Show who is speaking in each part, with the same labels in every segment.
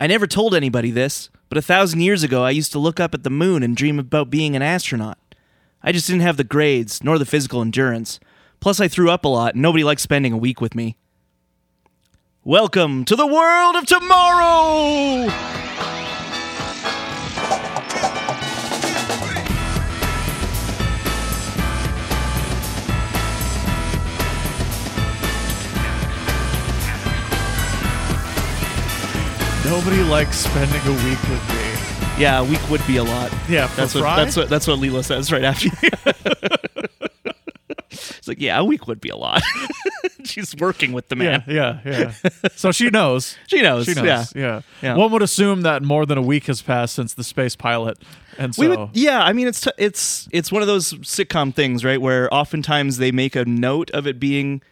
Speaker 1: I never told anybody this, but a thousand years ago I used to look up at the moon and dream about being an astronaut. I just didn't have the grades, nor the physical endurance. Plus, I threw up a lot, and nobody liked spending a week with me. Welcome to the world of tomorrow!
Speaker 2: Nobody likes spending a week with me.
Speaker 1: Yeah, a week would be a lot.
Speaker 2: Yeah, for
Speaker 1: That's what,
Speaker 2: Fry?
Speaker 1: that's what that's what Leela says right after you. it's like, yeah, a week would be a lot. She's working with the man.
Speaker 2: Yeah, yeah, yeah. so she knows.
Speaker 1: She knows.
Speaker 2: She knows.
Speaker 1: Yeah.
Speaker 2: Yeah.
Speaker 1: Yeah.
Speaker 2: One would assume that more than a week has passed since the space pilot, and so
Speaker 1: We would, yeah, I mean it's t- it's it's one of those sitcom things, right? Where oftentimes they make a note of it being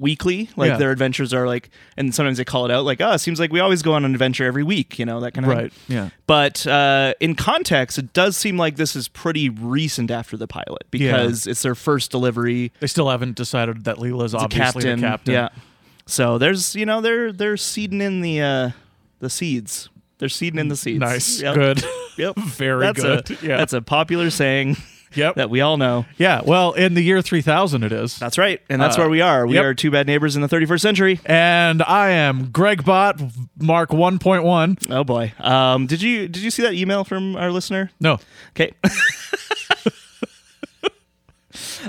Speaker 1: weekly, like
Speaker 2: Yeah.
Speaker 1: their adventures are like, and sometimes they call it out, like, oh, it seems like we always go on an adventure every week, you know, that kind of
Speaker 2: Right, yeah.
Speaker 1: But uh, in context, it does seem like this is pretty recent after the pilot because it's their first delivery.
Speaker 2: they still haven't decided that Leela's
Speaker 1: The
Speaker 2: obviously
Speaker 1: captain,
Speaker 2: the captain.
Speaker 1: yeah. So there's you know they're they're seeding in the uh, the seeds. They're seeding in the seeds.
Speaker 2: Nice.
Speaker 1: Yep.
Speaker 2: Good.
Speaker 1: Yep.
Speaker 2: Very
Speaker 1: that's
Speaker 2: good.
Speaker 1: A,
Speaker 2: Yeah.
Speaker 1: That's a popular saying
Speaker 2: Yep.
Speaker 1: that we all know.
Speaker 2: yeah. Well, in the year 3000, it is.
Speaker 1: That's right. And that's
Speaker 2: Uh,
Speaker 1: where we are. We
Speaker 2: yep.
Speaker 1: are two bad neighbors in the 31st century.
Speaker 2: And I am Greg Bot, Mark 1.1.
Speaker 1: Oh boy. Um, did you did you see that email from our listener?
Speaker 2: No.
Speaker 1: Okay.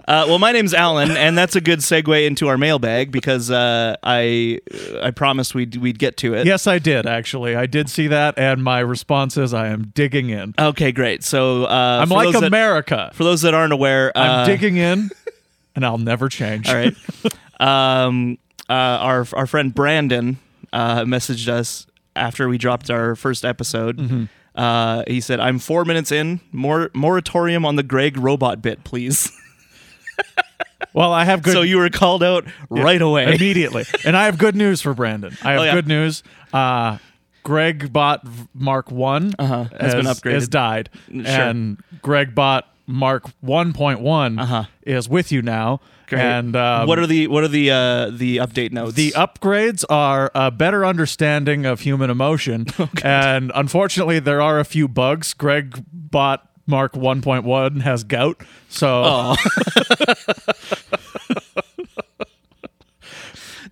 Speaker 1: Uh, well, my name's Alan, and that's a good segue into our mailbag because uh, I I promised we'd we'd get to it.
Speaker 2: Yes, I did, actually. I did see that, and my response is I am digging in.
Speaker 1: Okay, great. So uh,
Speaker 2: I'm
Speaker 1: for
Speaker 2: like
Speaker 1: those that-
Speaker 2: America.
Speaker 1: for those that aren't aware, uh,
Speaker 2: I'm digging in, and I'll never change.
Speaker 1: All right. um, uh, our our friend Brandon uh, messaged us after we dropped our first episode.
Speaker 2: Mm-hmm.
Speaker 1: Uh, he said, "I'm four minutes in. More moratorium on the Greg robot bit, please."
Speaker 2: Well, I have good
Speaker 1: so you were called out right away.
Speaker 2: immediately, and I have good news for Brandon. I have
Speaker 1: Oh, yeah.
Speaker 2: good news. Uh, Greg bought Mark One
Speaker 1: Uh-huh. Has been upgraded. Mm,
Speaker 2: Has died, and Greg bought Mark One
Speaker 1: Uh-huh.
Speaker 2: is with you now.
Speaker 1: Great.
Speaker 2: And um,
Speaker 1: what are the what are the uh, the update notes?
Speaker 2: The upgrades are a better understanding of human emotion, and unfortunately, there are a few bugs. Greg bought Mark 1.1 has gout, so
Speaker 1: Oh,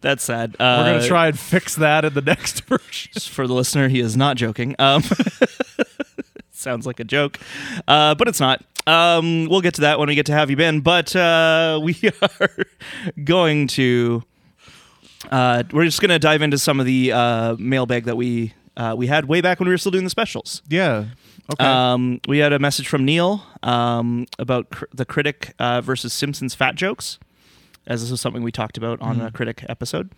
Speaker 1: that's sad.
Speaker 2: we're
Speaker 1: Uh,
Speaker 2: gonna try and fix that in the next version.
Speaker 1: for the listener, he is not joking. Um, sounds like a joke, uh, but it's not. Um, we'll get to that when we get to have you been. But uh, we are going to. Uh, we're just going to dive into some of the uh, mailbag that we uh, we had way back when we were still doing the specials.
Speaker 2: Yeah. Okay.
Speaker 1: Um, we had a message from Neil um, about cr- the critic uh, versus Simpsons fat jokes, as this was something we talked about on a critic episode.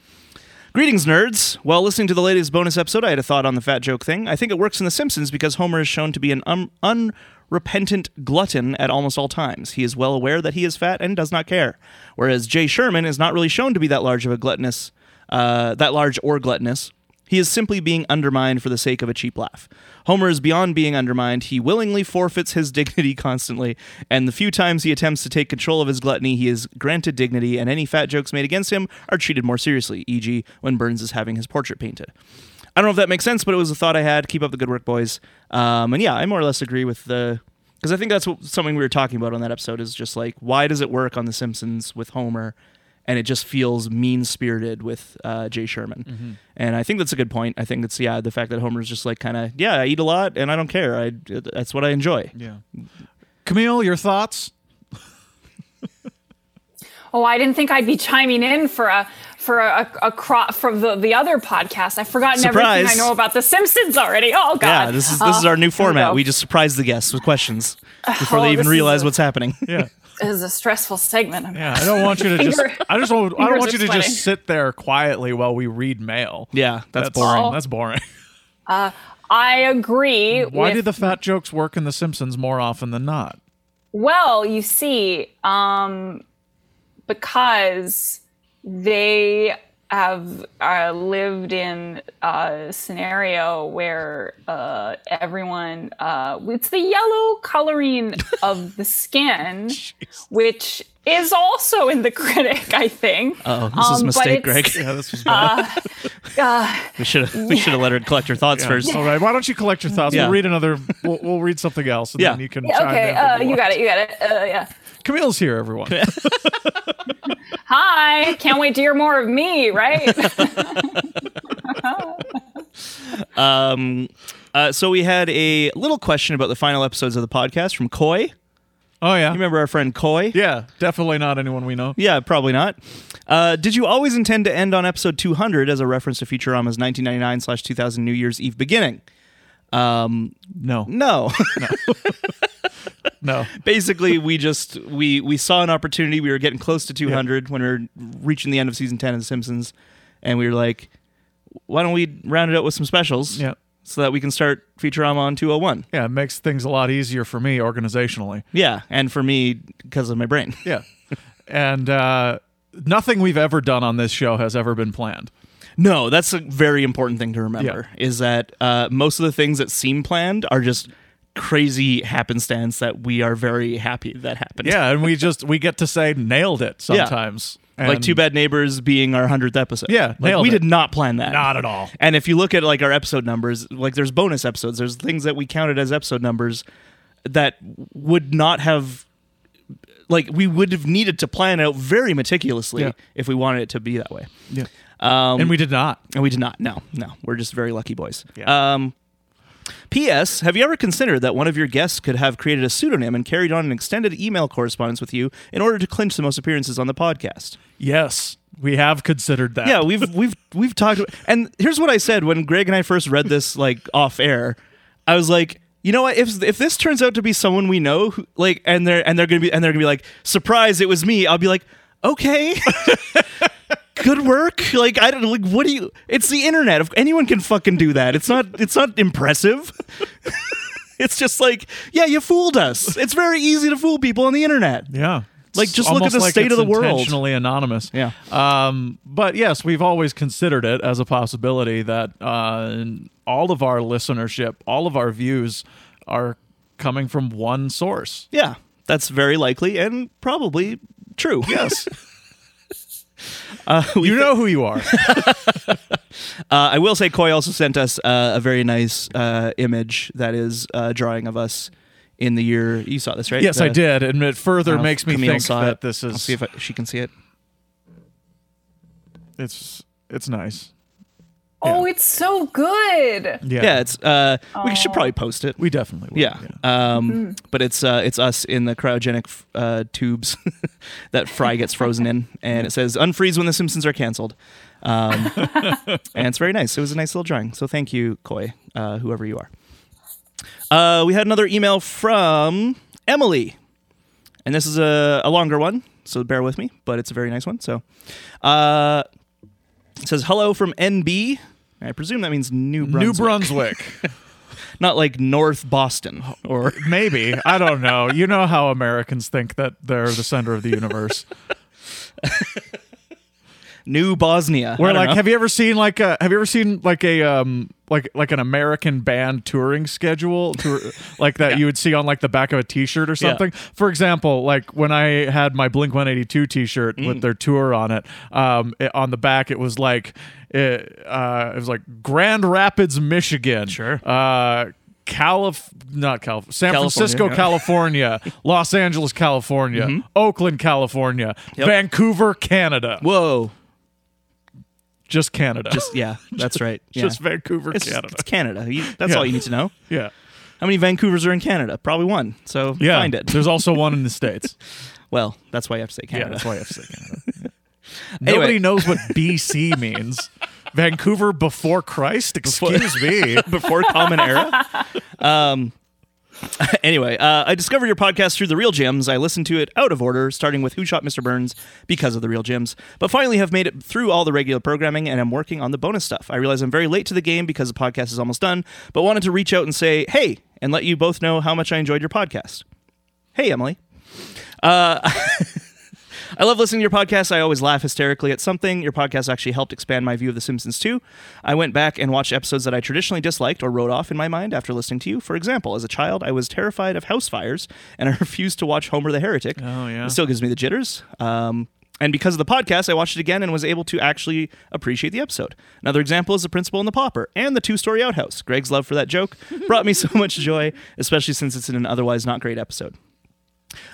Speaker 1: Greetings, nerds. While listening to the latest bonus episode, I had a thought on the fat joke thing. I think it works in The Simpsons because Homer is shown to be an um, unrepentant glutton at almost all times. He is well aware that he is fat and does not care. Whereas Jay Sherman is not really shown to be that large of a gluttonous, uh, that large or gluttonous. He is simply being undermined for the sake of a cheap laugh. Homer is beyond being undermined. He willingly forfeits his dignity constantly, and the few times he attempts to take control of his gluttony, he is granted dignity, and any fat jokes made against him are treated more seriously, e.g., when Burns is having his portrait painted. I don't know if that makes sense, but it was a thought I had. Keep up the good work, boys. Um, and yeah, I more or less agree with the. Because I think that's what, something we were talking about on that episode is just like, why does it work on The Simpsons with Homer? and it just feels mean spirited with uh, Jay Sherman.
Speaker 2: Mm-hmm.
Speaker 1: And I think that's a good point. I think it's yeah, the fact that Homer's just like kind of yeah, I eat a lot and I don't care. I that's what I enjoy.
Speaker 2: yeah. Camille, your thoughts?
Speaker 3: Oh, I didn't think I'd be chiming in for a for a, a, crop from the, the other podcast. I've forgotten
Speaker 1: Surprise.
Speaker 3: everything I know about The Simpsons already. Oh God!
Speaker 1: Yeah, this is this is
Speaker 3: Uh,
Speaker 1: our new
Speaker 3: go.
Speaker 1: format. We just surprise the guests with questions before
Speaker 3: Oh,
Speaker 1: they
Speaker 3: this
Speaker 1: even
Speaker 3: is
Speaker 1: realize
Speaker 3: a-
Speaker 1: what's happening.
Speaker 2: Yeah.
Speaker 3: this is a stressful segment. I'm-
Speaker 2: Yeah. I don't want you to just.
Speaker 3: Finger-
Speaker 2: I just. Want, I don't
Speaker 3: fingers
Speaker 2: want
Speaker 3: are
Speaker 2: you to
Speaker 3: sweating.
Speaker 2: just sit there quietly while we read mail.
Speaker 1: yeah, that's, boring.
Speaker 3: Oh.
Speaker 2: That's boring.
Speaker 3: I agree.
Speaker 2: Why
Speaker 3: with,
Speaker 2: do the fat jokes work in The Simpsons more often than not?
Speaker 3: Well, you see, um, because they have uh, lived in a scenario where uh, everyone, uh, it's the yellow coloring of the skin, which is also in the critic, I think.
Speaker 1: Oh, this is a
Speaker 3: Um, but
Speaker 1: mistake,
Speaker 3: it's-
Speaker 1: Greg.
Speaker 3: Uh,
Speaker 2: Yeah, this was
Speaker 1: We should have we should have let her collect her thoughts first.
Speaker 2: All right. Why don't you collect your thoughts?
Speaker 1: Yeah.
Speaker 2: We'll read another. We'll, we'll read something else, and
Speaker 1: Yeah.
Speaker 2: then you can.
Speaker 3: Yeah,
Speaker 2: chime
Speaker 3: okay,
Speaker 2: in if
Speaker 3: uh, you
Speaker 2: want.
Speaker 3: got it. You got it. Uh, yeah.
Speaker 2: Camille's here, everyone.
Speaker 3: Hi. Can't wait to hear more of me, right?
Speaker 1: Um, uh, so we had a little question about the final episodes of the podcast from Coy. You
Speaker 2: Oh yeah.
Speaker 1: remember our friend Coy?
Speaker 2: Yeah, definitely not anyone we know.
Speaker 1: Yeah, probably not. Uh, did you always intend to end on episode 200 as a reference to Futurama's 1999 slash 2000 New Year's Eve beginning?
Speaker 2: No,
Speaker 1: No.
Speaker 2: no.
Speaker 1: Basically, we just we we saw an opportunity. We were getting close to 200 when we were reaching the end of season 10 of The Simpsons, and we were like, why don't we round it out with some specials?
Speaker 2: Yeah.
Speaker 1: So that we can start Futurama on 201.
Speaker 2: Yeah, it makes things a lot easier for me organizationally.
Speaker 1: Yeah, and for me because of my brain.
Speaker 2: Yeah. and uh, nothing we've ever done on this show has ever been planned.
Speaker 1: No, that's a very important thing to remember is that uh, most of the things that seem planned are just crazy happenstance that we are very happy that happened.
Speaker 2: Yeah, and we just we get to say nailed it sometimes.
Speaker 1: Like
Speaker 2: And
Speaker 1: Two Bad Neighbors being our 100th episode.
Speaker 2: Yeah,
Speaker 1: Like
Speaker 2: nailed
Speaker 1: we
Speaker 2: it.
Speaker 1: did not plan that.
Speaker 2: Not at all.
Speaker 1: And if you look at like our episode numbers, like there's bonus episodes, there's things that we counted as episode numbers that would not have like we would have needed to plan out very meticulously
Speaker 2: Yeah.
Speaker 1: if we wanted it to be that way.
Speaker 2: Yeah.
Speaker 1: Um,
Speaker 2: and we did not.
Speaker 1: And we did not. No, no. We're just very lucky boys.
Speaker 2: Yeah.
Speaker 1: Um, P.S. Have you ever considered that one of your guests could have created a pseudonym and carried on an extended email correspondence with you in order to clinch the most appearances on the podcast?
Speaker 2: Yes, we have considered that.
Speaker 1: Yeah, we've we've we've talked. And here's what I said when Greg and I first read this, like off air. I was like, you know what? If if this turns out to be someone we know, who, like, and they're and they're gonna be and they're gonna be like, surprise, it was me. I'll be like, okay. Good work. Like I don't like what do you It's the internet. If anyone can fucking do that. It's not it's not impressive. it's just like, yeah, you fooled us. It's very easy to fool people on the internet.
Speaker 2: Yeah.
Speaker 1: Like,
Speaker 2: It's
Speaker 1: just look at
Speaker 2: almost
Speaker 1: the
Speaker 2: like
Speaker 1: state
Speaker 2: it's
Speaker 1: of the world.
Speaker 2: Intentionally anonymous.
Speaker 1: Yeah.
Speaker 2: Um, but yes, we've always considered it as a possibility that uh, all of our listenership, all of our views, are coming from one source.
Speaker 1: Yeah, that's very likely and probably true.
Speaker 2: Yes. you know who you are.
Speaker 1: Uh, I will say, Coy also sent us uh, a very nice uh, image that is a drawing of us in the year. You saw this, right?
Speaker 2: yes, I
Speaker 1: The-
Speaker 2: did, and it further
Speaker 1: don't know if
Speaker 2: makes me
Speaker 1: Camille
Speaker 2: think
Speaker 1: saw
Speaker 2: that
Speaker 1: it.
Speaker 2: this
Speaker 1: I'll
Speaker 2: is
Speaker 1: see if I, she can see it.
Speaker 2: it's it's nice.
Speaker 3: Oh, it's so good.
Speaker 2: Yeah.
Speaker 1: Yeah, it's. Uh, we should probably post it.
Speaker 2: we definitely will.
Speaker 1: yeah, Um, but it's uh, it's us in the cryogenic f- uh, tubes that Fry gets frozen in, and it says "unfreeze when the Simpsons are canceled," um, and it's very nice. It was a nice little drawing, so thank you, Coy, uh, whoever you are. Uh, we had another email from Emily, and this is a, a longer one, so bear with me, but it's a very nice one. So, uh, it says hello from NB. I presume that means New
Speaker 2: New
Speaker 1: Brunswick,
Speaker 2: Brunswick.
Speaker 1: not like North Boston or
Speaker 2: Maybe. I don't know. You know how Americans think that they're the center of the universe.
Speaker 1: New Bosnia. I
Speaker 2: Where
Speaker 1: don't
Speaker 2: like
Speaker 1: know.
Speaker 2: have you ever seen like a have you ever seen like a um like like an American band touring schedule tour, like that you would see on like the back of a t-shirt or
Speaker 1: Yeah.
Speaker 2: something? For example, like when I had my Blink 182 t-shirt
Speaker 1: Mm.
Speaker 2: with their tour on it, um it- on the back it was like it, uh it was like Grand Rapids, Michigan.
Speaker 1: Sure.
Speaker 2: Uh Calif not Calif San
Speaker 1: California,
Speaker 2: Francisco,
Speaker 1: yeah. Mm-hmm.
Speaker 2: California, Los Angeles, California, Oakland, California, Vancouver, Canada.
Speaker 1: whoa.
Speaker 2: Just Canada.
Speaker 1: Just yeah, that's right. Yeah.
Speaker 2: just Vancouver,
Speaker 1: it's,
Speaker 2: Canada.
Speaker 1: it's Canada. You- that's
Speaker 2: Yeah.
Speaker 1: all you need to know.
Speaker 2: yeah,
Speaker 1: How many Vancouvers are in Canada? Probably one. So
Speaker 2: yeah.
Speaker 1: find it.
Speaker 2: There's also one in the states.
Speaker 1: Well, that's why you have to say
Speaker 2: yeah,
Speaker 1: Canada.
Speaker 2: that's why I have to say Canada.
Speaker 1: Anyway.
Speaker 2: Nobody knows what BC means. Vancouver before Christ. Excuse me.
Speaker 1: Before Common Era. Um. Anyway, uh, I discovered your podcast through the Real Gems. I listened to it out of order, starting with Who Shot Mr. Burns because of the Real Gems, but finally have made it through all the regular programming and am working on the bonus stuff. I realize I'm very late to the game because the podcast is almost done, but wanted to reach out and say, hey, and let you both know how much I enjoyed your podcast. Hey, Emily. Uh, I love listening to your podcast. I always laugh hysterically at something. Your podcast actually helped expand my view of The Simpsons too. I went back and watched episodes that I traditionally disliked or wrote off in my mind after listening to you. For example, as a child, I was terrified of house fires and I refused to watch Homer the Heretic.
Speaker 2: Oh, yeah.
Speaker 1: It still gives me the jitters. Um, and because of the podcast, I watched it again and was able to actually appreciate the episode. Another example is The Principal and the Pauper and the two story outhouse. Greg's love for that joke brought me so much joy, especially since it's in an otherwise not great episode.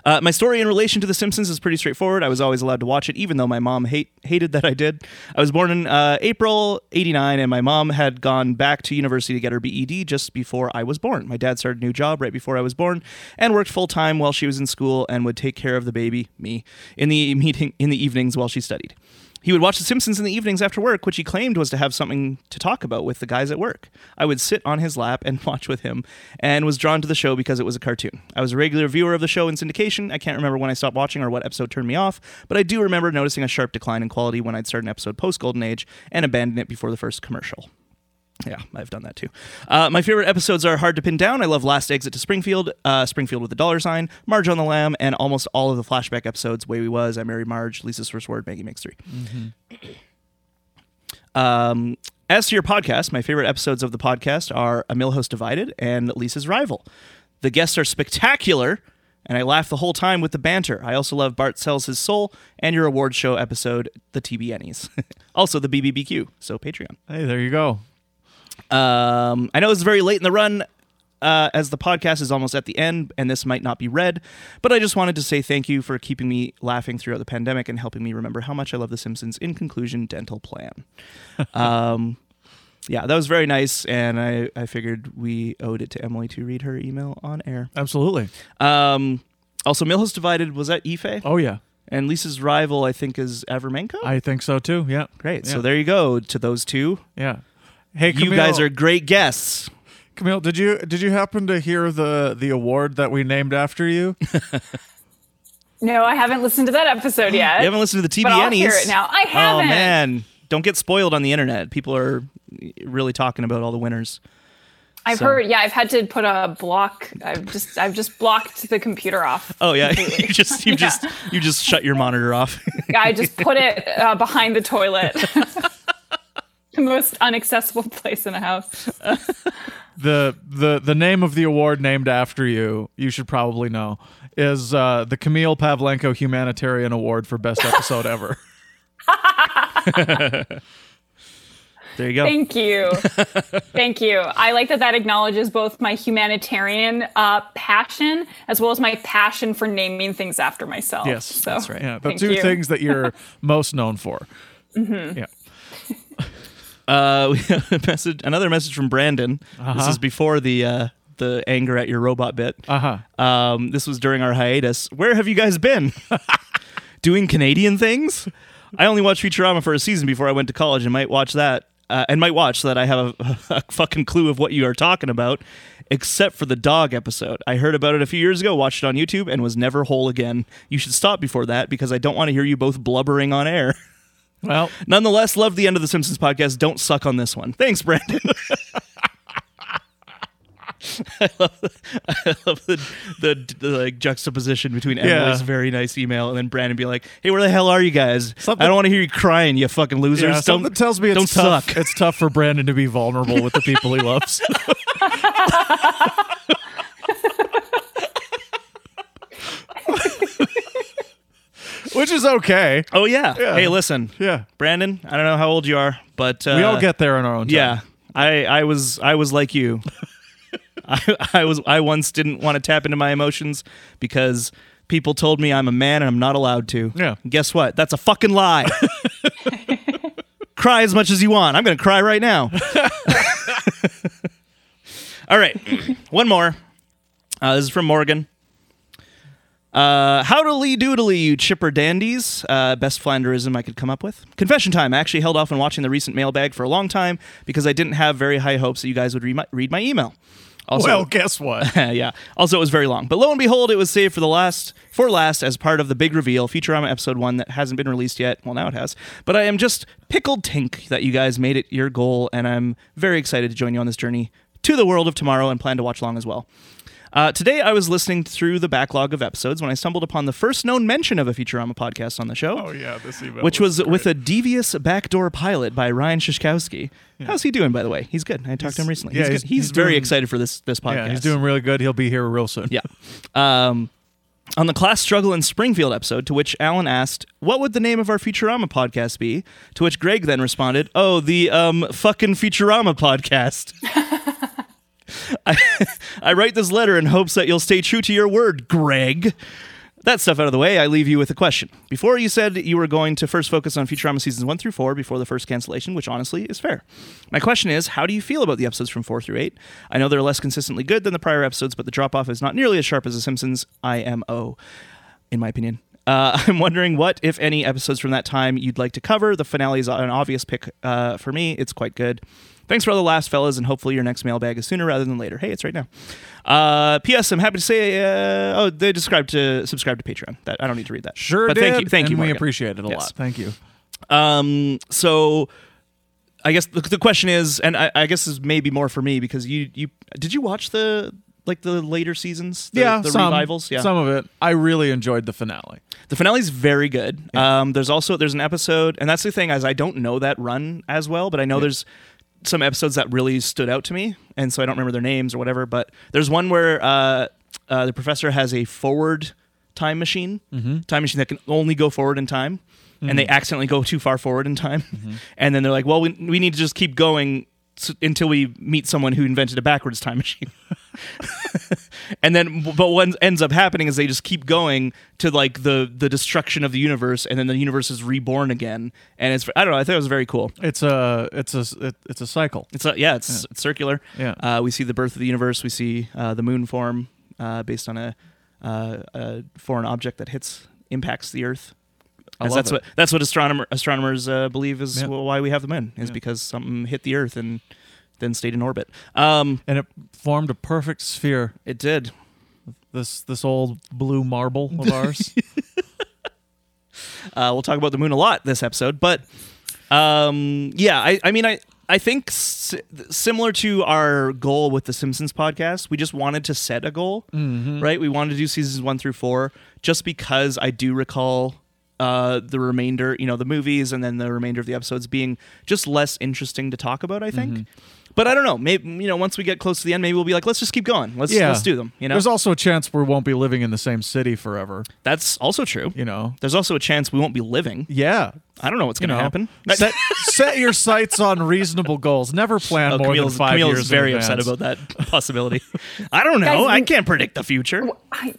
Speaker 1: Uh, my story in relation to The Simpsons is pretty straightforward. I was always allowed to watch it, even though my mom hate, hated that I did. I was born in uh, April '89, and my mom had gone back to university to get her BED just before I was born. My dad started a new job right before I was born, and worked full time while she was in school, and would take care of the baby, me, in the meeting in the evenings while she studied. He would watch The Simpsons in the evenings after work, which he claimed was to have something to talk about with the guys at work. I would sit on his lap and watch with him, and was drawn to the show because it was a cartoon. I was a regular viewer of the show in syndication. I can't remember when I stopped watching or what episode turned me off, but I do remember noticing a sharp decline in quality when I'd start an episode post Golden Age and abandon it before the first commercial. Yeah, I've done that too. Uh, my favorite episodes are hard to pin down. I love Last Exit to Springfield, uh, Springfield with the Dollar Sign, Marge on the Lamb, and almost all of the flashback episodes Way We Was, I Married Marge, Lisa's First Word, Maggie Makes 3 Um, as to your podcast, my favorite episodes of the podcast are A Millhouse Divided and Lisa's Rival. The guests are spectacular, and I laugh the whole time with the banter. I also love Bart Sells His Soul and your award show episode, The TBNEs. also, the BBBQ, so Patreon.
Speaker 2: Hey, there you go.
Speaker 1: Um, I know it's very late in the run. Uh, as the podcast is almost at the end, and this might not be read, but I just wanted to say thank you for keeping me laughing throughout the pandemic and helping me remember how much I love The Simpsons. In conclusion, dental plan. um, yeah, that was very nice, and I, I figured we owed it to Emily to read her email on air.
Speaker 2: Absolutely.
Speaker 1: Um, also, Millhouse Divided was that Ife,
Speaker 2: Oh yeah,
Speaker 1: and Lisa's rival I think is Avermenko.
Speaker 2: I think so too. Yeah.
Speaker 1: Great,
Speaker 2: Yeah.
Speaker 1: so there you go to those two.
Speaker 2: Yeah. Hey,
Speaker 1: You
Speaker 2: Camille-
Speaker 1: guys are great guests.
Speaker 2: Camille. Did you did you happen to hear the the award that we named after you?
Speaker 3: No, I haven't listened to that episode yet.
Speaker 1: You haven't listened to the TBNEs.
Speaker 3: But I'll hear it now. I haven't.
Speaker 1: Oh man, don't get spoiled on the internet. People are really talking about all the winners.
Speaker 3: I've
Speaker 1: So-
Speaker 3: heard. Yeah, I've had to put a block. I've just I've just blocked the computer off.
Speaker 1: Oh yeah, you just you just you just shut your monitor off.
Speaker 3: I just put it uh, behind the toilet. The most inaccessible place in a house.
Speaker 2: the the the name of the award named after you. You should probably know is uh, the Camille Pavlenko Humanitarian Award for Best Episode Ever.
Speaker 1: there you go.
Speaker 3: Thank you. Thank you. I like that that acknowledges both my humanitarian uh, passion as well as my passion for naming things after myself.
Speaker 2: Yes,
Speaker 3: So,
Speaker 1: that's right.
Speaker 2: Yeah, the
Speaker 3: thank
Speaker 2: two
Speaker 3: you. Mm-hmm.
Speaker 2: things that you're most known for. Yeah.
Speaker 1: Uh, we have a message, another message from Brandon. This is before the uh, the anger at your robot bit.
Speaker 2: Uh huh.
Speaker 1: Um, this was during our hiatus. Where have you guys been? Doing Canadian things? I only watched Futurama for a season before I went to college, and might watch that, uh, and might watch so that I have a, a fucking clue of what you are talking about, except for the dog episode. I heard about it a few years ago, watched it on YouTube, and was never whole again. You should stop before that because I don't want to hear you both blubbering on air.
Speaker 2: Well,
Speaker 1: Nonetheless, love the end of the Simpsons podcast. Don't suck on this one. Thanks, Brandon. I love, I love the, the, the like juxtaposition between Emily's
Speaker 2: Yeah.
Speaker 1: very nice email and then Brandon being like, "Hey, where the hell are you guys? I don't want to hear you crying, you fucking losers."
Speaker 2: yeah,
Speaker 1: don't
Speaker 2: something tells me it's
Speaker 1: don't
Speaker 2: tough.
Speaker 1: suck.
Speaker 2: It's tough for Brandon to be vulnerable with the people he loves. Which is okay.
Speaker 1: Oh yeah.
Speaker 2: Yeah.
Speaker 1: Hey, listen,
Speaker 2: Yeah.
Speaker 1: Brandon. I don't know how old you are, but uh,
Speaker 2: We all get there on our own time.
Speaker 1: Yeah, I I was I was like you. I I was I once didn't want to tap into my emotions because people told me I'm a man and I'm not allowed to.
Speaker 2: Yeah.
Speaker 1: Guess what? That's a fucking lie. cry as much as you want. I'm gonna cry right now. All right, one more. Uh, this is from Morgan. Uh, howdily doodly, you chipper dandies. Uh, best Flanderism I could come up with. Confession time. I actually held off on watching the recent mailbag for a long time because I didn't have very high hopes that you guys would re- read my email. Also,
Speaker 2: Well, guess what?
Speaker 1: yeah. Also, it was very long. But lo and behold, it was saved for the last for last as part of the big reveal, Futurama episode one that hasn't been released yet. Well, now it has. But I am just pickled tink that you guys made it your goal, and I'm very excited to join you on this journey to the world of tomorrow and plan to watch long as well. Uh, today, I was listening through the backlog of episodes when I stumbled upon the first known mention of a Futurama podcast on the show.
Speaker 2: Oh yeah, this email.
Speaker 1: Which was with
Speaker 2: great.
Speaker 1: a devious backdoor pilot by Ryan Shishkowski. How's he doing, by the way? He's good. I talked to him recently.
Speaker 2: yeah,
Speaker 1: he's,
Speaker 2: he's-
Speaker 1: good. he's,
Speaker 2: he's
Speaker 1: very
Speaker 2: doing-
Speaker 1: excited for this this podcast.
Speaker 2: yeah, he's doing really good. He'll be here real soon.
Speaker 1: Yeah. Um, on the class struggle in Springfield episode, to which Alan asked, "What would the name of our Futurama podcast be?" To which Greg then responded, "Oh, the um fucking Futurama podcast." I, I write this letter in hopes that you'll stay true to your word, Greg. That stuff out of the way, I leave you with a question. Before you said you were going to first focus on Futurama seasons one through four before the first cancellation, which honestly is fair. My question is, how do you feel about the episodes from four through eight? I know they're less consistently good than the prior episodes, but the drop off is not nearly as sharp as The Simpsons IMO, in my opinion. Uh, I'm wondering what, if any, episodes from that time you'd like to cover. The finale is an obvious pick uh, for me. It's quite good. Thanks for all the last fellas, and hopefully your next mailbag is sooner rather than later. Hey, it's right now. Uh, P.S. I'm happy to say, uh, oh, they described to subscribe to Patreon. That I don't need to read that.
Speaker 2: Sure
Speaker 1: but
Speaker 2: did.
Speaker 1: Thank you, thank
Speaker 2: and
Speaker 1: you.
Speaker 2: We
Speaker 1: Morgan.
Speaker 2: appreciate it a
Speaker 1: Yes.
Speaker 2: lot. Thank you.
Speaker 1: Um, so I guess the, the question is, and I, I guess this may be more for me because you you did you watch the like the later seasons? The,
Speaker 2: yeah,
Speaker 1: the
Speaker 2: some,
Speaker 1: revivals. Yeah,
Speaker 2: some of it. I really enjoyed the finale.
Speaker 1: the finale's very good. Um, there's also there's an episode, and that's the thing is I don't know that run as well, but I know there's some episodes that really stood out to me, and so I don't remember their names or whatever. But there's one where uh, uh, the professor has a forward time machine, time machine that can only go forward in time, and they accidentally go too far forward in time, and then they're like, well, we we need to just keep going. s until we meet someone who invented a backwards time machine. and then but what ends up happening is they just keep going to like the the destruction of the universe and then the universe is reborn again and it's i don't know i thought it was very cool
Speaker 2: It's a it's a it, it's a cycle.
Speaker 1: it's uh, yeah it's, it's circular
Speaker 2: Yeah.
Speaker 1: uh, we see the birth of the universe we see uh, the moon form uh, based on a, uh, a foreign object that hits impacts the earth
Speaker 2: I
Speaker 1: 'Cause
Speaker 2: love
Speaker 1: that's
Speaker 2: it.
Speaker 1: what that's what astronomer, astronomers uh, believe is
Speaker 2: Yeah.
Speaker 1: wh- why we have the moon is
Speaker 2: Yeah.
Speaker 1: because something hit the earth and then stayed in orbit um,
Speaker 2: And it formed a perfect sphere.
Speaker 1: it did
Speaker 2: This this old blue marble of ours.
Speaker 1: Uh, we'll talk about the moon a lot this episode, but um, yeah, I, I mean, I I think s- similar to our goal with the Simpsons podcast, we just wanted to set a goal,
Speaker 2: Mm-hmm.
Speaker 1: right? We wanted to do seasons one through four, just because I do recall. Uh, the remainder, you know, the movies and then the remainder of the episodes being just less interesting to talk about, I think.
Speaker 2: Mm-hmm.
Speaker 1: But I don't know. Maybe you know, once we get close to the end, maybe we'll be like, let's just keep going. Let's
Speaker 2: yeah,
Speaker 1: let's do them. You know,
Speaker 2: There's also a chance we won't be living in the same city forever.
Speaker 1: that's also true.
Speaker 2: You know.
Speaker 1: There's also a chance we won't be living.
Speaker 2: Yeah.
Speaker 1: I don't know what's
Speaker 2: You
Speaker 1: going to
Speaker 2: know,
Speaker 1: happen.
Speaker 2: set, set your sights on reasonable goals. Never plan
Speaker 1: Oh,
Speaker 2: more
Speaker 1: Camille,
Speaker 2: than five
Speaker 1: Camille
Speaker 2: years.
Speaker 1: is very
Speaker 2: in
Speaker 1: upset
Speaker 2: advance.
Speaker 1: about that possibility. I don't know.
Speaker 3: Guys,
Speaker 1: I
Speaker 3: you-
Speaker 1: can't predict the future.
Speaker 3: I,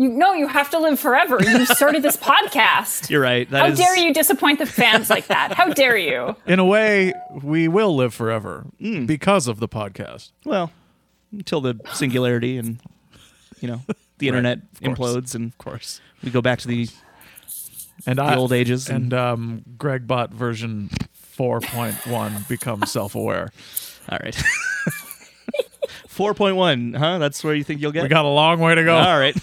Speaker 3: you know you have to live forever. You started this podcast.
Speaker 1: You're right. That
Speaker 3: How
Speaker 1: is-
Speaker 3: dare you disappoint the fans like that? How dare you?
Speaker 2: In a way, we will live forever
Speaker 1: Hmm.
Speaker 2: because of the podcast.
Speaker 1: Well, until the singularity and you know the internet
Speaker 2: of course.
Speaker 1: implodes and
Speaker 2: Of course.
Speaker 1: we go back to the
Speaker 2: And I,
Speaker 1: old ages and-
Speaker 2: and, um, Greg Bot version 4.1 becomes self-aware.
Speaker 1: all right. Four point one, huh? That's where you think you'll get.
Speaker 2: We got a long way to go.
Speaker 1: All right.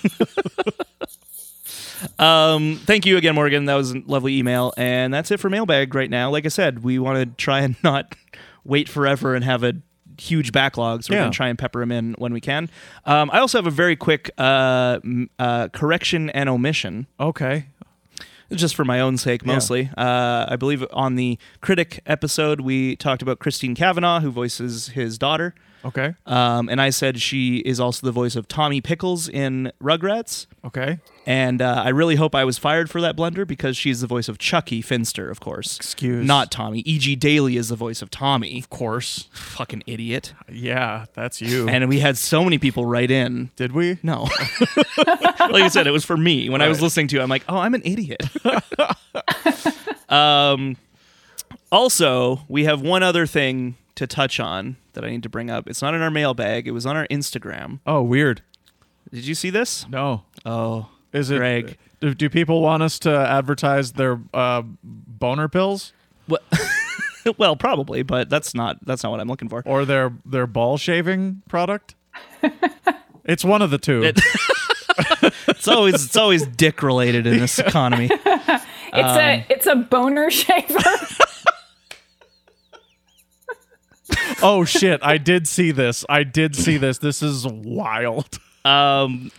Speaker 1: um, thank you again, Morgan. That was a lovely email, and that's it for mailbag right now. Like I said, we want to try and not wait forever and have a huge backlog, so we're
Speaker 2: Yeah.
Speaker 1: gonna try and pepper them in when we can. Um, I also have a very quick uh, m- uh, correction and omission
Speaker 2: Okay.
Speaker 1: just for my own sake mostly. Uh, I believe on the critic episode we talked about Christine Kavanaugh, who voices his daughter,
Speaker 2: Okay.
Speaker 1: um, and I said she is also the voice of Tommy Pickles in Rugrats.
Speaker 2: Okay.
Speaker 1: And uh, I really hope I was fired for that blunder because she's the voice of Chucky Finster, of course.
Speaker 2: Excuse.
Speaker 1: Not Tommy. E.G. Daly is the voice of Tommy.
Speaker 2: Of course.
Speaker 1: Fucking idiot.
Speaker 2: Yeah, that's you.
Speaker 1: And we had so many people write in.
Speaker 2: Did we?
Speaker 1: No. like I said, it was for me. When I was listening to it, I'm like, oh, I'm an idiot. um, also, we have one other thing to touch on that I need to bring up. It's not in our mailbag, it was on our Instagram.
Speaker 2: Oh, weird.
Speaker 1: Did you see this?
Speaker 2: No.
Speaker 1: Oh.
Speaker 2: Is it
Speaker 1: Greg.
Speaker 2: Do, do people want us to advertise their uh, boner pills
Speaker 1: What? well, probably, but that's not that's not what I'm looking for.
Speaker 2: or their their ball shaving product? it's one of the two.
Speaker 1: It- It's always it's always dick related in this economy.
Speaker 3: It's
Speaker 1: Um,
Speaker 3: a it's a boner shaver.
Speaker 2: Oh shit! I did see this. I did see this. This is wild.
Speaker 1: Um,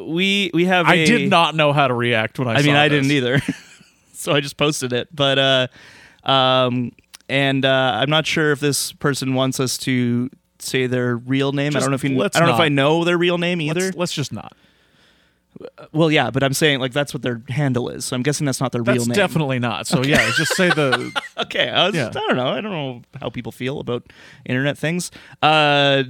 Speaker 1: we we have.
Speaker 2: I
Speaker 1: a-
Speaker 2: did not know how to react when I.
Speaker 1: I mean,
Speaker 2: saw
Speaker 1: I didn't
Speaker 2: this.
Speaker 1: either. so I just posted it. But uh, um, and uh, I'm not sure if this person wants us to say their real name. I
Speaker 2: Just
Speaker 1: don't know if you, I
Speaker 2: let's
Speaker 1: don't know if
Speaker 2: not.
Speaker 1: I know their real name either.
Speaker 2: Let's, let's just not.
Speaker 1: well, yeah, but I'm saying like that's what their handle is. So I'm guessing that's not their real
Speaker 2: That's
Speaker 1: name.
Speaker 2: definitely not. So yeah, just say the.
Speaker 1: okay. I, was,
Speaker 2: Yeah.
Speaker 1: I don't know. I don't know how people feel about internet things. Uh,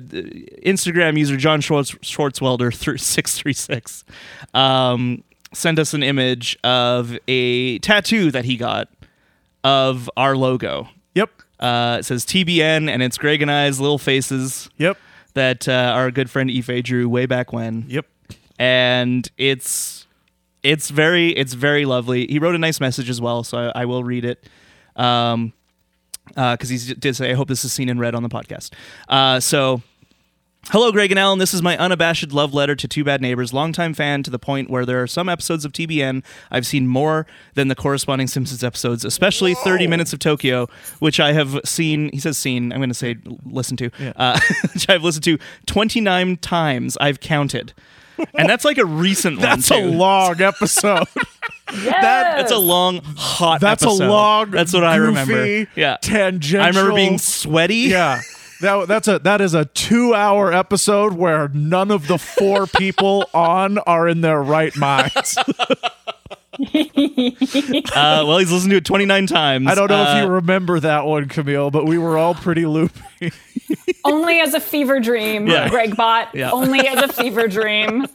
Speaker 1: Instagram user John Schwartz, Schwartzwelder through six three six um, sent us an image of a tattoo that he got of our logo.
Speaker 2: Yep.
Speaker 1: Uh, it says TBN, and it's Greg and I's little faces
Speaker 2: Yep.
Speaker 1: that uh, our good friend Ife drew way back when
Speaker 2: Yep.
Speaker 1: and it's it's very it's very lovely. He wrote a nice message as well, so I, I will read it. Um, uh, because he did say, "I hope this is seen and read on the podcast." Uh, so. Hello, Greg and Alan. This is my unabashed love letter to Two Bad Neighbors, longtime fan to the point where there are some episodes of TBN I've seen more than the corresponding Simpsons episodes, especially 30 Minutes of Tokyo, which I have seen. He says seen, I'm going to say listen to, uh, which I've listened to 29 times. I've counted. And that's like a recent
Speaker 2: That's
Speaker 1: one.
Speaker 2: a
Speaker 1: too.
Speaker 2: long episode.
Speaker 1: That's a long, hot
Speaker 2: That's
Speaker 1: episode.
Speaker 2: a long.
Speaker 1: That's what I remember.
Speaker 2: goofy,
Speaker 1: Yeah.
Speaker 2: Tangential.
Speaker 1: I remember being sweaty.
Speaker 2: Yeah. That, that's a that is a two hour episode where none of the four people on are in their right minds.
Speaker 1: Uh, well, he's listened to it 29 times.
Speaker 2: I don't know
Speaker 1: Uh,
Speaker 2: if you remember that one, Camille, but we were all pretty loopy.
Speaker 3: only as a fever dream,
Speaker 1: Yeah.
Speaker 3: Greg Bot.
Speaker 1: Yeah.
Speaker 3: Only as a fever dream.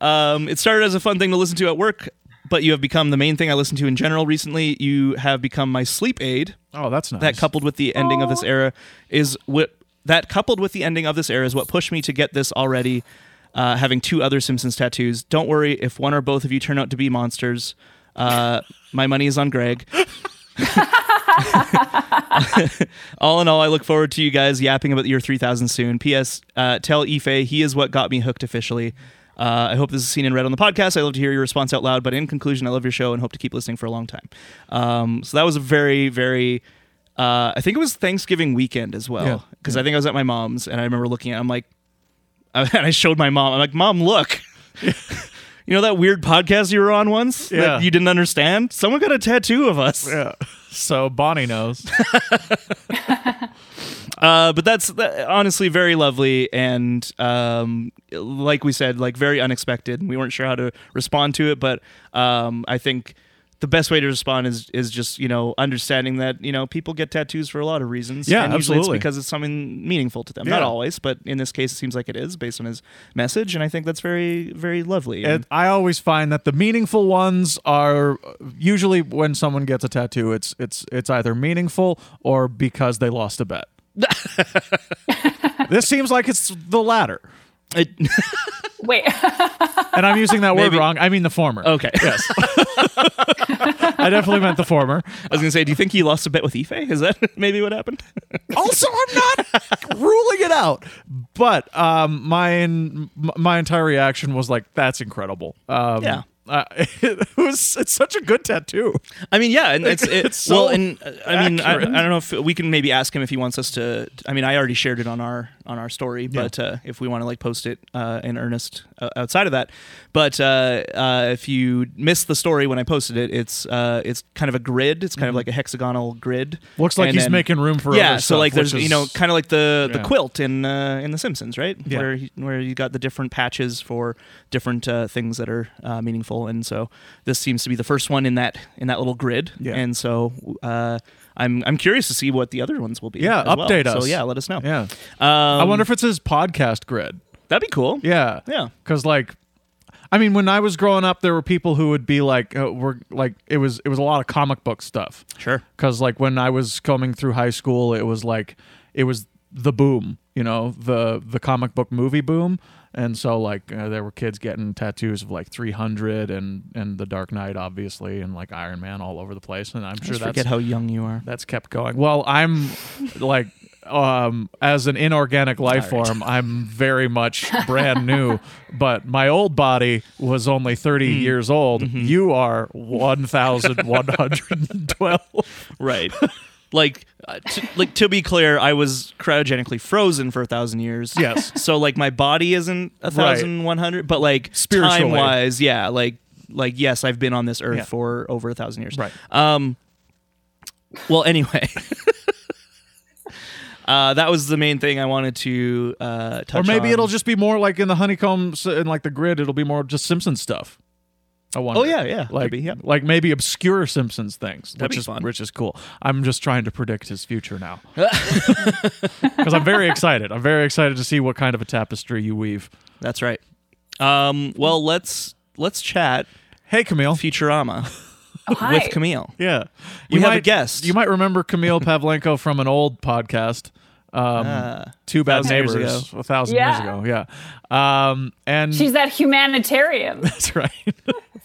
Speaker 1: Um, it started as a fun thing to listen to at work, but you have become the main thing I listen to in general recently. You have become my sleep aid.
Speaker 2: Oh, that's nice.
Speaker 1: That coupled with the ending of this
Speaker 3: Aw.
Speaker 1: era is what that coupled with the ending of this era is what pushed me to get this already. Uh, having two other Simpsons tattoos. Don't worry if one or both of you turn out to be monsters. Uh, my money is on Greg. all in all, I look forward to you guys yapping about the year 3000 soon. P.S. Uh, tell Ife he is what got me hooked officially. Uh, I hope this is seen and read on the podcast. I love to hear your response out loud. But in conclusion, I love your show and hope to keep listening for a long time. Um, so that was a very, very. Uh, I think it was Thanksgiving weekend as
Speaker 2: Yeah.
Speaker 1: well because I think I was at my mom's and I remember looking at. I'm like, and I showed my mom. I'm like, Mom, look. You know that weird podcast you were on once
Speaker 2: Yeah.
Speaker 1: that you didn't understand? Someone got a tattoo of us.
Speaker 2: Yeah. So Bonnie knows.
Speaker 1: Uh, but that's that, honestly very lovely and um, like we said like very unexpected we weren't sure how to respond to it but um, i think the best way to respond is is just you know understanding that you know people get tattoos for a lot of reasons
Speaker 2: Yeah,
Speaker 1: and usually
Speaker 2: absolutely.
Speaker 1: it's because it's something meaningful to them not
Speaker 2: Yeah.
Speaker 1: always but in this case it seems like it is based on his message and i think that's very very lovely
Speaker 2: And I always find that the meaningful ones are usually when someone gets a tattoo, it's it's it's either meaningful or because they lost a bet. this seems like it's the latter.
Speaker 1: It-
Speaker 3: Wait.
Speaker 2: And I'm using that word
Speaker 1: Maybe. Oh.
Speaker 2: wrong. I mean the former.
Speaker 1: okay yes i
Speaker 2: I definitely meant the former.
Speaker 1: was gonna say do you think he lost a bet with ife is that maybe what happened
Speaker 2: also i'm not ruling it out but um my m- my entire reaction was like that's incredible um
Speaker 1: Yeah.
Speaker 2: uh, it was it's such a good tattoo
Speaker 1: I mean, yeah, and it's, it,
Speaker 2: It's so
Speaker 1: well, and uh, I mean, I, I
Speaker 2: accurate.
Speaker 1: don't know if we can maybe ask him if he wants us to. I mean, I already shared it on our on our story, but uh, if we want to like post it uh, in earnest uh, outside of that, but uh, uh, if you missed the story when I posted it, it's uh, it's kind of a grid. It's kind of like a hexagonal grid.
Speaker 2: Mm-hmm. Looks like
Speaker 1: And
Speaker 2: he's making room for
Speaker 1: yeah.
Speaker 2: other
Speaker 1: so
Speaker 2: stuff,
Speaker 1: like there's
Speaker 2: which
Speaker 1: you know
Speaker 2: is-
Speaker 1: kind of like the the
Speaker 2: Yeah.
Speaker 1: quilt in uh, in The Simpsons, right?
Speaker 2: Yeah.
Speaker 1: Where he, where you got the different patches for different uh, things that are uh, meaningful, and so this seems to be the first one in that in that little grid.
Speaker 2: Yeah.
Speaker 1: And so uh, I'm I'm curious to see what the other ones will be.
Speaker 2: Yeah,
Speaker 1: as well.
Speaker 2: update us.
Speaker 1: So yeah, let us know.
Speaker 2: yeah
Speaker 1: Um,
Speaker 2: i wonder if it's his podcast grid
Speaker 1: that'd be cool.
Speaker 2: yeah
Speaker 1: Yeah.
Speaker 2: because like i mean when i was growing up there were people who would be like uh, we're like it was it was a lot of comic book stuff
Speaker 1: Sure.
Speaker 2: because like when I was coming through high school, it was like it was the boom, you know, the the comic book movie boom, and so like uh, there were kids getting tattoos of like 300 and and the Dark Knight, obviously, and like Iron Man all over the place, and I'm sure
Speaker 1: Just
Speaker 2: that's
Speaker 1: forget how young you are.
Speaker 2: that's kept going. Well, I'm like um as an inorganic life form, I'm very much brand new, but my old body was only 30 years old. You are 1112.
Speaker 1: Right. like uh, t- like to be clear i was cryogenically frozen for a thousand years
Speaker 2: Yes.
Speaker 1: so like my body isn't a thousand one hundred but like
Speaker 2: Spiritually.
Speaker 1: time wise yeah like like yes i've been on this earth
Speaker 2: Yeah.
Speaker 1: for over a thousand years
Speaker 2: Right.
Speaker 1: um well anyway uh that was the main thing i wanted to uh touch
Speaker 2: or maybe
Speaker 1: on.
Speaker 2: it'll just be more like in the honeycomb s- and like the grid. It'll be more just Simpson stuff. I wonder.
Speaker 1: Oh, yeah, yeah. Could
Speaker 2: Like
Speaker 1: be, yeah.
Speaker 2: like maybe obscure Simpsons things,
Speaker 1: That'd
Speaker 2: which
Speaker 1: be
Speaker 2: is
Speaker 1: fun.
Speaker 2: which is cool. I'm just trying to predict his future now because I'm very excited. I'm very excited to see what kind of a tapestry you weave.
Speaker 1: that's right um well let's let's chat
Speaker 2: Hey, Camille.
Speaker 1: futurama
Speaker 3: Oh, hi.
Speaker 1: with camille
Speaker 2: Yeah,
Speaker 1: We
Speaker 2: You
Speaker 1: have a
Speaker 2: might-
Speaker 1: guest.
Speaker 2: You might remember Camille Pavlenko from an old podcast. Um,
Speaker 1: Uh,
Speaker 2: Two Bad
Speaker 1: thousand years
Speaker 2: Neighbors,
Speaker 1: ago.
Speaker 2: a thousand
Speaker 3: Yeah.
Speaker 2: years ago, yeah. Um, and
Speaker 3: She's that humanitarian.
Speaker 2: that's right.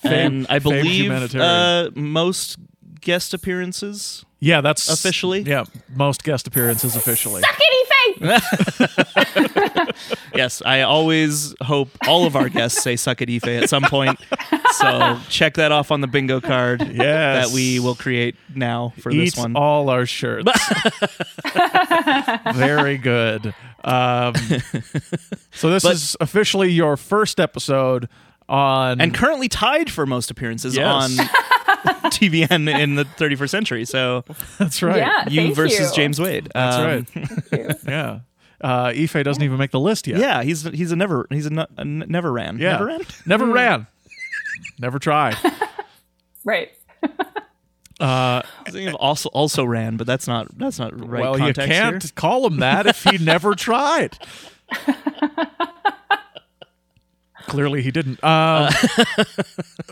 Speaker 1: and I
Speaker 2: famed
Speaker 1: believe
Speaker 2: humanitarian.
Speaker 1: uh, most guest appearances.
Speaker 2: Yeah, that's
Speaker 1: Officially?
Speaker 2: Yeah, most guest appearances officially.
Speaker 3: Suck anything.
Speaker 1: Yes, I always hope all of our guests say "suck it, Ife" at some point. So check that off on the bingo card
Speaker 2: Yes.
Speaker 1: that we will create now for
Speaker 2: Eat
Speaker 1: this one.
Speaker 2: all our shirts. Very good. Um, so this is officially your first episode on
Speaker 1: and currently tied for most appearances
Speaker 2: Yes.
Speaker 1: on TVN in the 31st century. So
Speaker 2: that's right.
Speaker 3: Yeah,
Speaker 1: you
Speaker 3: thank
Speaker 1: versus
Speaker 3: you.
Speaker 1: James Wade.
Speaker 2: That's
Speaker 1: Um,
Speaker 2: right. yeah. Uh, Ife doesn't even make the list yet.
Speaker 1: Yeah, he's he's a never he's a, nu- a n- never ran.
Speaker 2: Yeah.
Speaker 1: Never ran.
Speaker 3: Hmm.
Speaker 2: Never ran. Never tried.
Speaker 3: Right.
Speaker 1: I was thinking of also also ran, but that's not that's not right.
Speaker 2: well, you
Speaker 1: context here.
Speaker 2: can't call him that if he never tried. Clearly, he didn't. Um,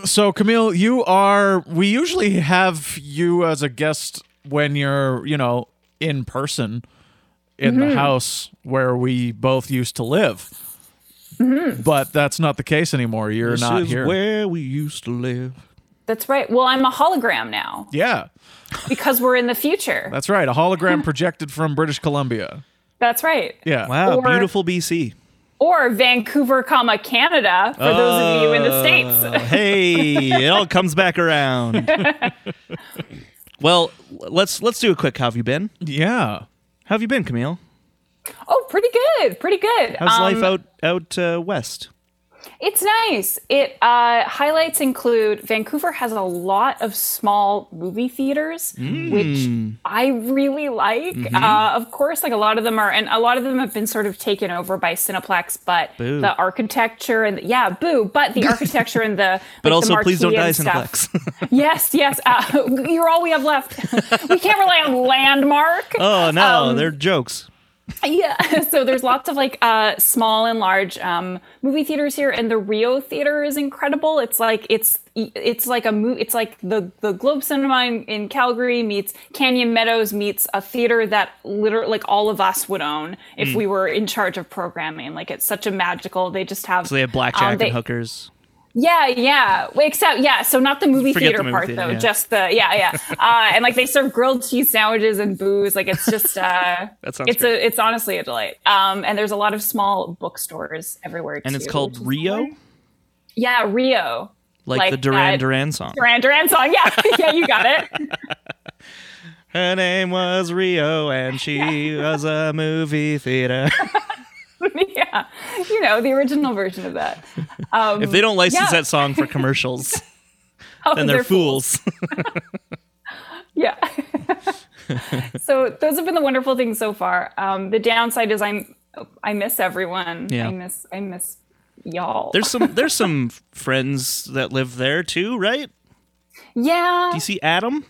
Speaker 2: so, Camille, you are. We usually have you as a guest when you're, you know, in person in the house where we both used to live. But that's not the case anymore. You're
Speaker 1: This
Speaker 2: not
Speaker 1: is
Speaker 2: here.
Speaker 1: where we used to live.
Speaker 3: That's right. Well, I'm a hologram now
Speaker 2: yeah,
Speaker 3: because we're in the future.
Speaker 2: that's right. A hologram projected from British Columbia.
Speaker 3: That's right.
Speaker 2: Yeah.
Speaker 1: Wow,
Speaker 3: Or-
Speaker 1: beautiful BC.
Speaker 3: Or Vancouver, comma Canada for those of you in the states.
Speaker 1: Oh, hey, it all comes back around. well, let's let's do a quick. How have you been?
Speaker 2: Yeah.
Speaker 1: How have you been, Camille?
Speaker 3: Oh, pretty good. Pretty good.
Speaker 1: How's
Speaker 3: Um,
Speaker 1: life out out uh, west?
Speaker 3: It's nice. It uh, highlights include Vancouver has a lot of small movie theaters,
Speaker 1: Hmm.
Speaker 3: which I really like.
Speaker 1: Mm-hmm.
Speaker 3: Uh, of course, like a lot of them are, and a lot of them have been sort of taken over by Cineplex. But
Speaker 1: Boo.
Speaker 3: the architecture and yeah, boo. But the architecture and the
Speaker 1: But
Speaker 3: like, the
Speaker 1: also, please don't
Speaker 3: marquee
Speaker 1: die,
Speaker 3: and stuff.
Speaker 1: Cineplex.
Speaker 3: yes, yes. Uh, you're all we have left. we can't rely on landmark.
Speaker 1: oh no,
Speaker 3: Um,
Speaker 1: they're jokes.
Speaker 3: Yeah, so there's lots of like uh, small and large um, movie theaters here, and the Rio Theater is incredible. It's like it's it's like a mo- it's like the the Globe Cinema in, in Calgary meets Canyon Meadows meets a theater that literally like all of us would own if
Speaker 1: Hmm.
Speaker 3: we were in charge of programming. Like it's such a magical. They just have
Speaker 1: So they have blackjack
Speaker 3: um, they-
Speaker 1: and hookers.
Speaker 3: yeah, yeah. Well, Except, yeah. So not the movie
Speaker 1: Forget
Speaker 3: theater
Speaker 1: the movie
Speaker 3: part,
Speaker 1: theater,
Speaker 3: though.
Speaker 1: yeah.
Speaker 3: Just the yeah, yeah. Uh, and like they serve grilled cheese sandwiches and booze. Like it's just uh,
Speaker 1: That sounds
Speaker 3: it's
Speaker 1: great.
Speaker 3: a it's honestly a delight. Um, and there's a lot of small bookstores everywhere.
Speaker 1: And it's
Speaker 3: too,
Speaker 1: called
Speaker 3: which is
Speaker 1: Rio,
Speaker 3: fun. Yeah, Rio.
Speaker 1: like,
Speaker 3: like
Speaker 1: the Duran
Speaker 3: that-
Speaker 1: Duran song.
Speaker 3: Duran Duran song. Yeah, yeah. You got it.
Speaker 1: Her name was Rio, and she was a movie theater.
Speaker 3: yeah, you know the original version of that. Um,
Speaker 1: If they don't license
Speaker 3: Yeah.
Speaker 1: that song for commercials,
Speaker 3: oh,
Speaker 1: then they're, fools.
Speaker 3: Yeah. so those have been the wonderful things so far. Um, the downside is I'm I miss everyone.
Speaker 1: Yeah.
Speaker 3: I miss I miss y'all.
Speaker 1: there's some there's some friends that live there too, right?
Speaker 3: yeah.
Speaker 1: You see Adam?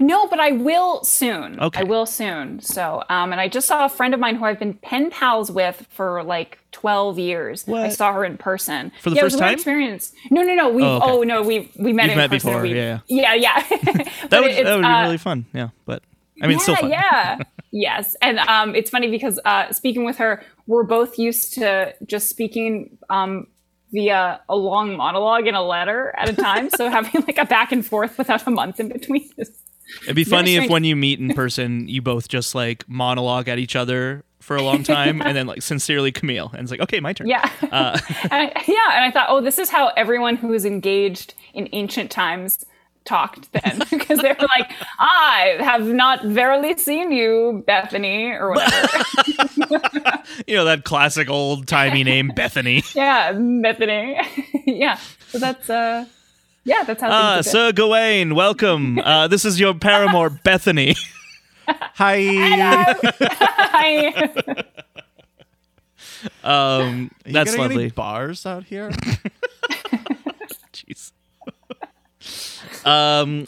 Speaker 3: No, but I will soon.
Speaker 1: Okay.
Speaker 3: I will soon. So um, and I just saw a friend of mine who I've been pen pals with for like twelve years. I
Speaker 1: What?
Speaker 3: saw her in person
Speaker 1: For the
Speaker 3: yeah,
Speaker 1: first
Speaker 3: it was a weird
Speaker 1: time?
Speaker 3: Experience. No, no, no. We
Speaker 1: Oh,
Speaker 3: oh,
Speaker 1: okay.
Speaker 3: no we we met
Speaker 1: You've
Speaker 3: in
Speaker 1: met
Speaker 3: person.
Speaker 1: before,
Speaker 3: We-
Speaker 1: yeah.
Speaker 3: yeah, yeah. uh,
Speaker 1: That would that would be really fun. Yeah, but I mean,
Speaker 3: yeah,
Speaker 1: it's still fun.
Speaker 3: yeah, yes. And um, it's funny because uh, speaking with her, we're both used to just speaking um, via a long monologue and a letter at a time. so having like a back and forth without a month in between is
Speaker 1: It'd be funny if
Speaker 3: strange.
Speaker 1: when you meet in person, you both just like monologue at each other for a long time, and then like sincerely Camille, and it's like, okay, my turn.
Speaker 3: yeah,
Speaker 1: Uh.
Speaker 3: and I, yeah. And I thought, oh, this is how everyone who is engaged in ancient times talked then because they were like, I have not verily seen you, Bethany, or whatever.
Speaker 1: You know that classic old timey name, Bethany.
Speaker 3: yeah, Bethany. yeah. So that's uh yeah, that's how
Speaker 1: Ah,
Speaker 3: things are
Speaker 1: Sir Gawain, welcome. Uh, this is your paramour, Bethany.
Speaker 2: Hi.
Speaker 3: done. Hi.
Speaker 1: Um, that's lovely.
Speaker 2: bars out here.
Speaker 1: Jeez. um,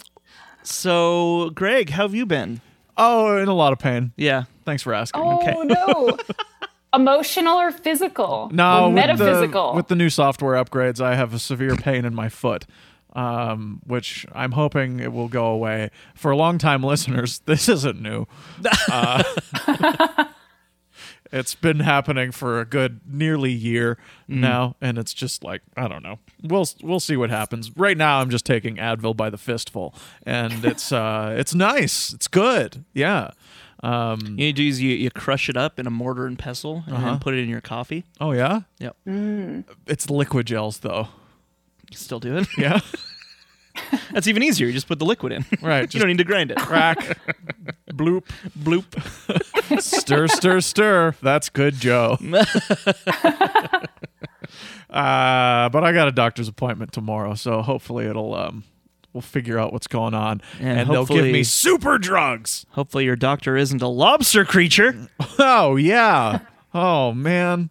Speaker 1: so Greg, how have you been?
Speaker 2: oh, in a lot of pain.
Speaker 1: Yeah.
Speaker 2: Thanks for asking.
Speaker 3: Oh no. Emotional or physical?
Speaker 2: No,
Speaker 3: Or
Speaker 2: with
Speaker 3: metaphysical.
Speaker 2: The, with the new software upgrades, I have a severe pain in my foot, um, which I'm hoping it will go away. For longtime listeners, this isn't new. Uh, it's been happening for a good nearly year now, and it's just like I don't know. We'll we'll see what happens. Right now, I'm just taking Advil by the fistful, and it's uh, it's nice. It's good. Yeah. Um,
Speaker 1: You need to use you, you crush it up in a mortar and pestle and
Speaker 3: Uh-huh.
Speaker 1: then put it in your coffee.
Speaker 2: oh yeah.
Speaker 1: Yep.
Speaker 2: It's liquid gels though.
Speaker 1: Still do it.
Speaker 2: Yeah.
Speaker 1: That's even easier. You just put the liquid in.
Speaker 2: Right,
Speaker 1: you
Speaker 2: just-
Speaker 1: don't need to grind it.
Speaker 2: crack, bloop, bloop, stir, stir, stir. That's good, Joe. uh, but I got a doctor's appointment tomorrow, so hopefully it'll um, we'll figure out what's going on,
Speaker 1: And
Speaker 2: and, they'll give
Speaker 1: hopefully-
Speaker 2: me super drugs.
Speaker 1: Hopefully your doctor isn't a lobster creature.
Speaker 2: Oh yeah. Oh man.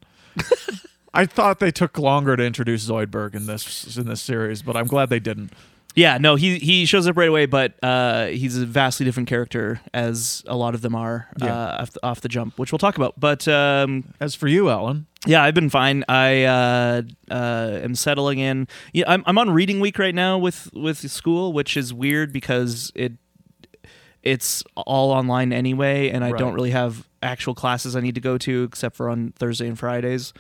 Speaker 2: I thought they took longer to introduce Zoidberg in this in this series, but I'm glad they didn't.
Speaker 1: Yeah, no, he he shows up right away, but uh, he's a vastly different character as a lot of them are
Speaker 2: Yeah.
Speaker 1: uh, off, the, off the jump, which we'll talk about. But um,
Speaker 2: As for you, Ellen,
Speaker 1: Yeah, I've been fine. I uh, uh, am settling in. Yeah, I'm, I'm on reading week right now with with school, which is weird because it it's all online anyway, and I
Speaker 2: Right.
Speaker 1: don't really have actual classes I need to go to except for on Thursday and Fridays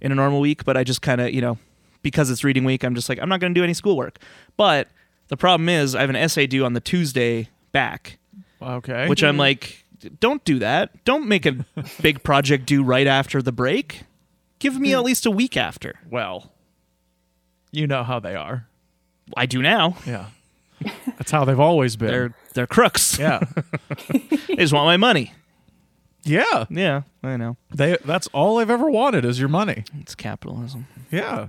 Speaker 1: in a normal week. But I just kind of you know because it's reading week, I'm just like I'm not going to do any schoolwork. But the problem is I have an essay due on the Tuesday back,
Speaker 2: okay,
Speaker 1: which I'm like, don't do that. Don't make a big project due right after the break. Give me at least a week after.
Speaker 2: well, you know how they are.
Speaker 1: I do now.
Speaker 2: Yeah. That's how they've always been.
Speaker 1: They're they're crooks.
Speaker 2: yeah.
Speaker 1: They just want my money.
Speaker 2: Yeah.
Speaker 1: Yeah, I know.
Speaker 2: They that's all I've ever wanted is your money.
Speaker 1: It's capitalism.
Speaker 2: Yeah.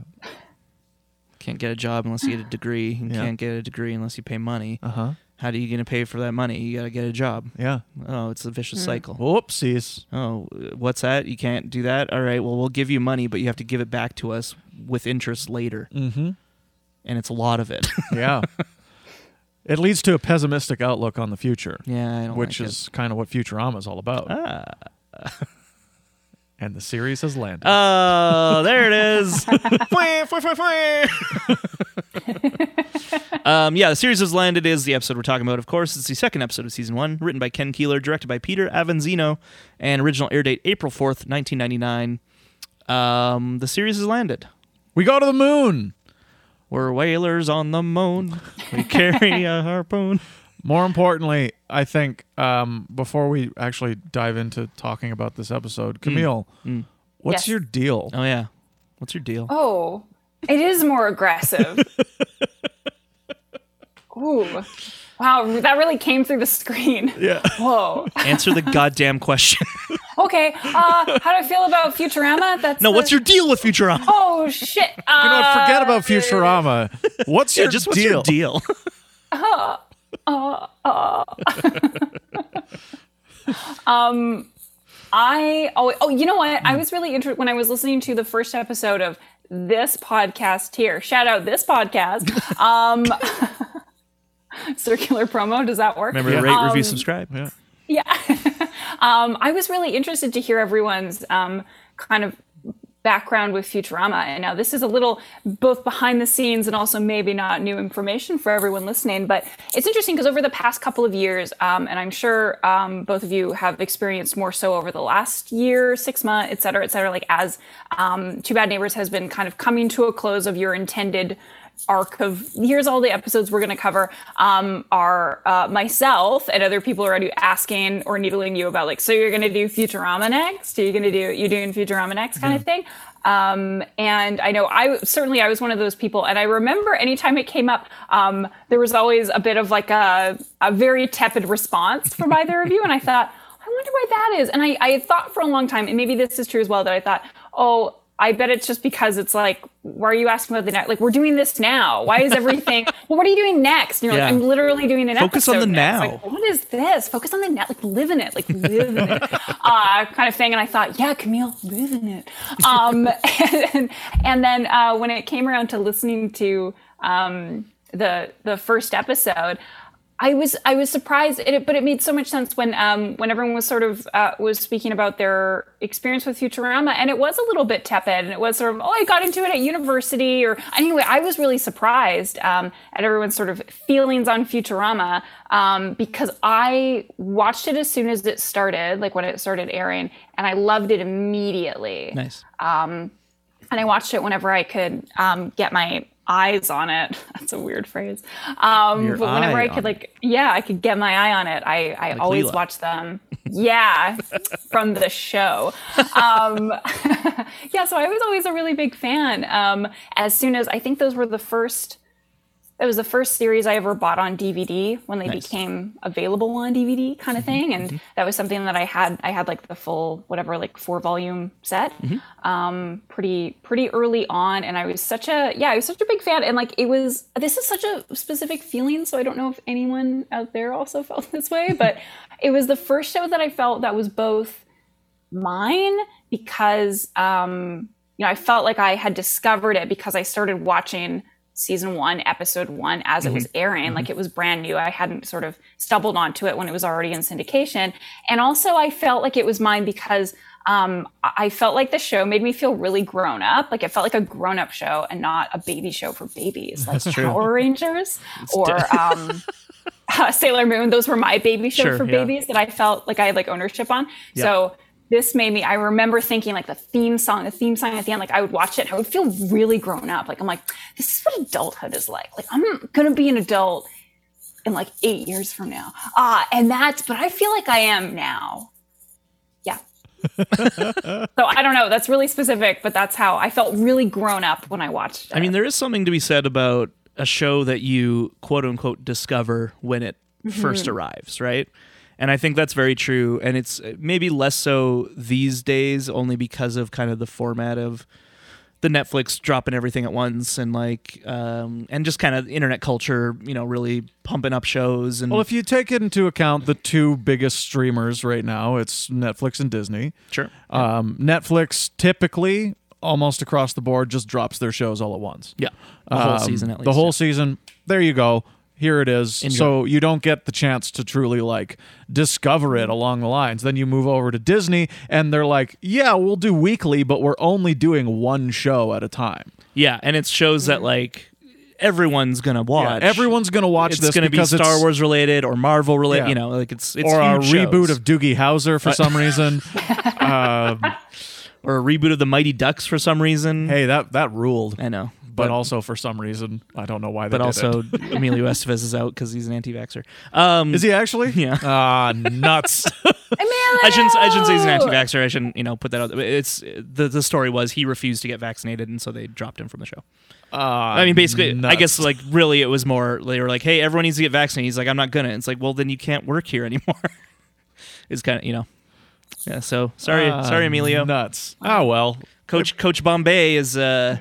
Speaker 1: Can't get a job unless you get a degree. You
Speaker 2: Yeah.
Speaker 1: can't get a degree unless you pay money.
Speaker 2: Uh-huh.
Speaker 1: How are you going to pay for that money? You got to get a job.
Speaker 2: Yeah.
Speaker 1: Oh, it's a vicious cycle.
Speaker 2: Whoopsies.
Speaker 1: Oh, what's that? You can't do that? All right, well, we'll give you money, but you have to give it back to us with interest later. Mm-hmm. And it's a lot of it.
Speaker 2: Yeah. it leads to a pessimistic outlook on the future,
Speaker 1: yeah, I don't
Speaker 2: which
Speaker 1: like it. Ah.
Speaker 2: is kind of what Futurama is all about. and the series has landed.
Speaker 1: Oh, there it is. Fwah, fwah, fwah, fwah. um, yeah, the series has landed is the episode we're talking about. Of course, it's the second episode of season one, written by Ken Keeler, directed by Peter Avanzino, and original air date April fourth, nineteen ninety nine. Um, the series has landed.
Speaker 2: we go to the moon.
Speaker 1: We're whalers on the moon. We carry a harpoon.
Speaker 2: More importantly, I think um, before we actually dive into talking about this
Speaker 1: Mm.
Speaker 2: episode, Camille, what's
Speaker 3: Yes.
Speaker 2: your deal?
Speaker 1: Oh yeah, what's your deal?
Speaker 3: Oh, it is more aggressive. Ooh. Wow, that really came through the screen.
Speaker 2: Yeah.
Speaker 3: Whoa.
Speaker 1: Answer the goddamn question.
Speaker 3: Okay. Uh, how do I feel about Futurama? That's
Speaker 1: no,
Speaker 3: the-
Speaker 1: what's your deal with Futurama?
Speaker 3: Oh shit. Uh,
Speaker 2: You know, what? forget about Futurama. What's
Speaker 1: Yeah,
Speaker 2: your
Speaker 1: just
Speaker 2: deal?
Speaker 1: what's your deal?
Speaker 3: I always, oh, you know what? I was really interested when I was listening to the first episode of this podcast here. Shout out this podcast. Um, circular promo. Does that work?
Speaker 1: Remember to
Speaker 2: Yeah.
Speaker 1: rate, review, subscribe.
Speaker 2: Yeah.
Speaker 3: Yeah. um, I was really interested to hear everyone's um, kind of background with Futurama. And now this is a little both behind the scenes and also maybe not new information for everyone listening. But it's interesting because over the past couple of years, um, and I'm sure um, both of you have experienced more so over the last year, six months, et cetera, et cetera, like as um, Two Bad Neighbors has been kind of coming to a close of your intended arc of here's all the episodes we're going to cover um, are uh, myself and other people are already asking or needling you about like so you're going to do futurama next are you going to do you doing futurama next kind of thing um, and I know I certainly I was one of those people, and I remember anytime it came up, um, there was always a bit of like a, a very tepid response from either of you, and I thought, I wonder why that is. And I, I thought for a long time, and maybe this is true as well, that I thought, oh, I bet it's just because it's like, why are you asking about the next? Like, we're doing this now. Why is everything? well, what are you doing next? And you're
Speaker 1: Yeah.
Speaker 3: like, I'm literally doing an
Speaker 1: Focus on
Speaker 3: episode
Speaker 1: the
Speaker 3: next.
Speaker 1: now.
Speaker 3: Like, what is this? Focus on the net, like live in it, like live in it, uh, kind of thing. And I thought, yeah, Camille, live in it. Um, and, and then uh, when it came around to listening to um, the the first episode, I was I was surprised, and it, but it made so much sense when um, when everyone was sort of uh, was speaking about their experience with Futurama, and it was a little bit tepid, and it was sort of oh I got into it at university, or anyway I was really surprised um, at everyone's sort of feelings on Futurama um, because I watched it as soon as it started, like when it started airing, and I loved it immediately
Speaker 1: Nice.
Speaker 3: and I watched it whenever I could um, get my eyes on it. That's a weird phrase. Um,
Speaker 1: Your
Speaker 3: but whenever
Speaker 1: eye
Speaker 3: I
Speaker 1: on
Speaker 3: could, like, yeah, I could get my eye on it. I, I always
Speaker 1: Leela.
Speaker 3: watch them. Yeah, from the show. Um, yeah, so I was always a really big fan. Um, as soon as I think those were the first. It was the first series I ever bought on DVD when they
Speaker 1: Nice.
Speaker 3: became available on DVD, kind of thing, and that was something that I had. I had like the full whatever, like four volume set, um, pretty pretty early on and i was such a yeah i was such a big fan and like it was this is such a specific feeling so i don't know if anyone out there also felt this way but it was the first show that i felt that was both mine because um you know i felt like i had discovered it because i started watching season one episode one as it was airing like it was brand new i hadn't sort of stumbled onto it when it was already in syndication and also i felt like it was mine because um, I I felt like the show made me feel really grown up. Like it felt like a grown up show and not a baby show for babies, like Power Rangers or um, Sailor Moon. Those were my baby show
Speaker 1: Sure,
Speaker 3: for
Speaker 1: yeah.
Speaker 3: babies that I felt like I had like ownership on. So this made me. I remember thinking like the theme song, the theme song at the end. Like I would watch it and I would feel really grown up. Like I'm like, this is what adulthood is like. Like I'm gonna be an adult in like eight years from now. Ah, and that's. But I feel like I am now. Yeah. so I don't know. That's really specific, but that's how I felt really grown up when I watched. It.
Speaker 1: I mean, there is something to be said about a show that you quote unquote discover when it first arrives, right? And I think that's very true. And it's uh, maybe less so these days, only because of kind of the format of the Netflix dropping everything at once and like, um, and just kind of internet culture, you know, really pumping up shows. And
Speaker 2: Well, if you take into account the two biggest streamers right now, it's Netflix and Disney.
Speaker 1: sure.
Speaker 2: Um, Netflix typically almost across the board just drops their shows all at once.
Speaker 1: Yeah. The whole
Speaker 2: Um,
Speaker 1: season, at least.
Speaker 2: The whole season. There you go. Here it is.
Speaker 1: Enjoy.
Speaker 2: So you don't get the chance to truly like discover it along the lines. Then you move over to Disney and they're like, "Yeah, we'll do weekly, but we're only doing one show at a time."
Speaker 1: Yeah. And it's shows that like everyone's going to watch.
Speaker 2: Everyone's going to watch
Speaker 1: It's
Speaker 2: this
Speaker 1: going to be
Speaker 2: because it's-
Speaker 1: Star Wars related or Marvel related.
Speaker 2: Yeah.
Speaker 1: You know, like it's, it's
Speaker 2: or a
Speaker 1: huge shows. Uh,
Speaker 2: reboot of Doogie Howser for some reason.
Speaker 1: or a reboot of the Mighty Ducks for some reason.
Speaker 2: hey, that that ruled.
Speaker 1: I know,
Speaker 2: but
Speaker 1: but
Speaker 2: also for some reason, I don't know why.
Speaker 1: but
Speaker 2: They did
Speaker 1: also
Speaker 2: it.
Speaker 1: Emilio Estevez is out because he's an anti-vaxer. Um,
Speaker 2: is he actually?
Speaker 1: Yeah.
Speaker 2: Ah, nuts.
Speaker 1: I shouldn't. I shouldn't say he's an
Speaker 3: Emilio!
Speaker 1: anti-vaxer. I shouldn't. You know, put that out. It's the the story was he refused to get vaccinated, and so they dropped him from the show.
Speaker 2: Ah,
Speaker 1: I mean, basically, I
Speaker 2: nuts.
Speaker 1: guess like really, it was more they were like, "Hey, everyone needs to get vaccinated." He's like, "I'm not gonna." It's like, well, then you can't work here anymore. it's kind of you know. Yeah, so sorry,
Speaker 2: Ah,
Speaker 1: sorry, Emilio.
Speaker 2: Nuts. Ah, well.
Speaker 1: Coach Coach Bombay is uh,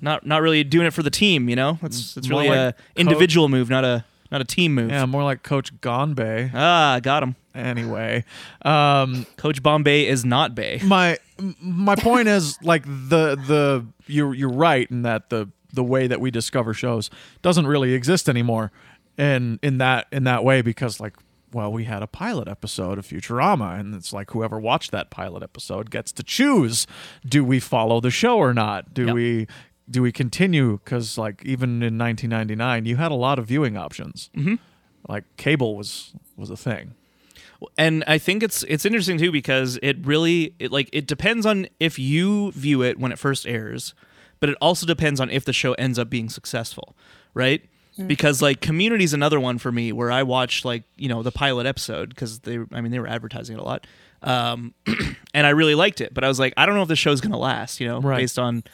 Speaker 1: not not really doing it for the team. You know, it's it's
Speaker 2: Mm-hmm. Mm, More
Speaker 1: really
Speaker 2: like
Speaker 1: a
Speaker 2: coach-
Speaker 1: individual move, not a not a team move.
Speaker 2: Yeah, more like Coach Gonbe.
Speaker 1: Ah, got him.
Speaker 2: Anyway, um,
Speaker 1: Coach Bombay is not Bay.
Speaker 2: my m- my point is like the the you're you're right in that the the way that we discover shows doesn't really exist anymore in in that in that way because like well we had a pilot episode of Futurama and it's like whoever watched that pilot episode gets to choose do we follow the show or not do
Speaker 1: Yep.
Speaker 2: we do we continue cuz like even in 1999 you had a lot of viewing options mm-hmm. like cable was was a thing
Speaker 1: And I think it's it's interesting too because it really it like it depends on if you view it when it first airs but it also depends on if the show ends up being successful, right? Because like Community's another one for me where I watched like you know the pilot episode because they I mean they were advertising it a lot, um, and I really liked it, but I was like I don't know if the show's gonna last, you know,
Speaker 2: Right.
Speaker 1: based on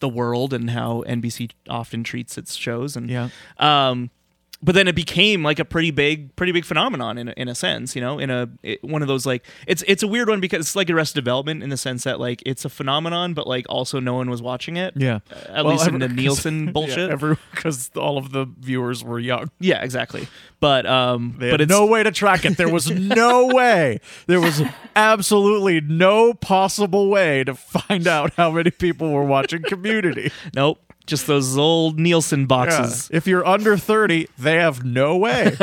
Speaker 1: the world and how NBC often treats its shows and
Speaker 2: Yeah.
Speaker 1: um, but then it became like a pretty big, pretty big phenomenon in a, in a sense, you know, in a it, one of those like it's it's a weird one because it's like Arrested Development in the sense that like it's a phenomenon, but like also no one was watching it.
Speaker 2: Yeah.
Speaker 1: at least in the Nielsen bullshit. Yeah,
Speaker 2: because all of the viewers were young.
Speaker 1: exactly. But um,
Speaker 2: They
Speaker 1: but
Speaker 2: had
Speaker 1: it's
Speaker 2: no way to track it. There was no way. There was absolutely no possible way to find out how many people were watching Community.
Speaker 1: nope, just those old Nielsen
Speaker 2: Yeah.
Speaker 1: boxes.
Speaker 2: If you're under 30, they have no way.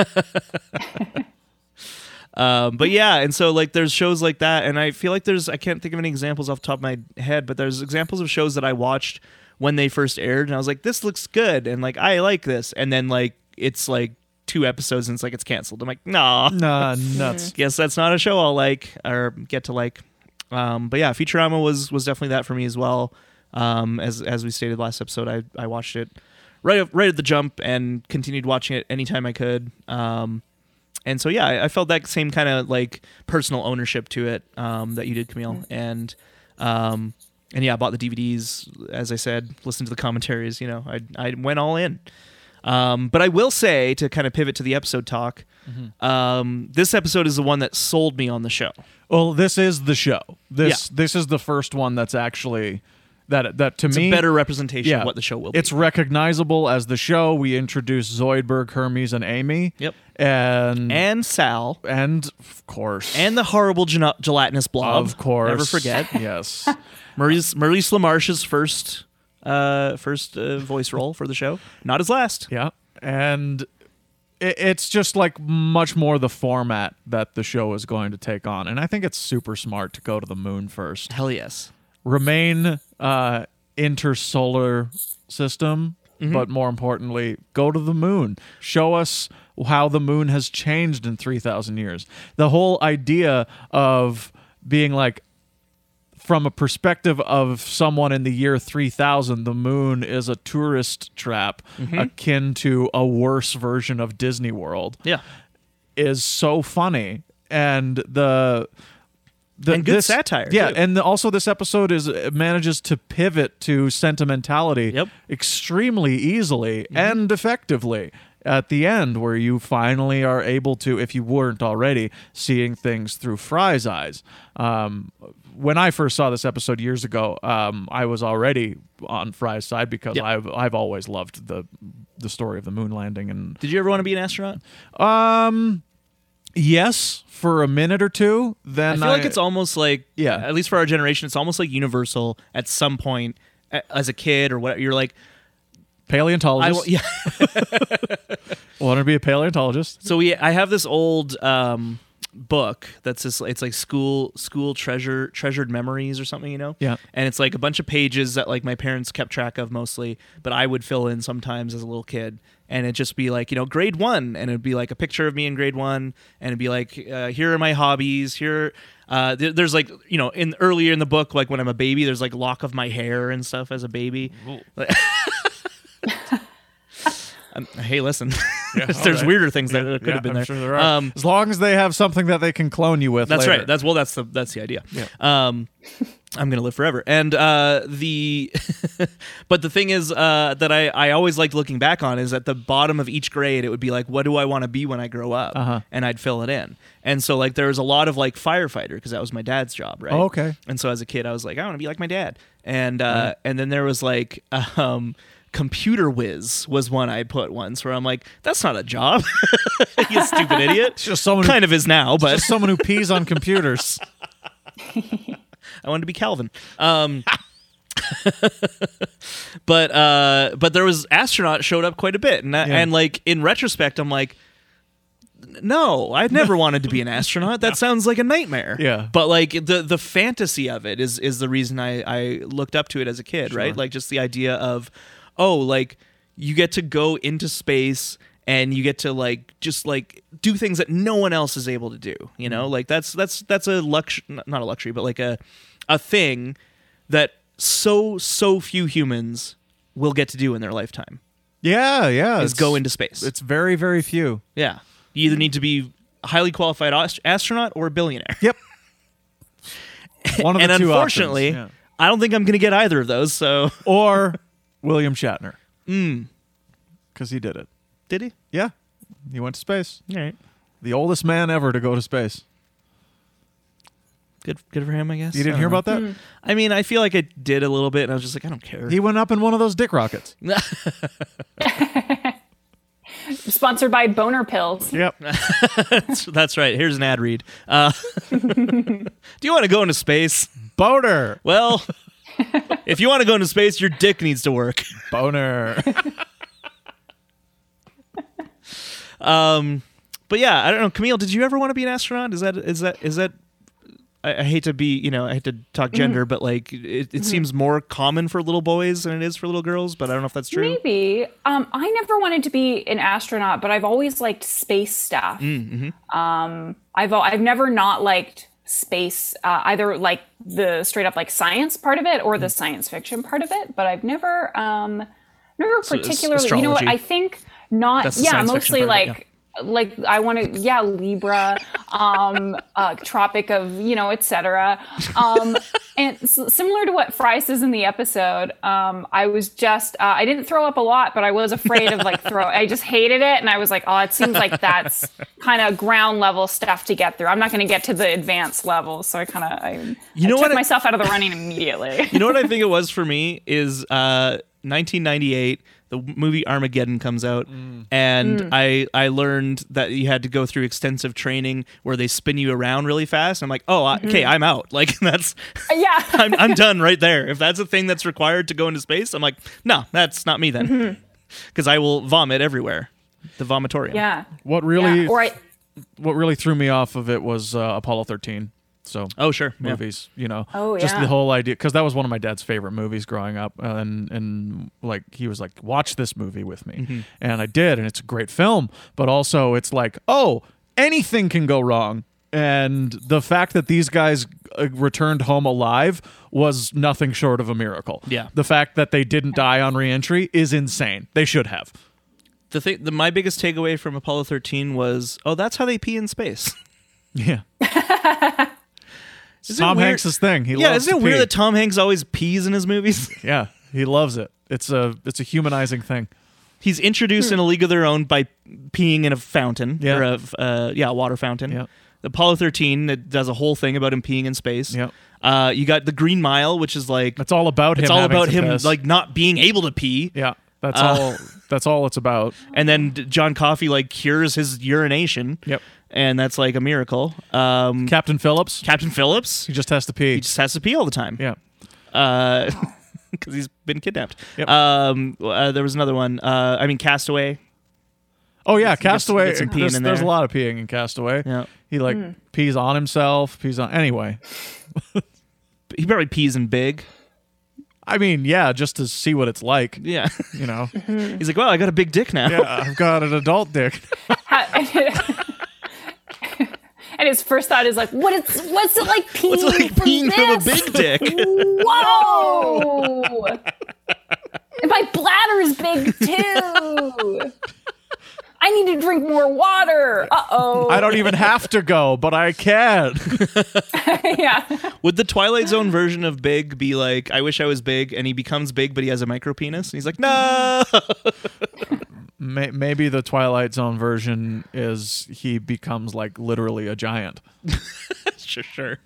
Speaker 1: Um, but yeah, and so like there's shows like that, and I feel like there's I can't think of any examples off the top of my head, but there's examples of shows that I watched when they first aired, and I was like, this looks good, and like I like this, and then like it's like two episodes, and it's like it's canceled. I'm like, nah,
Speaker 2: nah, nuts.
Speaker 1: guess that's not a show I'll like or get to like. Um, but yeah, Futurama was was definitely that for me as well. Um, as as we stated last episode, I I watched it right right at the jump and continued watching it anytime I could. Um, and so yeah, I, I felt that same kind of like personal ownership to it um, that you did, Camille, and um, and yeah, I bought the DVDs as I said, listened to the commentaries. You know, I I went all in. Um, but I will say to kind of pivot to the episode talk, um, this episode is the one that sold me on the show.
Speaker 2: Well, this is the show. This this is the first one that's actually that that to
Speaker 1: It's
Speaker 2: me
Speaker 1: a better representation
Speaker 2: yeah,
Speaker 1: of what the show will
Speaker 2: It's
Speaker 1: be.
Speaker 2: recognizable as the show. We introduce Zoidberg, Hermes, and Amy.
Speaker 1: Yep.
Speaker 2: And and,
Speaker 1: And Sal
Speaker 2: of course.
Speaker 1: and the horrible gel- gelatinous blob.
Speaker 2: of course.
Speaker 1: Never forget.
Speaker 2: Yes.
Speaker 1: Maurice, Maurice LaMarche's first uh, first uh, voice role for the show. Not his last.
Speaker 2: yeah. And it, it's just like much more the format that the show is going to take on. And I think it's super smart to go to the moon first.
Speaker 1: Hell yes.
Speaker 2: remain uh, intersolar system, but more importantly, go to the moon. Show us how the moon has changed in 3,000 years. The whole idea of being like, from a perspective of someone in the year 3000, the moon is a tourist trap akin to a worse version of Disney World
Speaker 1: Yeah.
Speaker 2: is so funny and the the
Speaker 1: And good
Speaker 2: this-
Speaker 1: satire,
Speaker 2: yeah
Speaker 1: too.
Speaker 2: and the- also this episode is manages to pivot to sentimentality
Speaker 1: Yep. Mm-hmm.
Speaker 2: extremely easily and effectively at the end where you finally are able to if you weren't already seeing things through fry's eyes um, when i first saw this episode years ago um, i was already on fry's side because
Speaker 1: Yep.
Speaker 2: I've, I've always loved the the story of the moon landing and
Speaker 1: Did you ever want to be an astronaut?
Speaker 2: Yes, for a minute or two. Then
Speaker 1: I feel like it's almost like
Speaker 2: Yeah.
Speaker 1: At least for our generation, it's almost like universal. At some point, a- as a kid or what, you're like, I
Speaker 2: paleontologist.
Speaker 1: w- yeah.
Speaker 2: Want to be a paleontologist?
Speaker 1: So we, I have this old um, book that's this. It's like school school treasure treasured memories or something, you know.
Speaker 2: Yeah.
Speaker 1: And it's like a bunch of pages that like my parents kept track of mostly, but I would fill in sometimes as a little kid, and it'd just be like you know grade one, and it'd be like a picture of me in grade one, and it'd be like uh, here are my hobbies here. Uh, there- there's like you know in earlier in the book like when I'm a baby there's like lock of my hair and stuff as a baby. Like- Um, hey, listen. there's
Speaker 2: right.
Speaker 1: weirder things that could have been
Speaker 2: I'm
Speaker 1: there.
Speaker 2: sure there are.
Speaker 1: Um,
Speaker 2: as long as they have something that they can clone you with.
Speaker 1: that's
Speaker 2: later.
Speaker 1: right. That's well. That's the that's the idea. Um, I'm gonna live forever. And uh, the but the thing is uh, that I I always liked looking back on is at the bottom of each grade it would be like what do I want to be when I grow up
Speaker 2: Uh-huh.
Speaker 1: and I'd fill it in. And so like there was a lot of like firefighter because that was my dad's job, right?
Speaker 2: Oh, okay.
Speaker 1: And so as a kid I was like I want to be like my dad. And uh, and then there was like um. Computer whiz was one I put once where I'm like, that's not a job. you stupid idiot.
Speaker 2: just someone who-
Speaker 1: kind of is now, but
Speaker 2: Just someone who pees on computers.
Speaker 1: I wanted to be Calvin. Um, but uh, but there was astronaut showed up quite a bit, and I,
Speaker 2: Yeah.
Speaker 1: and like in retrospect, I'm like, no, I never wanted to be an astronaut. That sounds like a nightmare.
Speaker 2: Yeah.
Speaker 1: But like the the fantasy of it is is the reason I I looked up to it as a kid, right? Like just the idea of, oh, like you get to go into space and you get to like just like do things that no one else is able to do.
Speaker 2: Mm-hmm.
Speaker 1: You know, like that's that's that's a lux not a luxury, but like a a thing that so so few humans will get to do in their lifetime
Speaker 4: Yeah, yeah.
Speaker 1: is
Speaker 4: it's-
Speaker 1: go into space.
Speaker 4: It's very, very few.
Speaker 1: yeah, you either need to be a highly qualified ast- astronaut or a billionaire.
Speaker 4: Yep.
Speaker 2: One of
Speaker 1: and
Speaker 2: the two
Speaker 1: unfortunately,
Speaker 2: options.
Speaker 1: I don't think I'm going to get either of those. So
Speaker 2: Yeah. or William Shatner.
Speaker 1: Mm.
Speaker 2: Because he did it.
Speaker 1: did he?
Speaker 4: Yeah. He went to space.
Speaker 1: All right,
Speaker 2: The oldest man ever to go to space.
Speaker 1: good good for him, I guess.
Speaker 4: You
Speaker 1: I
Speaker 4: didn't
Speaker 1: don't
Speaker 4: hear
Speaker 1: know.
Speaker 4: about that?
Speaker 1: I mean, I feel like I did a little bit, and I was just like, I don't care.
Speaker 2: He went up in one of those dick rockets.
Speaker 3: Sponsored by boner pills.
Speaker 2: Yep.
Speaker 1: That's right. Here's an ad read. Uh, do you want to go into space?
Speaker 2: Boner.
Speaker 1: Well, if you want to go into space, your dick needs to work.
Speaker 2: Boner.
Speaker 1: Um, but yeah, I don't know. Camille, did you ever want to be an astronaut? Is that is that is that? I, I hate to be, you know, I hate to talk gender, but like it, it seems more common for little boys than it is for little girls. But I don't know if that's true.
Speaker 3: Maybe. Um, I never wanted to be an astronaut, but I've always liked space stuff.
Speaker 1: Mm, mm-hmm.
Speaker 3: Um, I've al- I've never not liked space, uh, either like the straight up like science part of it or
Speaker 1: Mm.
Speaker 3: the science fiction part of it. But I've never um, never
Speaker 1: it's
Speaker 3: particularly. You know what?
Speaker 1: astrology.
Speaker 3: I think not.
Speaker 1: That's the
Speaker 3: yeah,
Speaker 1: science fiction
Speaker 3: mostly
Speaker 1: part of it,
Speaker 3: like. Like I want to, yeah, Libra, um, uh, Tropic of, you know, etc. Um, and s- similar to what Fry says in the episode, um, I was just uh, I didn't throw up a lot, but I was afraid of like throw. I just hated it, and I was like, oh, it seems like that's kind of ground level stuff to get through. I'm not going to get to the advanced level, so I kind of I,
Speaker 1: You know
Speaker 3: I
Speaker 1: what
Speaker 3: took
Speaker 1: I-
Speaker 3: myself out of the running immediately.
Speaker 1: You know what I think it was for me is uh, 1998. The movie Armageddon comes out, and I I learned that you had to go through extensive training where they spin you around really fast. I'm like, oh, I, okay, I'm out. Like that's
Speaker 3: yeah,
Speaker 1: I'm, I'm done right there. If that's a thing that's required to go into space, I'm like, no, that's not me then, because I will vomit everywhere. The vomitorium.
Speaker 3: yeah,
Speaker 2: What really
Speaker 3: yeah. Or I,
Speaker 2: what really threw me off of it was uh, Apollo 13. So
Speaker 1: Oh sure. Yeah.
Speaker 2: movies, you know,
Speaker 3: Oh,
Speaker 2: just
Speaker 3: yeah.
Speaker 2: the whole idea because that was one of my dad's favorite movies growing up, uh, and and like he was like, watch this movie with me,
Speaker 1: Mm-hmm.
Speaker 2: and I did, and it's a great film, but also it's like, oh, anything can go wrong, and the fact that these guys uh, returned home alive was nothing short of a miracle.
Speaker 1: Yeah.
Speaker 2: the fact that they didn't die on reentry is insane. They should have.
Speaker 1: The thing. The, my biggest takeaway from Apollo 13 was, oh, that's how they pee in space.
Speaker 2: Yeah,
Speaker 1: Isn't it
Speaker 2: Tom
Speaker 1: weird-
Speaker 2: Hanks's thing. He
Speaker 1: Yeah,
Speaker 2: loves
Speaker 1: isn't it
Speaker 2: to
Speaker 1: weird
Speaker 2: pee.
Speaker 1: that Tom Hanks always pees in his movies?
Speaker 2: Yeah, he loves it. It's a it's a humanizing thing.
Speaker 1: He's introduced in A League of Their Own by peeing in a fountain
Speaker 2: Yeah.
Speaker 1: or a uh, yeah a water fountain.
Speaker 2: Yeah.
Speaker 1: Apollo 13 it does a whole thing about him peeing in space.
Speaker 2: Yeah.
Speaker 1: Uh, you got the Green Mile, which is like
Speaker 2: It's all about him.
Speaker 1: it's all
Speaker 2: having
Speaker 1: about
Speaker 2: to
Speaker 1: him
Speaker 2: piss.
Speaker 1: like not being able to pee.
Speaker 2: yeah. That's
Speaker 1: Uh,
Speaker 2: all. That's all it's about.
Speaker 1: And then D- John Coffey like cures his urination.
Speaker 2: Yep.
Speaker 1: And that's like a miracle. Um,
Speaker 2: Captain Phillips.
Speaker 1: Captain Phillips
Speaker 2: He just has to pee.
Speaker 1: he just has to pee all the time.
Speaker 2: yeah.
Speaker 1: because he's been kidnapped.
Speaker 2: Yep.
Speaker 1: Um, uh, there was another one. Uh, I mean, Castaway.
Speaker 2: Oh yeah, Castaway.
Speaker 1: get some peeing
Speaker 2: there's,
Speaker 1: in
Speaker 2: there's a
Speaker 1: there.
Speaker 2: lot of peeing in Castaway.
Speaker 1: Yeah.
Speaker 2: He like pees on himself. Pees on anyway.
Speaker 1: He probably pees in big.
Speaker 2: I mean, yeah, just to see what it's like.
Speaker 1: Yeah.
Speaker 2: You know.
Speaker 1: He's like, well, I got a big dick now.
Speaker 2: yeah, I've got an adult dick.
Speaker 3: and his first thought is like, what is what's it like peeing
Speaker 1: It's like
Speaker 3: from
Speaker 1: peeing from a
Speaker 3: this?
Speaker 1: big dick.
Speaker 3: Whoa! and my bladder's big too. I need to drink more water. Uh oh.
Speaker 2: I don't even have to go, but I can.
Speaker 3: yeah.
Speaker 1: Would the Twilight Zone version of Big be like, I wish I was big, and he becomes big, but he has a micro penis? And he's like, no.
Speaker 2: May- maybe the Twilight Zone version is he becomes like literally a giant.
Speaker 1: sure, sure.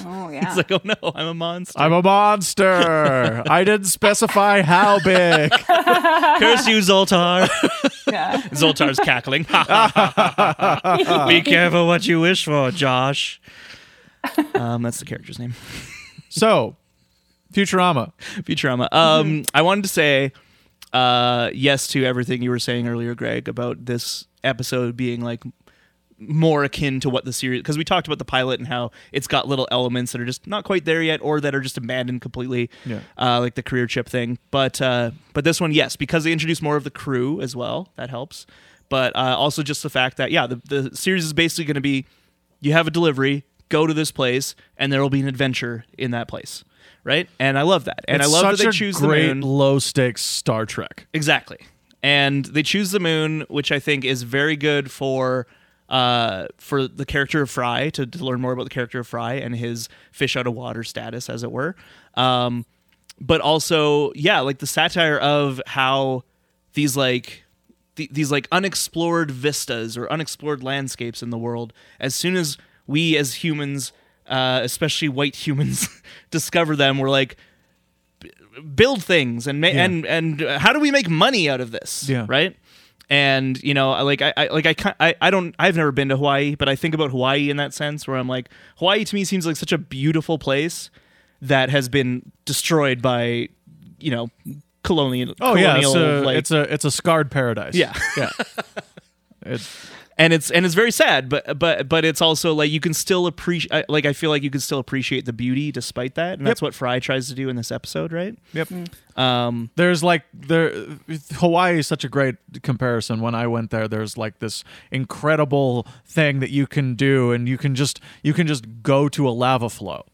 Speaker 3: Oh yeah.
Speaker 1: It's like, oh no, I'm a monster.
Speaker 2: I'm a monster. I didn't specify how big.
Speaker 1: Curse you, Zoltar.
Speaker 3: yeah.
Speaker 1: Zoltar's cackling. be careful what you wish for, Josh. Um, that's the character's name.
Speaker 2: So, Futurama.
Speaker 1: Futurama. Um, I wanted to say uh, yes to everything you were saying earlier, Greg, about this episode being like more akin to what the series because we talked about the pilot and how it's got little elements that are just not quite there yet or that are just abandoned completely
Speaker 2: Yeah.
Speaker 1: uh, like the career chip thing but uh, but this one yes because they introduce more of the crew as well that helps but uh, also just the fact that yeah the, the series is basically going to be you have a delivery go to this place and there will be an adventure in that place right? And I love that. And
Speaker 2: It's
Speaker 1: I love
Speaker 2: such
Speaker 1: that they
Speaker 2: a
Speaker 1: choose
Speaker 2: great
Speaker 1: the moon.
Speaker 2: low stakes Star Trek.
Speaker 1: Exactly. And they choose the moon, which I think is very good for uh, for the character of Fry to, to learn more about the character of Fry and his fish out of water status, as it were. Um, but also, yeah, like the satire of how these like th- these like unexplored vistas or unexplored landscapes in the world. As soon as we as humans, uh, especially white humans, discover them, we're like, build things and ma- and and uh, how do we make money out of this
Speaker 2: Yeah.
Speaker 1: right and you know I- like I, I like I, ki- I I don't I've never been to Hawaii but I think about Hawaii in that sense where I'm like Hawaii to me seems like such a beautiful place that has been destroyed by you know colonial
Speaker 2: Oh yeah, it's
Speaker 1: colonial
Speaker 2: a,
Speaker 1: like
Speaker 2: it's a it's a scarred paradise.
Speaker 1: Yeah.
Speaker 2: yeah. It's,
Speaker 1: and it's and it's very sad but but but it's also like you can still appreciate like I feel like you can still appreciate the beauty despite that and that's what Fry tries to do in this episode right
Speaker 2: yep.
Speaker 1: um
Speaker 2: Mm. There's like there Hawaii is such a great comparison. When I went there, there's like this incredible thing that you can do, and you can just you can just go to a lava flow.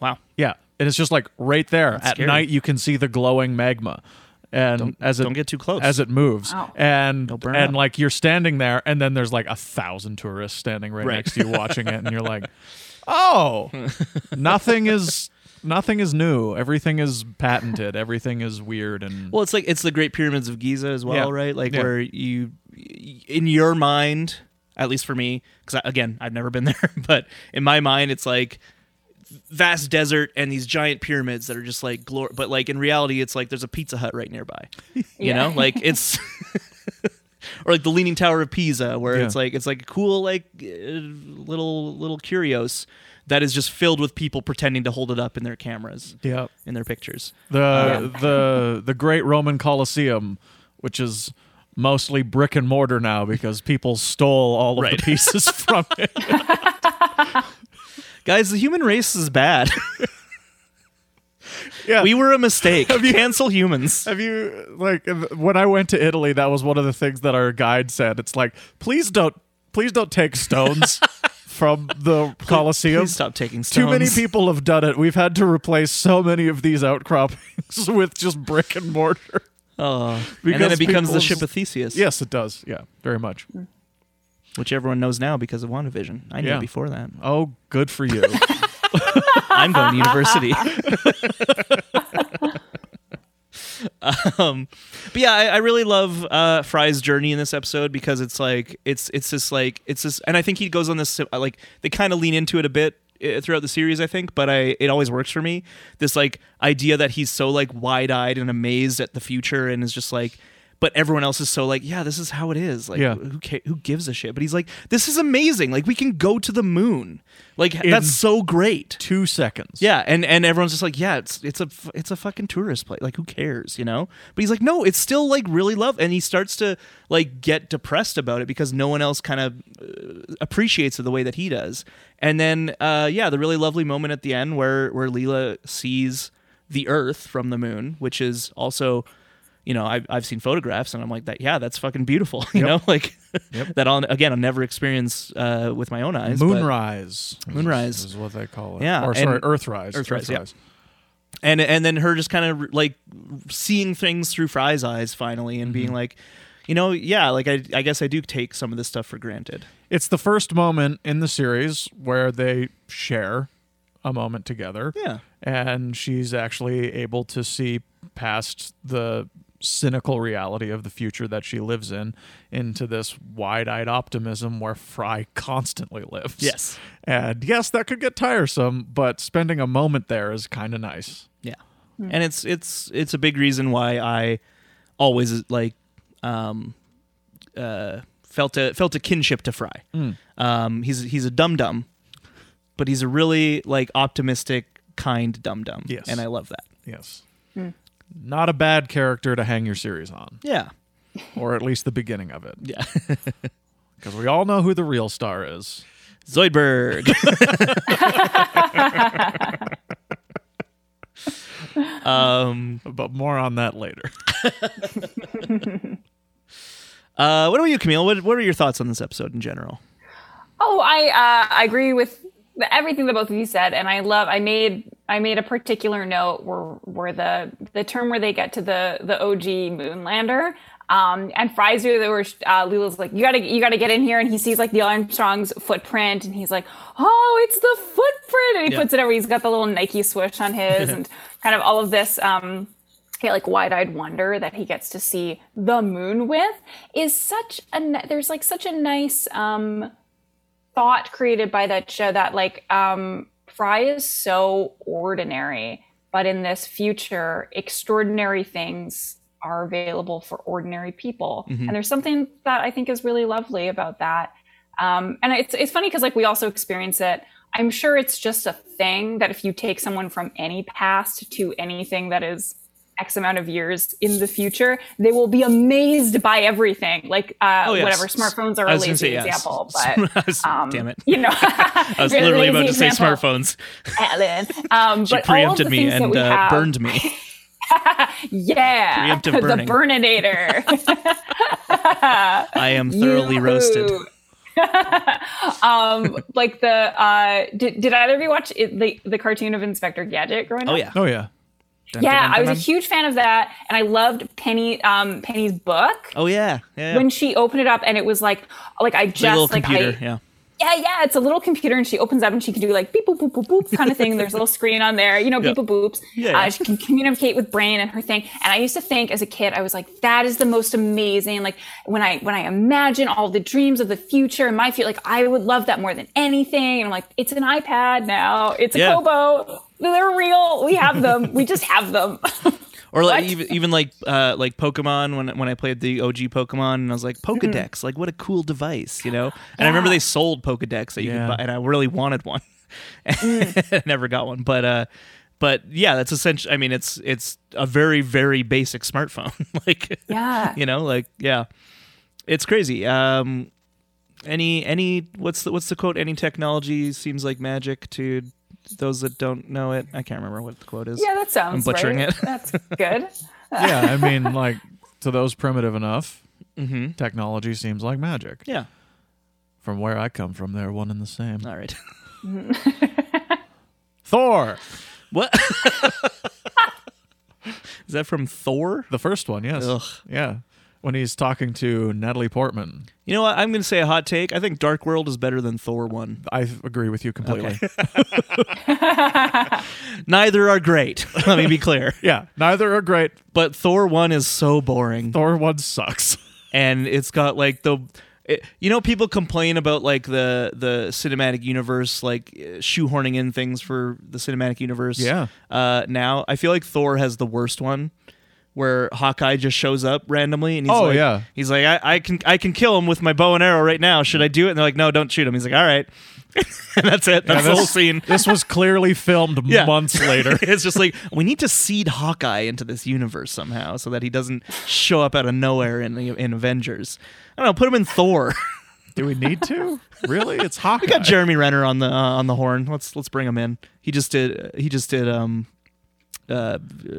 Speaker 1: wow
Speaker 2: Yeah, and it's just like right there at
Speaker 1: scary.
Speaker 2: night. You can see the glowing magma, and as it
Speaker 1: don't get too close.
Speaker 2: as it moves,
Speaker 3: Wow.
Speaker 2: and
Speaker 1: burn
Speaker 2: and
Speaker 1: up.
Speaker 2: like you're standing there, and then there's like a thousand tourists standing right,
Speaker 1: Right.
Speaker 2: next to you watching it, and you're like, oh, nothing is nothing is new. Everything is patented. Everything is weird and
Speaker 1: Well, it's like it's the Great Pyramids of Giza as well,
Speaker 2: Yeah.
Speaker 1: right? Like
Speaker 2: Yeah.
Speaker 1: where you, in your mind, at least for me, because again, I've never been there, but in my mind, it's like vast desert and these giant pyramids that are just like glor. But like in reality, it's like there's a Pizza Hut right nearby. You
Speaker 3: Yeah.
Speaker 1: know, like it's. Or like the Leaning Tower of Pisa, where
Speaker 2: Yeah.
Speaker 1: it's like it's like a cool like uh, little little curios that is just filled with people pretending to hold it up in their cameras,
Speaker 2: yeah.
Speaker 1: in their pictures.
Speaker 2: the the the great Roman Colosseum, which is mostly brick and mortar now because people stole all of
Speaker 1: Right.
Speaker 2: the pieces from it.
Speaker 1: Guys, the human race is bad.
Speaker 2: Yeah.
Speaker 1: We were a mistake. Cancel humans.
Speaker 2: Have you like when I went to Italy? That was one of the things that our guide said. It's like please don't please don't take stones from the Colosseum.
Speaker 1: Please stop taking stones.
Speaker 2: Too many people have done it. We've had to replace so many of these outcroppings with just brick and mortar.
Speaker 1: Oh. And then
Speaker 2: Because
Speaker 1: it becomes the
Speaker 2: people's-
Speaker 1: ship Hmm. of Theseus,
Speaker 2: Yes, it does. Yeah, very much.
Speaker 1: which everyone knows now because of WandaVision. I knew
Speaker 2: Yeah.
Speaker 1: before that.
Speaker 2: Oh, good for you.
Speaker 1: I'm going to university. um, but yeah, I, I really love uh, Fry's journey in this episode because it's like it's it's this like it's this, and I think he goes on this uh, like they kind of lean into it a bit uh, throughout the series, I think. But I it always works for me. This like idea that he's so like wide eyed and amazed at the future and is just like. But everyone else is so like, yeah, this is how it is. Like,
Speaker 2: Yeah.
Speaker 1: who ca- who gives a shit? But he's like, this is amazing. Like, we can go to the moon. Like, that's so great.
Speaker 2: Two seconds.
Speaker 1: Yeah, and and everyone's just like, yeah, it's it's a f- it's a fucking tourist place. Like, who cares, you know? But he's like, no, it's still like really love, and he starts to like get depressed about it because no one else kind of uh, appreciates it the way that he does. And then, uh, yeah, the really lovely moment at the end where where Leela sees the Earth from the moon, which is also, you know, I've I've seen photographs, and I'm like that. Yeah, that's fucking beautiful, you know, like that. I'll again, I'll never experience uh, with my own eyes. but-
Speaker 2: Moonrise.
Speaker 1: Moonrise.
Speaker 2: is, is what they call it.
Speaker 1: Yeah,
Speaker 2: Or sorry,
Speaker 1: and-
Speaker 2: Earthrise.
Speaker 1: Earthrise, yeah. and and then her just kind of like seeing things through Fry's eyes finally and being like, you know, yeah, like I I guess I do take some of this stuff for granted.
Speaker 2: It's the first moment in the series where they share a moment together.
Speaker 1: Yeah.
Speaker 2: And she's actually able to see past the cynical reality of the future that she lives in into this wide-eyed optimism where Fry constantly lives.
Speaker 1: Yes.
Speaker 2: And yes, that could get tiresome, but spending a moment there is kind of nice.
Speaker 1: Yeah. And it's it's it's a big reason why I always like um uh felt a felt a kinship to Fry. Um he's he's a dum dum, but he's a really like optimistic, kind dum dum.
Speaker 2: Yes.
Speaker 1: And I love that.
Speaker 2: Yes. Not a bad character to hang your series on.
Speaker 1: Yeah.
Speaker 2: or at least the beginning of it.
Speaker 1: Yeah.
Speaker 2: Because we all know who the real star is.
Speaker 1: Zoidberg. um,
Speaker 2: But more on that later.
Speaker 1: uh, what about you, Camille? What, what are your thoughts on this episode in general?
Speaker 3: Oh, I uh, I agree with the- everything that both of you said, and I love. I made I made a particular note where where the the term where they get to the the OG Moonlander. Um, and Fraser, they were uh, Lila's like, you gotta, you gotta get in here, and he sees like the Armstrong's footprint, and he's like, oh, it's the footprint, and he
Speaker 1: Yeah.
Speaker 3: puts it over. He's got the little Nike swoosh on his, and kind of all of this. Um, yeah, like wide-eyed wonder that he gets to see the moon with is such a ni- there's like such a nice um thought created by that show that like um fry is so ordinary but in this future extraordinary things are available for ordinary people
Speaker 1: Mm-hmm.
Speaker 3: and there's something that i think is really lovely about that um, and it's it's funny because like we also experience it. I'm sure it's just a thing that if you take someone from any past to anything that is X amount of years in the future, they will be amazed by everything. Like uh,
Speaker 1: Oh, yes.
Speaker 3: whatever smartphones are
Speaker 1: I
Speaker 3: a
Speaker 1: was gonna
Speaker 3: lazy
Speaker 1: say, yes.
Speaker 3: example, but um,
Speaker 1: Damn it.
Speaker 3: you know, I
Speaker 1: I was literally about to say smartphones.
Speaker 3: Ellen. Um,
Speaker 1: She
Speaker 3: but all of the
Speaker 1: preempted me
Speaker 3: things that
Speaker 1: and
Speaker 3: we
Speaker 1: uh,
Speaker 3: have-
Speaker 1: burned me.
Speaker 3: Yeah,
Speaker 1: Preemptive
Speaker 3: the
Speaker 1: burning.
Speaker 3: burninator.
Speaker 1: I am thoroughly roasted.
Speaker 3: Yoo-hoo. um, like the uh, did, did either of you watch it, the the cartoon of Inspector Gadget growing
Speaker 1: Oh
Speaker 3: up?
Speaker 1: yeah.
Speaker 2: Oh yeah.
Speaker 3: yeah. I was a
Speaker 1: dun.
Speaker 3: huge fan of that, and I loved Penny um, Penny's book
Speaker 1: Oh yeah. Yeah. yeah.
Speaker 3: when she opened it up, and it was like like I
Speaker 1: The little
Speaker 3: just like
Speaker 1: computer.
Speaker 3: I
Speaker 1: yeah.
Speaker 3: yeah, yeah, it's a little computer, and she opens up and she can do like beep boop boop boop boop kind of thing. There's a little screen on there, you know, beep
Speaker 1: Yeah.
Speaker 3: boop boops.
Speaker 1: Yeah, yeah.
Speaker 3: Uh, she can communicate with brain and her thing. And I used to think as a kid, I was like, that is the most amazing. Like when I when I imagine all the dreams of the future and my future, like I would love that more than anything. And I'm like, it's an iPad now, it's a
Speaker 1: Yeah.
Speaker 3: Kobo. They're real. We have them. We just have them.
Speaker 1: Or like
Speaker 3: What?
Speaker 1: even, even like uh, like Pokemon when when I played the OG Pokemon and I was like
Speaker 3: Hmm.
Speaker 1: Pokedex, like what a cool device, you know. And I remember they sold Pokedex that you
Speaker 2: Yeah.
Speaker 1: could buy, and I really wanted one.
Speaker 3: Hmm.
Speaker 1: I never got one, but uh, but yeah, that's essentially. I mean, it's it's a very very basic smartphone, like
Speaker 3: Yeah.
Speaker 1: you know, like yeah, it's crazy. Um, any any what's the what's the quote? Any technology seems like magic to those that don't know it. I can't remember what the quote is.
Speaker 3: yeah, that sounds.
Speaker 1: butchering
Speaker 3: right.
Speaker 1: it.
Speaker 3: That's good.
Speaker 2: Yeah, I mean like to those primitive enough, technology seems like magic.
Speaker 1: Mm-hmm. yeah.
Speaker 2: From where I come from, they're one and the same.
Speaker 1: All right.
Speaker 2: Thor,
Speaker 1: What? Is that from Thor?
Speaker 2: the first one, yes.
Speaker 1: Ugh.
Speaker 2: Yeah. When he's talking to Natalie Portman.
Speaker 1: You know what? I'm going to say a hot take. I think Dark World is better than Thor 1.
Speaker 2: I agree with you completely.
Speaker 1: Neither are great. Let me be clear.
Speaker 2: yeah, neither are great.
Speaker 1: But Thor 1 is so boring.
Speaker 2: Thor 1 sucks.
Speaker 1: and it's got like the it, you know people complain about like the the cinematic universe like uh, shoehorning in things for the cinematic universe
Speaker 2: Yeah.
Speaker 1: uh now i feel like thor has the worst one where hawkeye just shows up randomly and he's
Speaker 2: Oh,
Speaker 1: like
Speaker 2: yeah.
Speaker 1: he's like I, I can i can kill him with my bow and arrow right now should i do it and they're like no don't shoot him he's like all right and that's it that's the
Speaker 2: this-
Speaker 1: whole scene
Speaker 2: This was clearly filmed
Speaker 1: Yeah.
Speaker 2: months later.
Speaker 1: it's just like we need to seed Hawkeye into this universe somehow, so that he doesn't show up out of nowhere in the in Avengers. I don't know. Put him in Thor.
Speaker 2: Do we need to? Really? It's Hawkeye.
Speaker 1: we got Jeremy Renner on the uh, on the horn. Let's let's bring him in. He just did. He just did. Um, uh,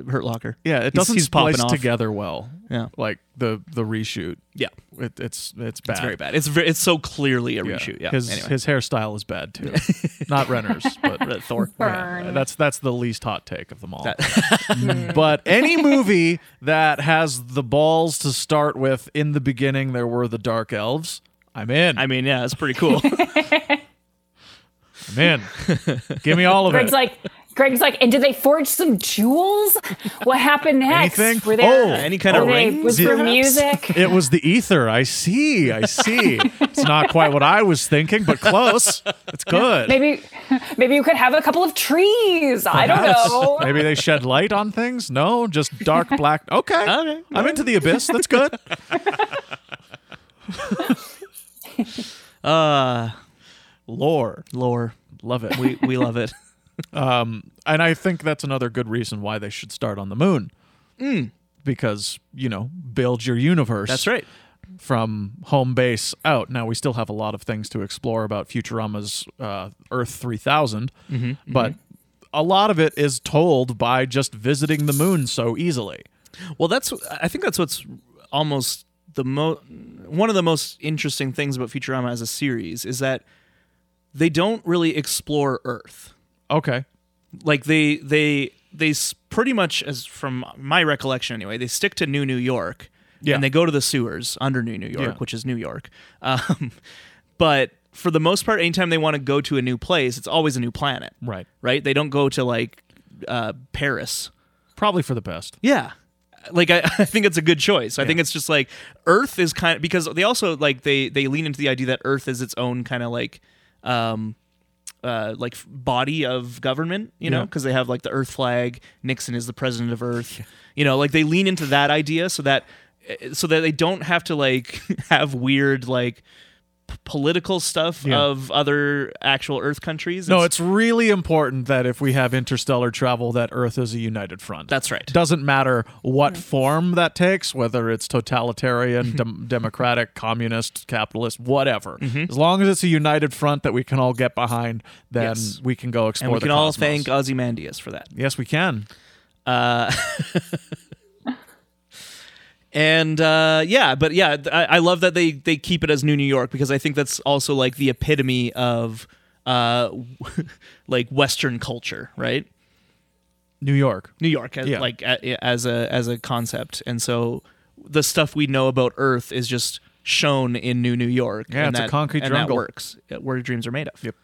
Speaker 1: Hurt Locker.
Speaker 2: yeah, it
Speaker 1: He's-
Speaker 2: doesn't
Speaker 1: he's
Speaker 2: splice
Speaker 1: popping off.
Speaker 2: together well.
Speaker 1: Yeah.
Speaker 2: Like the the reshoot.
Speaker 1: Yeah,
Speaker 2: It, it's it's bad.
Speaker 1: it's very bad. It's very, it's so clearly a reshoot. Yeah.
Speaker 2: His
Speaker 1: anyway.
Speaker 2: his hairstyle is bad too. Not Renner's, but Thor.
Speaker 3: Burn.
Speaker 2: That's that's the least hot take of them all. but any movie that has the balls to start with in the beginning there were the dark elves. I'm in.
Speaker 1: I
Speaker 2: I'm,
Speaker 1: mean, yeah, it's pretty cool.
Speaker 2: in. Give me all of
Speaker 3: Greg's
Speaker 2: it.
Speaker 3: like, Greg's like, and did they forge some jewels? What happened next?
Speaker 2: Anything?
Speaker 3: Were there
Speaker 2: Oh,
Speaker 1: any kind of
Speaker 3: were they-
Speaker 1: rings,
Speaker 3: Was there
Speaker 1: perhaps?
Speaker 3: music?
Speaker 2: It was the ether. I see. I see. it's not quite what I was thinking, but close. It's good.
Speaker 3: Maybe, maybe you could have a couple of trees. I don't
Speaker 2: Yes.
Speaker 3: know.
Speaker 2: Maybe they shed light on things. No, just dark black. Okay.
Speaker 1: Okay.
Speaker 2: I'm into the abyss. That's good.
Speaker 1: uh,
Speaker 2: Lore.
Speaker 1: lore.
Speaker 2: Love it.
Speaker 1: We we love it.
Speaker 2: and I think that's another good reason why they should start on the moon. Because, you know, build your universe.
Speaker 1: Hmm. That's right.
Speaker 2: From home base out. Now, we still have a lot of things to explore about Futurama's uh, Earth 3000,
Speaker 1: Mm-hmm,
Speaker 2: but a lot of it is told by just visiting the moon so easily.
Speaker 1: Well, that's I think that's what's almost the most one of the most interesting things about Futurama as a series is that they don't really explore Earth.
Speaker 2: Okay.
Speaker 1: Like they they they s- pretty much as from my recollection anyway, they stick to New New York.
Speaker 2: Yeah.
Speaker 1: And they go to the sewers under New New York,
Speaker 2: Yeah.
Speaker 1: which is New York. Um, but for the most part, anytime they want to go to a new place, it's always a new planet.
Speaker 2: Right.
Speaker 1: Right? They don't go to like uh, Paris.
Speaker 2: Probably for the best.
Speaker 1: Yeah. Like I, I think it's a good choice. I think it's just like Earth is kind of because they also like they they lean into the idea that Earth is its own kind of like um uh like f- body of government, you know,
Speaker 2: Yeah.
Speaker 1: because they have like the Earth flag, Nixon is the president of Earth. You know, like they lean into that idea so that eh, so that they don't have to like have weird like p- political stuff
Speaker 2: Yeah.
Speaker 1: of other actual Earth countries.
Speaker 2: No, it's really important that if we have interstellar travel, that Earth is a united front.
Speaker 1: that's right.
Speaker 2: doesn't matter what form that takes, whether it's
Speaker 1: Mm-hmm.
Speaker 2: totalitarian, dem- democratic, communist, capitalist, whatever.
Speaker 1: Mm-hmm.
Speaker 2: As long as it's a united front that we can all get behind, then
Speaker 1: Yes.
Speaker 2: we can go explore.
Speaker 1: And we
Speaker 2: the
Speaker 1: can all
Speaker 2: cosmos.
Speaker 1: thank Ozymandias for that.
Speaker 2: Yes, we can.
Speaker 1: And uh, yeah, but yeah, th- I, I love that they they keep it as New New York because I think that's also like the epitome of uh, like Western culture, right?
Speaker 2: New York.
Speaker 1: New York, as,
Speaker 2: Yeah.
Speaker 1: like a, as a as a concept, and so the stuff we know about Earth is just shown in New New York.
Speaker 2: Yeah,
Speaker 1: and
Speaker 2: it's a
Speaker 1: that-
Speaker 2: concrete
Speaker 1: and that
Speaker 2: jungle.
Speaker 1: works uh, where dreams are made of.
Speaker 2: Yep.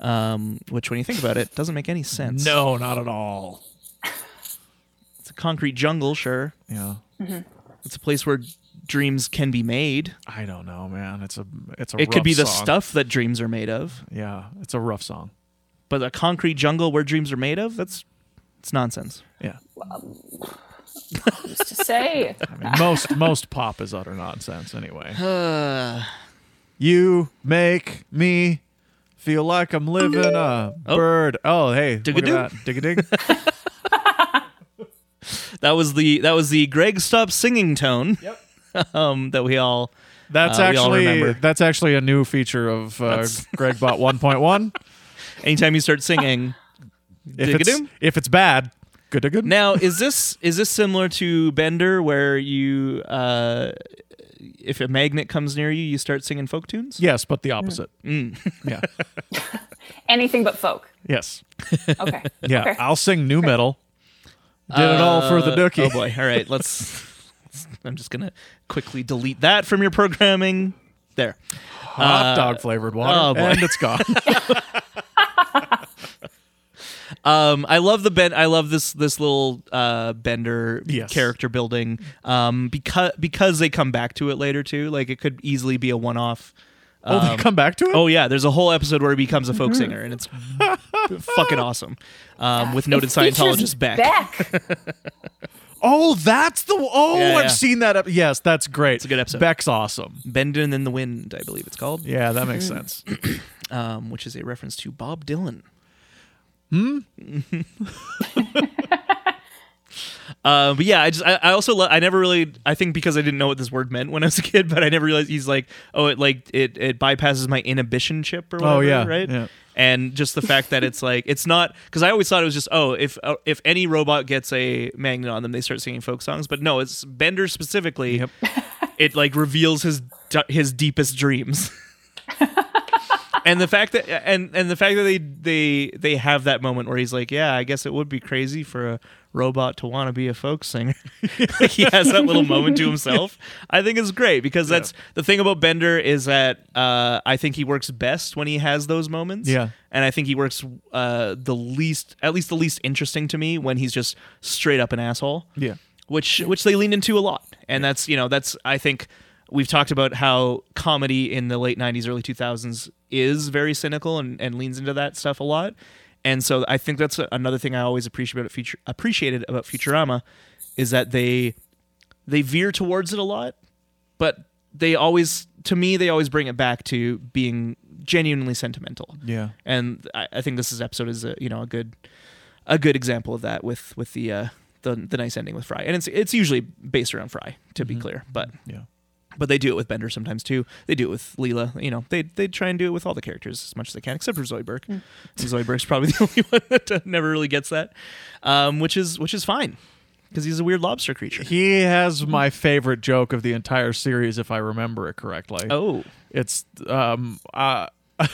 Speaker 1: Um, which, when you think about it, doesn't make any sense.
Speaker 2: No, not at all.
Speaker 1: it's a concrete jungle. Sure,
Speaker 2: Yeah,
Speaker 1: it's a place where dreams can be made.
Speaker 2: I don't know, man. It's a it's a.
Speaker 1: It could
Speaker 2: rough
Speaker 1: be the
Speaker 2: song.
Speaker 1: stuff that dreams are made of.
Speaker 2: Yeah, it's a rough song.
Speaker 1: but a concrete jungle where dreams are made of that's it's nonsense
Speaker 2: Yeah,
Speaker 3: Who's to say?
Speaker 2: I mean, most most pop is utter nonsense anyway. You make me feel like I'm living a
Speaker 1: Oh.
Speaker 2: bird. Oh, hey, look
Speaker 1: Dig-a-doo.
Speaker 2: at that. Dig a dig.
Speaker 1: that was the that was the greg stop singing tone um that we all
Speaker 2: That's
Speaker 1: Uh, we all
Speaker 2: actually
Speaker 1: remember.
Speaker 2: that's actually a new feature of uh,
Speaker 1: That's-
Speaker 2: Gregbot 1.1.
Speaker 1: anytime you start singing
Speaker 2: If it's,
Speaker 1: Dig-a-doo.
Speaker 2: if it's bad, good to good.
Speaker 1: now is this is this similar to bender where you uh if a magnet comes near you you start singing folk tunes
Speaker 2: yes, but the opposite.
Speaker 1: Mm.
Speaker 2: Yeah.
Speaker 3: Anything but folk.
Speaker 2: Yes.
Speaker 3: Okay.
Speaker 2: Yeah.
Speaker 3: Okay.
Speaker 2: I'll sing new metal. Did it all for the
Speaker 1: Uh,
Speaker 2: dookie.
Speaker 1: oh boy all right let's i'm just gonna quickly delete that from your programming there
Speaker 2: Hot dog flavored water,
Speaker 1: uh, oh, boy.
Speaker 2: and it's gone.
Speaker 1: Um, I love the ben. I love this this little uh, Bender
Speaker 2: Yes.
Speaker 1: character building. Um, because because they come back to it later too. Like it could easily be a one off.
Speaker 2: oh, they come back to it.
Speaker 1: Oh yeah, there's a whole episode where he becomes a folk singer, and it's fucking awesome. Um, with noted
Speaker 3: It features
Speaker 1: Scientologist Beck.
Speaker 2: Oh, that's the. Oh,
Speaker 1: Yeah, yeah.
Speaker 2: I've seen that. Ep- yes, that's great. It's
Speaker 1: a good episode.
Speaker 2: Beck's awesome.
Speaker 1: Bending in the Wind, I believe it's called.
Speaker 2: Yeah, that makes sense.
Speaker 1: Um, which is a reference to Bob Dylan. Hmm. uh, but yeah, I just I, I also lo- I never really I think because I didn't know what this word meant when I was a kid, but I never realized he's like oh it like it it bypasses my inhibition chip or whatever,
Speaker 2: Oh, yeah,
Speaker 1: right
Speaker 2: yeah.
Speaker 1: and just the fact that it's like it's not because I always thought it was just oh if uh, if any robot gets a magnet on them they start singing folk songs but no it's Bender specifically
Speaker 2: Yep.
Speaker 1: it like reveals his d- his deepest dreams and the fact that and and the fact that they they they have that moment where he's like yeah I guess it would be crazy for a robot to want to be a folk singer he has that little moment to himself I think is great because that's the thing about Bender is that uh, I think he works best when he has those moments
Speaker 2: Yeah.
Speaker 1: and I think he works uh, the least, at least the least interesting to me when he's just straight up an asshole.
Speaker 2: Yeah.
Speaker 1: which which they leaned into a lot, and that's you know that's I think we've talked about how comedy in the late '90s, early 2000s is very cynical and, and leans into that stuff a lot, and so I think that's another thing I always appreciate about future appreciated about Futurama is that they they veer towards it a lot, but they always to me they always bring it back to being genuinely sentimental
Speaker 2: Yeah.
Speaker 1: and I, I think this is episode is a you know a good a good example of that with with the uh the, the nice ending with Fry and it's it's usually based around Fry to be clear but
Speaker 2: Mm-hmm. Yeah.
Speaker 1: but they do it with Bender sometimes too they do it with Leela you know they they try and do it with all the characters as much as they can except for Zoidberg Zoidberg's probably the only one that uh, never really gets that um which is which is fine because he's a weird lobster creature
Speaker 2: He has my favorite joke of the entire series, if I remember it correctly.
Speaker 1: oh
Speaker 2: It's um uh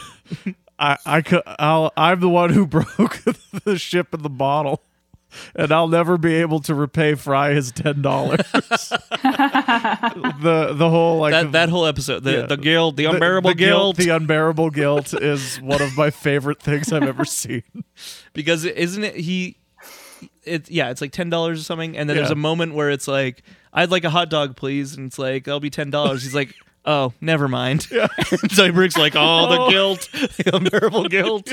Speaker 2: I I could I'll I'm the one who broke the ship in the bottle, and I'll never be able to repay Fry his ten dollars. the the whole like
Speaker 1: That that whole episode, the
Speaker 2: Yeah.
Speaker 1: the guild, the
Speaker 2: the-
Speaker 1: unbearable
Speaker 2: the
Speaker 1: guild,
Speaker 2: the unbearable guilt is one of my favorite things I've ever seen.
Speaker 1: because isn't it he? It's yeah, it's like ten dollars or something, and then there's
Speaker 2: Yeah.
Speaker 1: a moment where it's like, "I'd like a hot dog, please," and it's like, "That'll be ten dollars." He's like, "Oh, never mind." And so he brings like all
Speaker 2: Oh.
Speaker 1: the guilt, the unbearable guilt.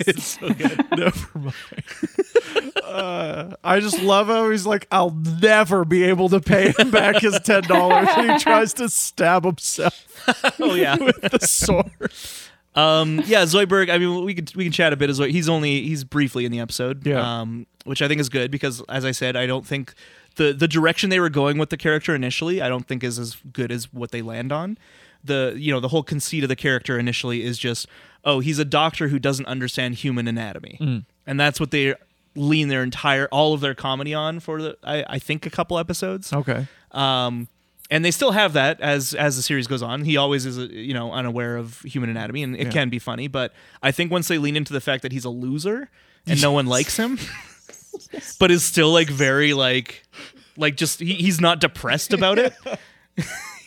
Speaker 1: It's so good.
Speaker 2: Never mind. Uh, I just love how he's like, I'll never be able to pay him back his ten dollars, and he tries to stab himself
Speaker 1: Oh yeah.
Speaker 2: with the sword.
Speaker 1: Um, yeah, Zoidberg. I mean, we could we can chat a bit as well. He's only he's briefly in the episode.
Speaker 2: Yeah.
Speaker 1: Um, which I think is good because, as I said, I don't think the the direction they were going with the character initially, I don't think is as good as what they land on. The you know the whole conceit of the character initially is just oh he's a doctor who doesn't understand human anatomy, and that's what they lean their entire all of their comedy on for the I, I think a couple episodes.
Speaker 2: Okay.
Speaker 1: Um, and they still have that as as the series goes on. He always is, uh, you know, unaware of human anatomy, and it can be funny. But I think once they lean into the fact that he's a loser and no one likes him, but is still like very like, like just he, he's not depressed about it.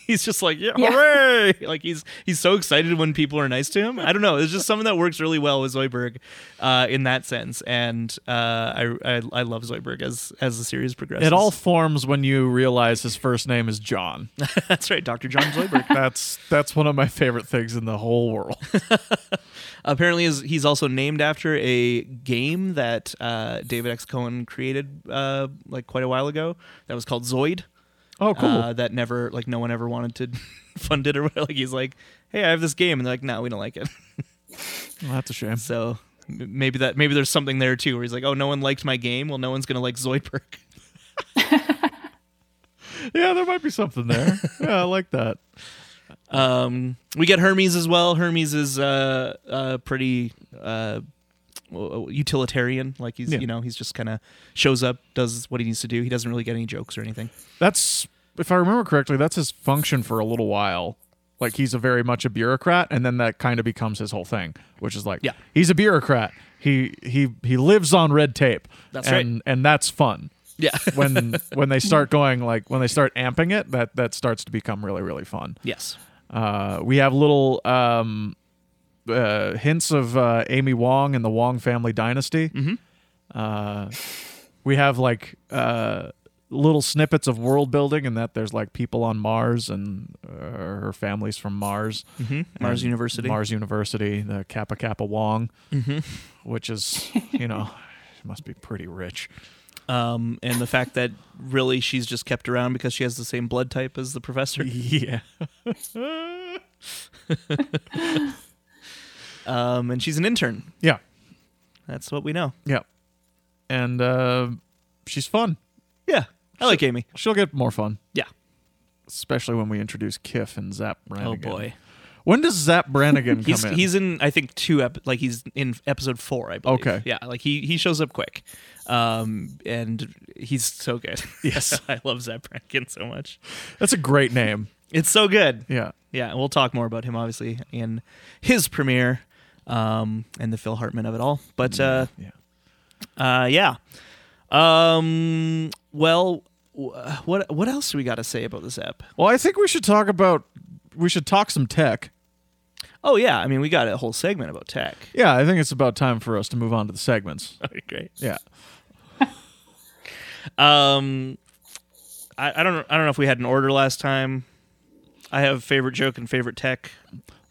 Speaker 1: he's just like, yeah,
Speaker 3: Yeah.
Speaker 1: hooray! Like he's he's so excited when people are nice to him. I don't know. It's just something that works really well with Zoidberg uh, in that sense, and uh, I, I I love Zoidberg as as the series progresses.
Speaker 2: It all forms when you realize his first name is John.
Speaker 1: that's right, Doctor John Zoidberg.
Speaker 2: That's that's one of my favorite things in the whole world.
Speaker 1: apparently is he's also named after a game that uh, David X. Cohen created uh, like quite a while ago that was called Zoid.
Speaker 2: Oh, cool.
Speaker 1: Uh, that never like no one ever wanted to fund it or whatever. like he's like, hey, I have this game, and they're like, no, we don't like it.
Speaker 2: Well, that's a shame.
Speaker 1: So m- maybe that maybe there's something there too where he's like, oh, no one liked my game. Well, no one's gonna like Zoidberg.
Speaker 2: Yeah, there might be something there. Yeah, I like that.
Speaker 1: Um, we get Hermes as well. Hermes is uh, uh pretty uh w- utilitarian like he's
Speaker 2: Yeah.
Speaker 1: you know he's just kind of shows up does what he needs to do he doesn't really get any jokes or anything
Speaker 2: That's if I remember correctly, that's his function for a little while. Like he's a very much a bureaucrat, and then that kind of becomes his whole thing, which is like,
Speaker 1: Yeah.
Speaker 2: he's a bureaucrat. He he he lives on red tape.
Speaker 1: That's
Speaker 2: and,
Speaker 1: right.
Speaker 2: and that's fun.
Speaker 1: yeah
Speaker 2: When when they start going like when they start amping it, that that starts to become really really fun.
Speaker 1: yes
Speaker 2: Uh, we have little um, uh, hints of uh, Amy Wong and the Wong family dynasty.
Speaker 1: Mm-hmm.
Speaker 2: Uh, we have like uh, little snippets of world building, and that there's like people on Mars and uh, her families from Mars,
Speaker 1: Mm-hmm. Mars
Speaker 2: And
Speaker 1: University. Mm-hmm.
Speaker 2: Mars University, the Kappa Kappa Wong, which is you know must be pretty rich.
Speaker 1: um, and the fact that really she's just kept around because she has the same blood type as the professor.
Speaker 2: Yeah,
Speaker 1: Um, and she's an intern.
Speaker 2: yeah,
Speaker 1: That's what we know.
Speaker 2: yeah, and uh, she's fun.
Speaker 1: Yeah, I like Amy.
Speaker 2: She'll get more fun.
Speaker 1: Yeah.
Speaker 2: especially when we introduce Kiff and Zap
Speaker 1: Oh
Speaker 2: Brannigan.
Speaker 1: boy,
Speaker 2: when does Zap Brannigan come
Speaker 1: he's
Speaker 2: in?
Speaker 1: he's in I think two ep- like he's in episode four. I believe.
Speaker 2: Okay.
Speaker 1: Yeah, like he he shows up quick, um, and he's so good. Yes, I love Zap Brannigan so much.
Speaker 2: That's a great name.
Speaker 1: It's so good.
Speaker 2: Yeah,
Speaker 1: Yeah, and we'll talk more about him obviously in his premiere, um, and the Phil Hartman of it all. But uh,
Speaker 2: yeah.
Speaker 1: Uh, yeah. Um. Well, wh- what what else do we got to say about this app?
Speaker 2: Well, I think we should talk about we should talk some tech.
Speaker 1: Oh yeah, I mean we got a whole segment about tech.
Speaker 2: Yeah, I think it's about time for us to move on to the segments.
Speaker 1: Okay, great.
Speaker 2: Yeah,
Speaker 1: Um, I, I don't I don't know if we had an order last time. I have favorite joke and favorite tech.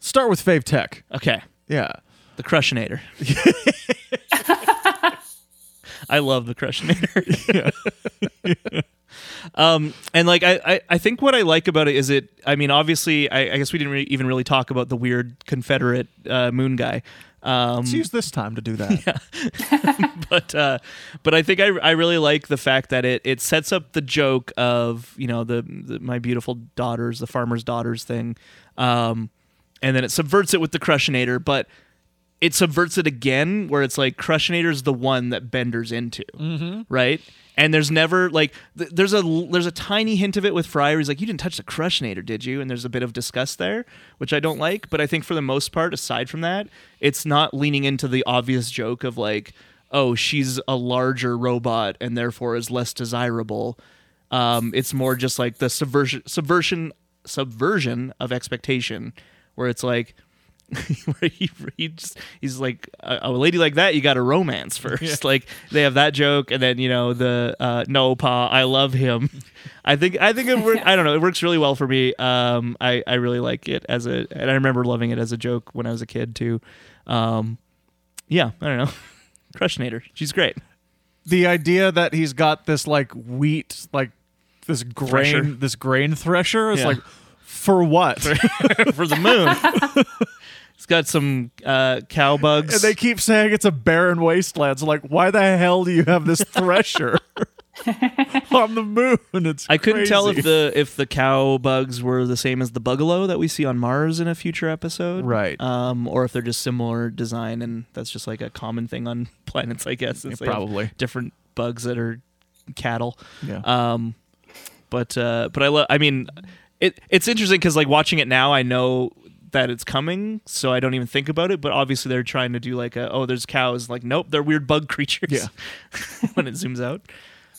Speaker 2: start with Fave Tech.
Speaker 1: Okay,
Speaker 2: Yeah,
Speaker 1: the Crushinator. I love the Crushinator. um, and like I, I, I think what I like about it is it. I mean, obviously, I, I guess we didn't re- even really talk about the weird Confederate uh, moon guy. Um,
Speaker 2: let's use this time to do that.
Speaker 1: but uh, but I think I, I really like the fact that it it sets up the joke of you know the, the my beautiful daughters the farmer's daughters thing, um, and then it subverts it with the crushinator, but it subverts it again where it's like Crushinator's the one that Bender's into, right? And there's never like th- there's a l- there's a tiny hint of it with Fryer. He's like, you didn't touch the Crushinator, did you? And there's a bit of disgust there, which I don't like. But I think for the most part, aside from that, it's not leaning into the obvious joke of like, oh, she's a larger robot and therefore is less desirable. Um, it's more just like the subversion subversion subversion of expectation, where it's like where he, he just, he's like a, a lady like that you got a romance first like they have that joke and then you know the uh, no pa i love him i think i think it works i don't know it works really well for me um i i really like it as a and i remember loving it as a joke when i was a kid too um yeah i don't know crushnator she's great
Speaker 2: the idea that he's got this like wheat like this grain
Speaker 1: Thresher.
Speaker 2: this grain thresher is
Speaker 1: Yeah.
Speaker 2: like for what
Speaker 1: for the moon it's got some uh cow bugs
Speaker 2: and they keep saying it's a barren wasteland so like why the hell do you have this thresher on the moon it's
Speaker 1: I couldn't tell if
Speaker 2: crazy.
Speaker 1: the if the cow bugs were the same as the bugalo that we see on Mars in a future episode,
Speaker 2: Right.
Speaker 1: Um, or if they're just similar design and that's just like a common thing on planets, I guess. is
Speaker 2: Yeah,
Speaker 1: they have
Speaker 2: probably.
Speaker 1: different bugs that are cattle.
Speaker 2: Yeah.
Speaker 1: Um, but uh, but I love. I mean, it it's interesting because like watching it now, I know that it's coming, so I don't even think about it. But obviously, they're trying to do like a oh, there's cows. Like nope, they're weird bug creatures. Yeah. when it zooms out.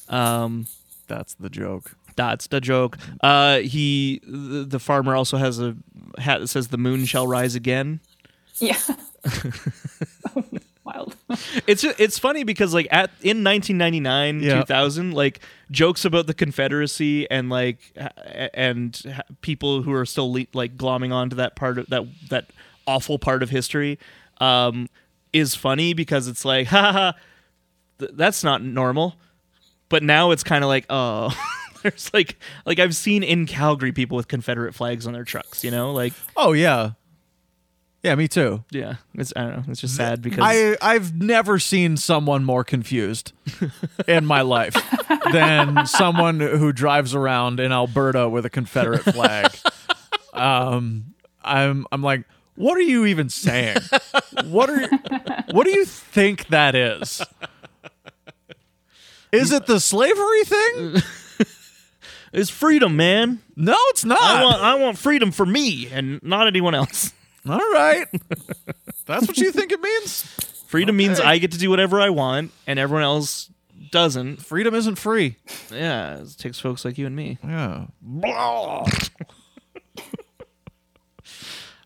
Speaker 1: Um,
Speaker 2: that's the joke
Speaker 1: that's the joke. Uh, he, the, the farmer, also has a hat that says "The moon shall rise again."
Speaker 3: Yeah. Wild.
Speaker 1: It's it's funny because like at in 1999,
Speaker 2: Yeah.
Speaker 1: 2000, like jokes about the Confederacy and like h- and h- people who are still le- like glomming onto that part of that that awful part of history, um, is funny because it's like ha ha, ha, th- that's not normal. But now it's kind of like oh. There's like like I've seen in Calgary people with Confederate flags on their trucks, you know, like
Speaker 4: Oh yeah, yeah. Me too.
Speaker 1: yeah, it's I don't know, it's just sad because
Speaker 2: I I've never seen someone more confused in my life than someone who drives around in Alberta with a Confederate flag. Um, I'm I'm like, what are you even saying? What are what do you think that is? Is it the slavery thing?
Speaker 1: it's freedom, man.
Speaker 2: No, it's not.
Speaker 1: I want I want freedom for me and not anyone else.
Speaker 2: All right, that's what you think it means.
Speaker 1: Freedom means I get to do whatever I want and everyone else doesn't.
Speaker 2: Freedom isn't free.
Speaker 1: Yeah, it takes folks like you and me.
Speaker 2: Yeah.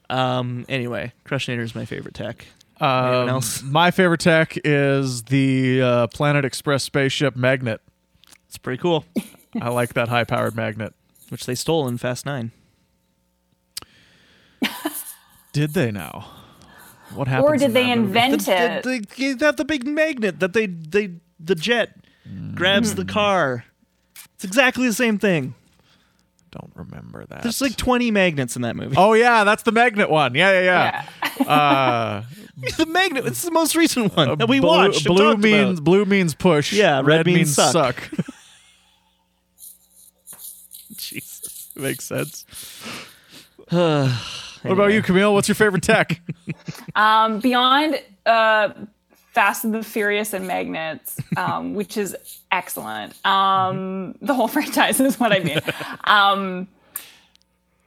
Speaker 1: Um anyway, Crushinator is my favorite tech.
Speaker 2: Um,
Speaker 1: else?
Speaker 2: My favorite tech is the uh, Planet Express spaceship magnet.
Speaker 1: It's pretty cool,
Speaker 2: I like that high powered magnet.
Speaker 1: which they stole in Fast 9.
Speaker 2: Did they now? What happened?
Speaker 3: Or did they invent it?
Speaker 1: They have the big magnet that they they the jet grabs the car. It's exactly the same thing.
Speaker 2: Don't remember that.
Speaker 1: There's like 20 magnets in that movie.
Speaker 2: oh yeah, that's the magnet one. Yeah, yeah,
Speaker 3: Yeah.
Speaker 2: yeah. Uh,
Speaker 1: the magnet, it's the most recent one that we
Speaker 2: blue,
Speaker 1: watched. and
Speaker 2: Blue
Speaker 1: talked
Speaker 2: means
Speaker 1: about.
Speaker 2: blue means push.
Speaker 1: Yeah,
Speaker 2: red,
Speaker 1: red means
Speaker 2: means suck.
Speaker 1: suck. Jesus.
Speaker 2: Makes sense. What
Speaker 1: Anyway.
Speaker 2: about you, Camille? What's your favorite tech?
Speaker 3: Um, beyond uh, Fast and the Furious and Magnets, um, which is excellent. Um, the whole franchise is what I mean. Um,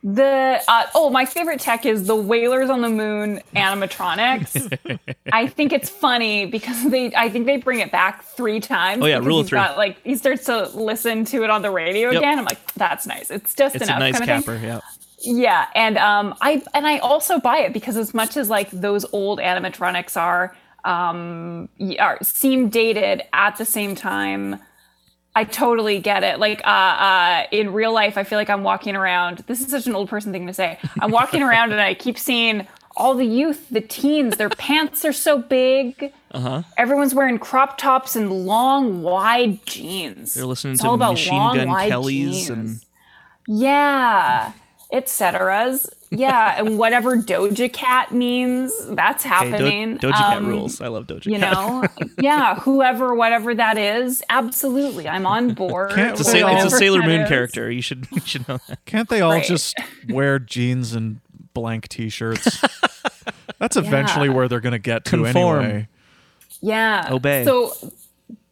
Speaker 3: the uh, oh, my favorite tech is the Whalers on the Moon animatronics. I think it's funny because they, I think they bring it back three times.
Speaker 1: Oh, yeah,
Speaker 3: because
Speaker 1: rule of
Speaker 3: he's
Speaker 1: three.
Speaker 3: Got, like he starts to listen to it on the radio
Speaker 1: Yep.
Speaker 3: again. I'm like, that's nice. It's just
Speaker 1: It's
Speaker 3: enough.
Speaker 1: a nice
Speaker 3: kind of thing.
Speaker 1: capper, yeah.
Speaker 3: Yeah, and um, I and I also buy it because as much as like those old animatronics are, um, y- are seem dated at the same time, I totally get it. Like uh, uh, in real life, I feel like I'm walking around. This is such an old person thing to say. I'm walking around and I keep seeing all the youth, the teens. Their pants are so big. Uh-huh. Everyone's wearing crop tops and long, wide jeans.
Speaker 1: They're listening
Speaker 3: It's
Speaker 1: to
Speaker 3: all about
Speaker 1: Machine
Speaker 3: long,
Speaker 1: Gun
Speaker 3: wide
Speaker 1: Kellys and
Speaker 3: jeans. Yeah, et ceteras. Yeah, and whatever Doja Cat means, that's
Speaker 1: Hey, Do-
Speaker 3: happening.
Speaker 1: Doja Cat
Speaker 3: Um,
Speaker 1: rules. I love Doja
Speaker 3: You
Speaker 1: Cat.
Speaker 3: know, yeah, whoever, whatever that is, absolutely, I'm on board.
Speaker 2: Can't
Speaker 1: It's a,
Speaker 2: Well,
Speaker 1: Sailor, it's a
Speaker 2: whatever
Speaker 1: Sailor
Speaker 3: that
Speaker 1: Moon
Speaker 3: is.
Speaker 1: character. You should you should know that.
Speaker 2: Can't they all
Speaker 3: Right.
Speaker 2: just wear jeans and blank t-shirts? That's eventually
Speaker 3: Yeah.
Speaker 2: where they're going to get to
Speaker 4: Conform.
Speaker 2: anyway.
Speaker 3: Yeah.
Speaker 1: Obey.
Speaker 3: So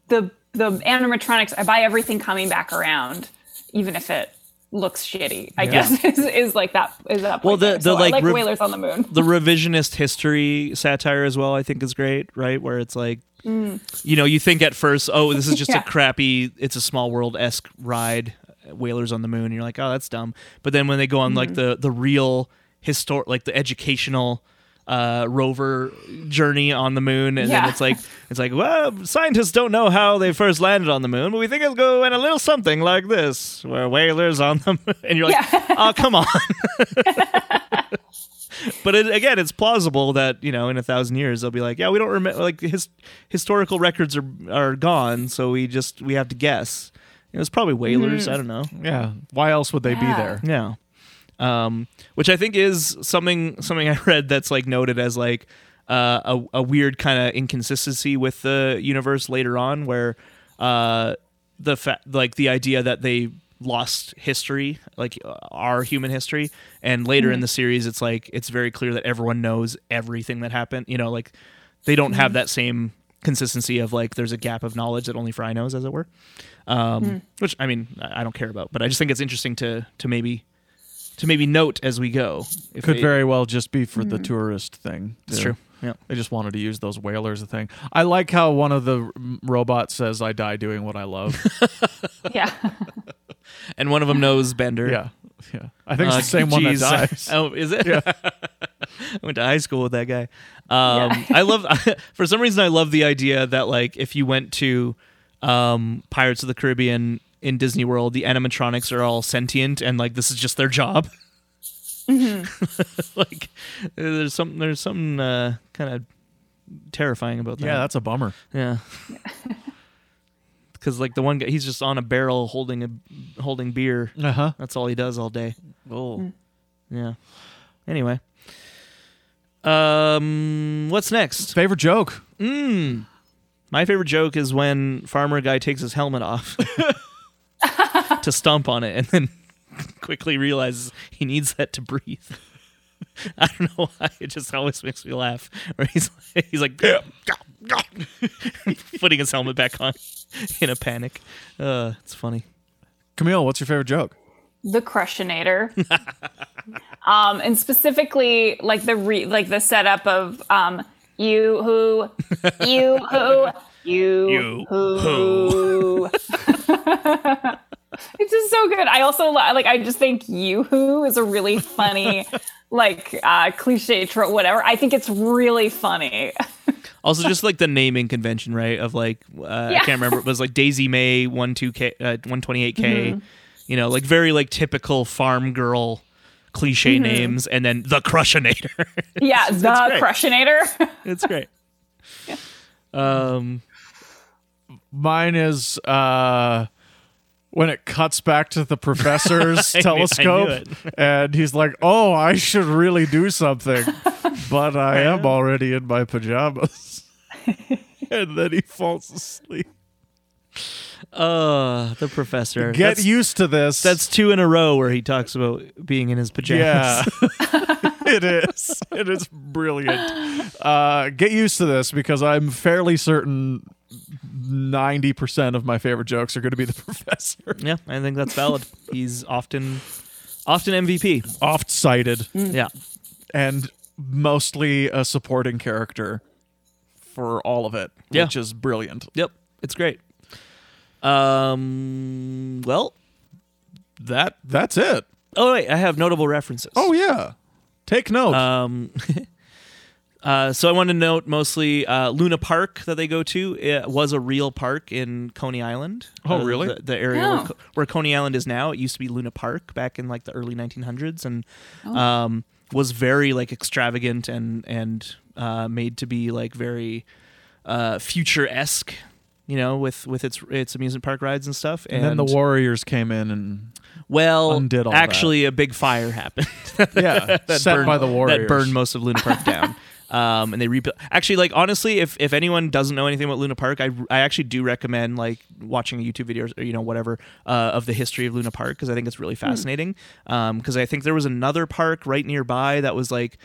Speaker 3: the the animatronics, I buy everything coming back around, even if it looks shitty. I guess is, is like that is that.
Speaker 1: Well,
Speaker 3: point
Speaker 1: the-
Speaker 3: there.
Speaker 1: the,
Speaker 3: So I
Speaker 1: like,
Speaker 3: like
Speaker 1: rev-
Speaker 3: whalers on the moon.
Speaker 1: the revisionist history satire as well i think is great right where it's like you know you think at first oh this is just
Speaker 3: Mm. Yeah.
Speaker 1: a crappy it's a small world-esque ride whalers on the moon and you're like oh that's dumb but then when they go on like
Speaker 3: Mm-hmm.
Speaker 1: the the real histor like the educational uh, rover journey on the moon and
Speaker 3: Yeah.
Speaker 1: then it's like it's like well scientists don't know how they first landed on the moon but we think it'll go in a little something like this where whalers on the moon and you're like
Speaker 3: Yeah.
Speaker 1: oh come on but it, again, it's plausible that you know in a thousand years they'll be like, yeah, we don't remember. Like his historical records are are gone, so we just we have to guess. It was probably whalers.
Speaker 3: Mm-hmm.
Speaker 1: I don't know.
Speaker 2: Yeah. Why else would they
Speaker 3: Yeah.
Speaker 2: be there?
Speaker 1: Yeah. Um, which I think is something something I read that's like noted as like uh, a, a weird kind of inconsistency with the universe later on, where uh, the fa- like the idea that they lost history, like uh, our human history, and later in the series, it's like it's very clear that everyone knows everything that happened. You know, like they don't have that same consistency of like there's a gap of knowledge that only Fry knows, as it were um, which I mean I I don't care about, but I just think it's interesting to to maybe to maybe note as we go. If
Speaker 2: Could
Speaker 1: they-
Speaker 2: very well just be for the
Speaker 3: Mm.
Speaker 2: tourist thing.
Speaker 1: It's
Speaker 2: too.
Speaker 1: true. Yeah.
Speaker 2: They just wanted to use those whalers a thing. I like how one of the r- robots says, "I die doing what I love."
Speaker 3: Yeah.
Speaker 1: And one of them knows Bender.
Speaker 2: yeah, yeah. I think
Speaker 1: Uh,
Speaker 2: it's the same one that
Speaker 1: geez.
Speaker 2: dies.
Speaker 1: Oh, is it? I went to high school with that guy. Um,
Speaker 3: Yeah.
Speaker 1: I love. for some reason, I love the idea that like if you went to um, Pirates of the Caribbean in Disney World, the animatronics are all sentient, and like this is just their job.
Speaker 2: Mm-hmm.
Speaker 1: like there's something there's something uh, kind of terrifying about that.
Speaker 2: yeah, that's a bummer.
Speaker 1: Yeah. Because like the one guy, he's just on a barrel holding a holding beer.
Speaker 2: Uh huh.
Speaker 1: That's all he does all day.
Speaker 2: Oh.
Speaker 1: Yeah. Anyway. Um, what's next?
Speaker 2: Favorite joke?
Speaker 1: My favorite joke is when farmer guy takes his helmet off to stomp on it, and then quickly realizes he needs that to breathe. I don't know why it just always makes me laugh. Where he's he's like putting his helmet back on in a panic. Uh, it's funny.
Speaker 2: Camille, what's your favorite joke?
Speaker 3: the crushinator um and specifically like the re like the setup of um you who you who you,
Speaker 1: You
Speaker 3: who it's just so good i also li- like i just think you who is a really funny like uh cliche trope whatever i think it's really funny
Speaker 1: Also, just like the naming convention, right? Of like, uh, I
Speaker 3: Yeah.
Speaker 1: can't remember. It was like Daisy May one two k uh, one twenty eight k. You know, like very like typical farm girl cliche names, and then the Crushinator.
Speaker 3: yeah the
Speaker 1: great.
Speaker 3: crushinator
Speaker 1: it's great. Um,
Speaker 2: Mine is uh, when it cuts back to the professor's
Speaker 1: I knew- I knew
Speaker 2: telescope,
Speaker 1: it.
Speaker 2: and he's like, "Oh, I should really do something, but I am already in my pajamas." and then he falls asleep.
Speaker 1: uh, the professor.
Speaker 2: Get
Speaker 1: that's,
Speaker 2: used to this.
Speaker 1: That's two in a row where he talks about being in his
Speaker 2: yeah.
Speaker 1: pajamas.
Speaker 2: it is. It is brilliant. Uh, get used to this because I'm fairly certain. 90% of my favorite jokes are going to be the professor.
Speaker 1: Yeah, I think that's valid. He's often, often MVP.
Speaker 2: Oft cited.
Speaker 1: Yeah.
Speaker 2: and mostly a supporting character for all of it,
Speaker 1: Yeah.
Speaker 2: which is brilliant.
Speaker 1: Yep. It's great. Um. Well.
Speaker 2: That that's it.
Speaker 1: Oh wait, I have notable references.
Speaker 2: Oh yeah, take note.
Speaker 1: Um, uh, so I want to note mostly uh, Luna Park that they go to it was a real park in Coney Island.
Speaker 2: Oh,
Speaker 1: Uh,
Speaker 2: really?
Speaker 1: The, the area
Speaker 3: Oh.
Speaker 1: where, Co- where Coney Island is now. It used to be Luna Park back in like the early 1900s, and um, was very like extravagant and and uh, made to be like very uh, future esque. You know, with with its its amusement park rides and stuff, and,
Speaker 2: and then the Warriors came in and
Speaker 1: well,
Speaker 2: undid all that.
Speaker 1: actually, a big fire happened.
Speaker 2: yeah, set
Speaker 1: burned-
Speaker 2: by the Warriors.
Speaker 1: that burned most of Luna Park down. Um, and they rebuilt. Actually, like honestly, if, if anyone doesn't know anything about Luna Park, I, I actually do recommend like watching YouTube videos or you know whatever uh, of the history of Luna Um,
Speaker 2: Hmm.
Speaker 1: Park because I think it's really fascinating. Because I think there was another park right nearby that was like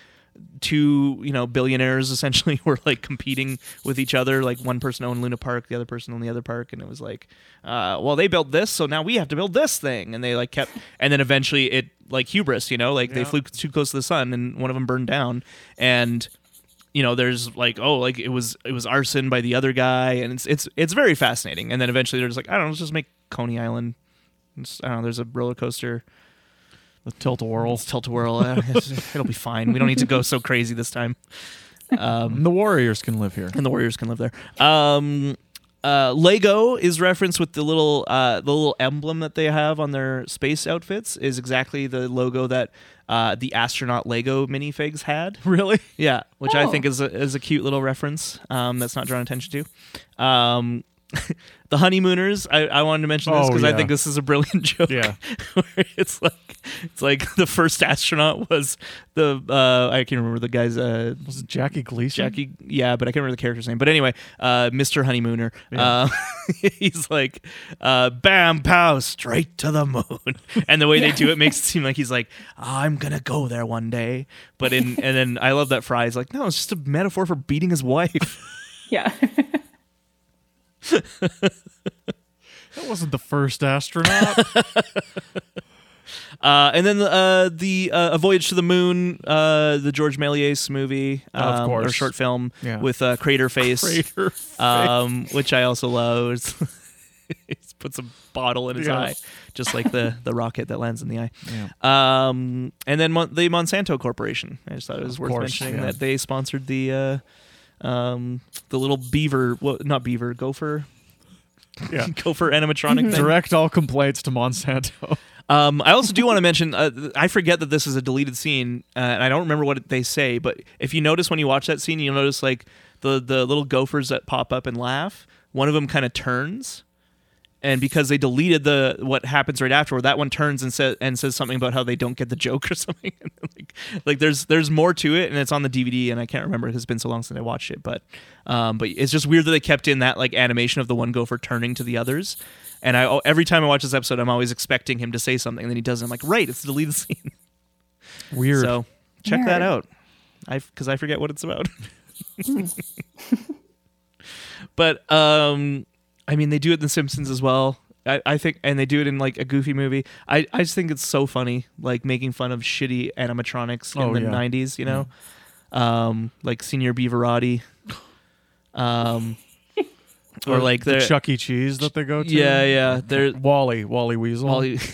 Speaker 1: two you know billionaires essentially were like competing with each other like one person owned luna park the other person owned the other park and it was like uh, well they built this so now we have to build this thing and they like kept and then eventually it like hubris you know like they flew too close to the sun and one of them burned down and you know there's like oh like it was it was arson by the other guy and it's it's it's very fascinating and then eventually they're just like i don't know let's just make coney island It's- i don't know there's a roller coaster
Speaker 2: The tilt a whirl.
Speaker 1: Let's tilt a whirl. Uh, It'll be fine. We don't need to go so crazy this time.
Speaker 2: The Warriors can live here.
Speaker 1: And the Warriors can live there. Um, uh, Lego is referenced with the little uh, the little emblem that they have on their space outfits is exactly the logo that uh, the astronaut Lego minifigs had.
Speaker 2: Really?
Speaker 1: Yeah, which I
Speaker 3: Oh.
Speaker 1: think is a, is a cute little reference um, that's not drawn attention to. Um, the honeymooners. I, I wanted to mention this
Speaker 2: Oh,
Speaker 1: because I
Speaker 2: yeah.
Speaker 1: think this is a brilliant joke.
Speaker 2: Yeah.
Speaker 1: where it's like it's like the first astronaut was the uh, I can't remember the guy's uh,
Speaker 2: Was it Jackie Gleason?
Speaker 1: Jackie. Yeah, but I can't remember the character's name. But anyway, uh, Mr. Honeymooner. Uh, he's like, uh, bam, pow, straight to the moon. And the way they do it makes it seem like he's like, I'm gonna go there one day. But in and then I love that Fry's like, no, it's just a metaphor for beating his wife.
Speaker 3: Yeah.
Speaker 2: That wasn't the first astronaut.
Speaker 1: Uh, and then uh, the uh, A Voyage to the Moon, uh, the George Méliès movie,
Speaker 2: Of
Speaker 1: um, or
Speaker 2: course.
Speaker 1: short film
Speaker 2: Yeah.
Speaker 1: with uh, Crater Face,
Speaker 2: Crater face.
Speaker 1: um, which I also love. he puts a bottle in his
Speaker 2: Yeah.
Speaker 1: eye, just like the the rocket that lands in the eye.
Speaker 2: Yeah.
Speaker 1: Um, and then Mon- the Monsanto Corporation. I just thought it was worth
Speaker 2: course,
Speaker 1: mentioning
Speaker 2: yeah.
Speaker 1: that they sponsored the uh, um, the little beaver, well, not beaver, gopher,
Speaker 2: Yeah.
Speaker 1: gopher animatronic thing.
Speaker 2: Direct all complaints to Monsanto.
Speaker 1: Um, I also do want to mention. Uh, th- I forget that this is a deleted scene, uh, and I don't remember what they say. But if you notice when you watch that scene, you'll notice like the the little gophers that pop up and laugh. One of them kind of turns, and because they deleted the what happens right afterward, that one turns and says and says something about how they don't get the joke or something. And like, like there's there's more to it, and it's on the DVD, and I can't remember because it's been so long since I watched it. But um, but it's just weird that they kept in that like animation of the one gopher turning to the others. And I every time I watch this episode, I'm always expecting him to say something, and then he doesn't. I'm like, right, it's the deleted scene.
Speaker 2: Weird.
Speaker 1: So check that
Speaker 3: Weird.
Speaker 1: out. I because I forget what it's about. but um, I mean, they do it in The Simpsons as well. I, I think, and they do it in like a goofy movie. I, I just think it's so funny, like making fun of shitty animatronics in
Speaker 2: Oh,
Speaker 1: the
Speaker 2: yeah.
Speaker 1: '90s. You know, um, like Senior Beaverati, um, or like
Speaker 2: the,
Speaker 1: the
Speaker 2: Chuck E. Cheese that they go to.
Speaker 1: Yeah, yeah. There,
Speaker 2: Wally, Wally Weasel.
Speaker 1: Wally.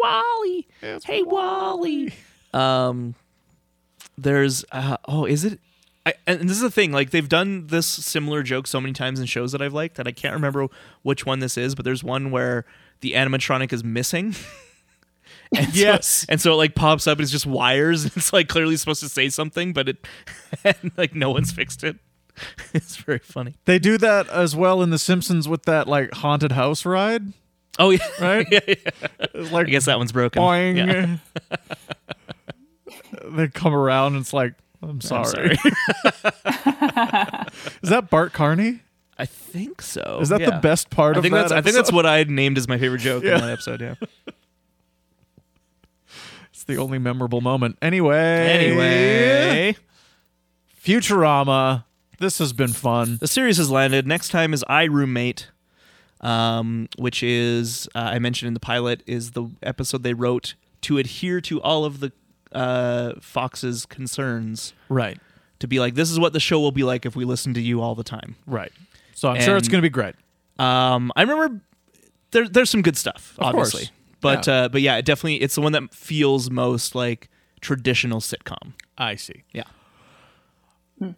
Speaker 1: Wally. hey, Wally. Um, there's uh, oh, is it? I, and this is the thing. Like they've done this similar joke so many times in shows that I've liked that I can't remember which one this is. But there's one where the animatronic is missing. And so-
Speaker 2: Yes.
Speaker 1: and so it like pops up. and It's just wires. and It's like clearly supposed to say something, but it and, like no one's fixed it. It's very funny.
Speaker 2: They do that as well in The Simpsons with that like haunted house ride.
Speaker 1: Oh yeah,
Speaker 2: Right?
Speaker 1: yeah, yeah.
Speaker 2: It's like
Speaker 1: I guess that one's broken. Yeah.
Speaker 2: boing. they come around and it's like, I'm sorry.
Speaker 1: sorry.
Speaker 2: Is that Bart Carney?
Speaker 1: I think so.
Speaker 2: Is that
Speaker 1: yeah.
Speaker 2: the best part
Speaker 1: I
Speaker 2: of
Speaker 1: think
Speaker 2: that?
Speaker 1: that's I think that's
Speaker 2: episode?
Speaker 1: what I named as my favorite joke
Speaker 2: Yeah.
Speaker 1: in that episode. Yeah.
Speaker 2: It's the only memorable moment. Anyway.
Speaker 1: Anyway,
Speaker 2: Futurama. This has been fun.
Speaker 1: the series has landed. Next time is I roommate, um, which is uh, I mentioned in the pilot is the episode they wrote to adhere to all of the uh, Fox's concerns
Speaker 2: Right.
Speaker 1: to be like this is what the show will be like if we listen to you all the time.
Speaker 2: Right. So I'm sure it's
Speaker 1: And-
Speaker 2: going to be great.
Speaker 1: Um, I remember there, there's some good stuff,
Speaker 2: Of course.
Speaker 1: obviously, but
Speaker 2: Yeah.
Speaker 1: Uh, but yeah, it definitely it's the one that feels most like traditional sitcom.
Speaker 2: I see.
Speaker 1: Yeah,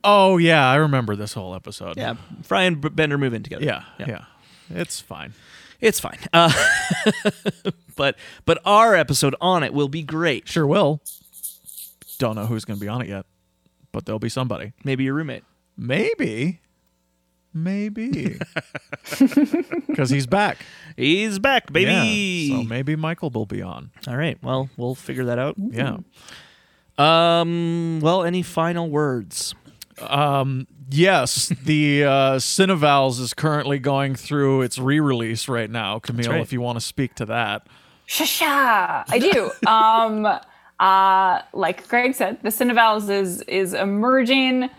Speaker 2: Oh yeah, I remember this whole episode.
Speaker 1: yeah. Fry and B- Bender move in together.
Speaker 2: Yeah. Yeah. It's fine.
Speaker 1: It's fine. Uh, but but our episode on it will be great.
Speaker 2: Sure will. Don't know who's going to be on it yet, but there'll be somebody.
Speaker 1: Maybe your roommate.
Speaker 2: Maybe. Maybe. Cuz he's back.
Speaker 1: He's back, baby.
Speaker 2: Yeah. So maybe Michael will be on.
Speaker 1: All right. Well, we'll figure that out.
Speaker 2: Yeah.
Speaker 1: Um. Well, any final words?
Speaker 2: Yes, the uh, Cinevals is currently going through its re-release right now, Camille.
Speaker 1: right.
Speaker 2: If you want to speak to that,
Speaker 3: Shasha. I do. Um, Uh, like Greg said, the Cinevals is is emerging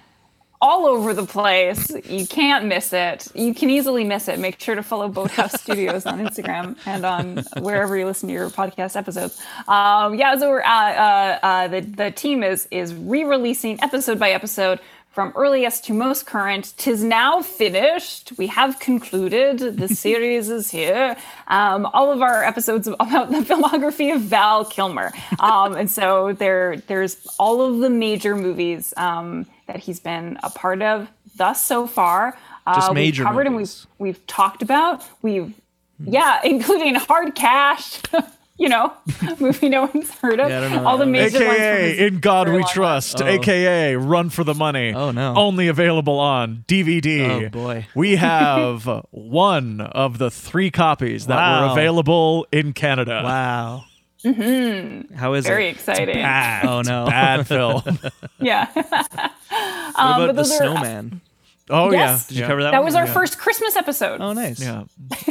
Speaker 3: all over the place. You can't miss it. You can easily miss it. Make sure to follow Boathouse Studios on Instagram and on wherever you listen to your podcast episodes. Um, yeah, so we're, uh, uh, uh, the the team is is re-releasing episode by episode from earliest to most current. Tis now finished. We have concluded. The series is here. Um, all of our episodes about the filmography of Val Kilmer, um, and so there there's all of the major movies. Um, that he's been a part of thus so far. Uh,
Speaker 5: Just major
Speaker 3: we've covered
Speaker 5: movies.
Speaker 3: and we've we've talked about. We've
Speaker 1: Hmm.
Speaker 3: yeah, including Hard Cash. you know, movie no one's heard of.
Speaker 1: Yeah, I don't know
Speaker 3: All
Speaker 1: that one.
Speaker 3: the major ones. from his
Speaker 2: AKA In God
Speaker 3: very
Speaker 2: We
Speaker 3: long
Speaker 2: Trust,
Speaker 1: Oh.
Speaker 2: AKA Run for the Money.
Speaker 1: Oh, no.
Speaker 2: Only available on DVD.
Speaker 1: Oh, boy.
Speaker 2: We have one of the three copies that were
Speaker 1: Wow.
Speaker 2: available in Canada.
Speaker 1: Wow. How is
Speaker 3: Mm-hmm. Very
Speaker 1: it?
Speaker 3: exciting.
Speaker 2: Bad.
Speaker 1: Oh, no.
Speaker 2: Bad film.
Speaker 3: Yeah.
Speaker 1: What
Speaker 3: Um, but
Speaker 1: about the
Speaker 3: those are- uh,
Speaker 1: snowman?
Speaker 2: Oh
Speaker 3: Yes.
Speaker 2: yeah.
Speaker 1: Did you
Speaker 2: Yeah.
Speaker 1: cover that?
Speaker 3: that
Speaker 1: one?
Speaker 3: was our
Speaker 1: Yeah.
Speaker 3: first Christmas episode.
Speaker 1: Oh, nice.
Speaker 2: Yeah.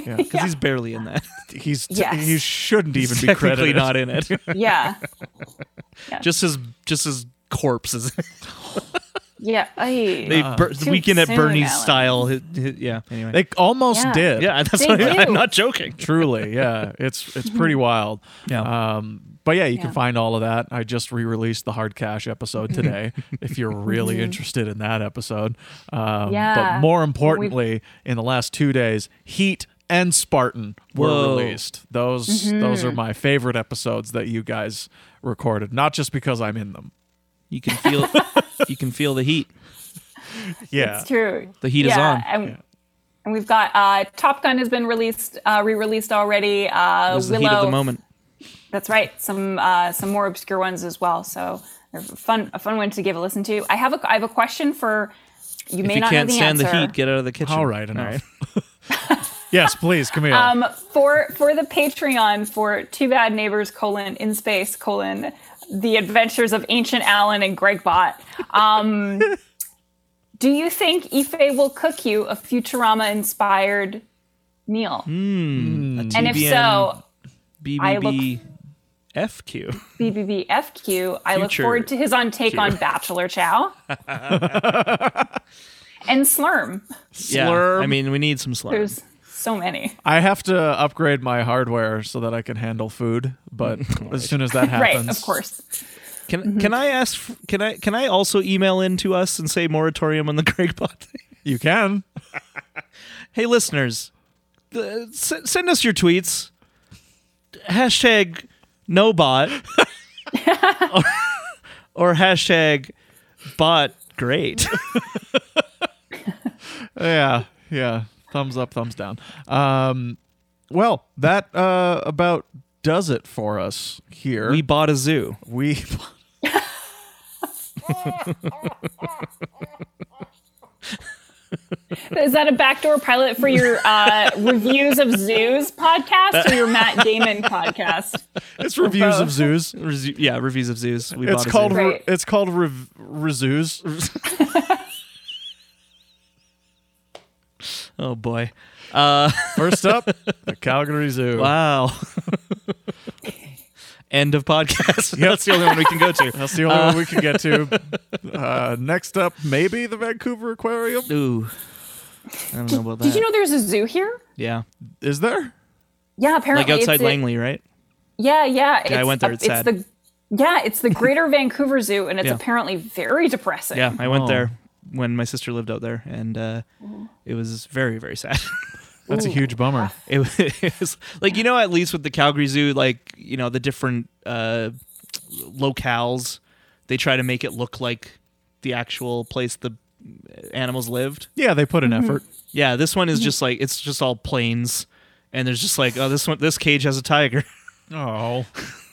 Speaker 2: Yeah.
Speaker 1: Because he's barely in that.
Speaker 2: He's t-
Speaker 3: Yes.
Speaker 2: he shouldn't even be
Speaker 1: Technically
Speaker 2: credited.
Speaker 1: not in it.
Speaker 3: Yeah.
Speaker 1: just his just his corpse is.
Speaker 3: Yeah. Ay.
Speaker 1: they bur-
Speaker 3: Too
Speaker 1: weekend at
Speaker 3: soon,
Speaker 1: Bernie's
Speaker 3: Alan.
Speaker 1: style. hi- hi- yeah. Anyway.
Speaker 2: They almost
Speaker 3: Yeah.
Speaker 2: did.
Speaker 1: yeah, that's
Speaker 3: They
Speaker 1: what I,
Speaker 3: do.
Speaker 1: I'm not joking. Uh,
Speaker 2: Truly, yeah. It's it's pretty wild.
Speaker 1: Yeah.
Speaker 2: Um, but yeah, you
Speaker 3: Yeah.
Speaker 2: can find all of that. I just re-released the hard cash episode today. if you're really interested in that episode, um,
Speaker 3: Yeah.
Speaker 2: but more importantly, in the last two days, Heat and Spartan were
Speaker 1: Whoa.
Speaker 2: released. Those
Speaker 3: Mm-hmm.
Speaker 2: those are my favorite episodes that you guys recorded. Not just because I'm in them.
Speaker 1: You can feel you can feel the heat.
Speaker 2: Yeah,
Speaker 3: It's true.
Speaker 1: The heat is on.
Speaker 3: And, and we've got uh, Top Gun has been released, uh, re-released already. Uh,
Speaker 1: It was the
Speaker 3: Willow,
Speaker 1: heat of the moment.
Speaker 3: That's right. Some uh, some more obscure ones as well. So they're fun a fun one to give a listen to. I have a I have a question for you.
Speaker 1: If
Speaker 3: may
Speaker 1: you
Speaker 3: not
Speaker 1: can't
Speaker 3: know the
Speaker 1: stand
Speaker 3: answer.
Speaker 1: the heat, get out of the kitchen.
Speaker 2: All right, enough. yes, please, Camille.
Speaker 3: um, for for the Patreon for Two Bad Neighbors colon in space colon the adventures of ancient Alan and Greg Bot. Um, do you think Ife will cook you a Futurama inspired meal? and if so, I
Speaker 1: BBB FQ.
Speaker 3: BBBFQ. I look
Speaker 1: Future
Speaker 3: forward to his on take on Bachelor Chow and Slurm.
Speaker 1: Yeah.
Speaker 2: Slurm.
Speaker 1: I mean, we need some slurm.
Speaker 3: There's so many.
Speaker 2: I have to upgrade my hardware so that I can handle food. But as soon as that happens,
Speaker 3: Right, of course.
Speaker 1: Can
Speaker 3: mm-hmm.
Speaker 1: can I ask? f- Can I can I also email in to us and say moratorium on the Greg bot thing?
Speaker 2: you can.
Speaker 1: Hey listeners, the, s- send us your tweets. Hashtag no bot or, or hashtag bot great.
Speaker 2: yeah yeah thumbs up thumbs down um well that uh about does it for us here
Speaker 1: We bought a zoo.
Speaker 2: we
Speaker 3: Is that a backdoor pilot for your uh, reviews of zoos podcast or your Matt Damon podcast?
Speaker 2: it's reviews of zoos
Speaker 1: Rezu- yeah, reviews of zoos. We
Speaker 2: it's
Speaker 1: bought
Speaker 2: called
Speaker 1: a zoo.
Speaker 2: re-
Speaker 3: Right.
Speaker 2: it's called rev- rezoos
Speaker 1: Oh boy!
Speaker 2: first up the calgary zoo
Speaker 1: Wow. End of podcast. That's the only one we can go to.
Speaker 2: that's the only one we can get to uh next up maybe the vancouver aquarium
Speaker 1: Ooh. I don't know about that.
Speaker 3: Did you know there's a zoo here?
Speaker 1: yeah.
Speaker 2: is there
Speaker 3: Yeah, apparently.
Speaker 1: Like outside
Speaker 3: it's a-
Speaker 1: Langley, right?
Speaker 3: yeah, yeah. It's,
Speaker 1: I went there,
Speaker 3: uh,
Speaker 1: it's sad.
Speaker 3: the yeah, it's the Greater Vancouver Zoo, and it's
Speaker 1: Yeah.
Speaker 3: apparently very depressing.
Speaker 1: Yeah, I went
Speaker 2: Oh.
Speaker 1: there when my sister lived out there, and uh,
Speaker 3: Mm-hmm.
Speaker 1: it was very, very sad.
Speaker 2: that's a huge bummer
Speaker 1: it, was, it was like you know, at least with the Calgary Zoo, like you know the different uh, locales, they try to make it look like the actual place the animals lived.
Speaker 2: yeah they put an effort
Speaker 1: Yeah, this one
Speaker 3: Mm-hmm.
Speaker 1: is just like it's just all plains, and there's just like oh this one this cage has a tiger.
Speaker 2: oh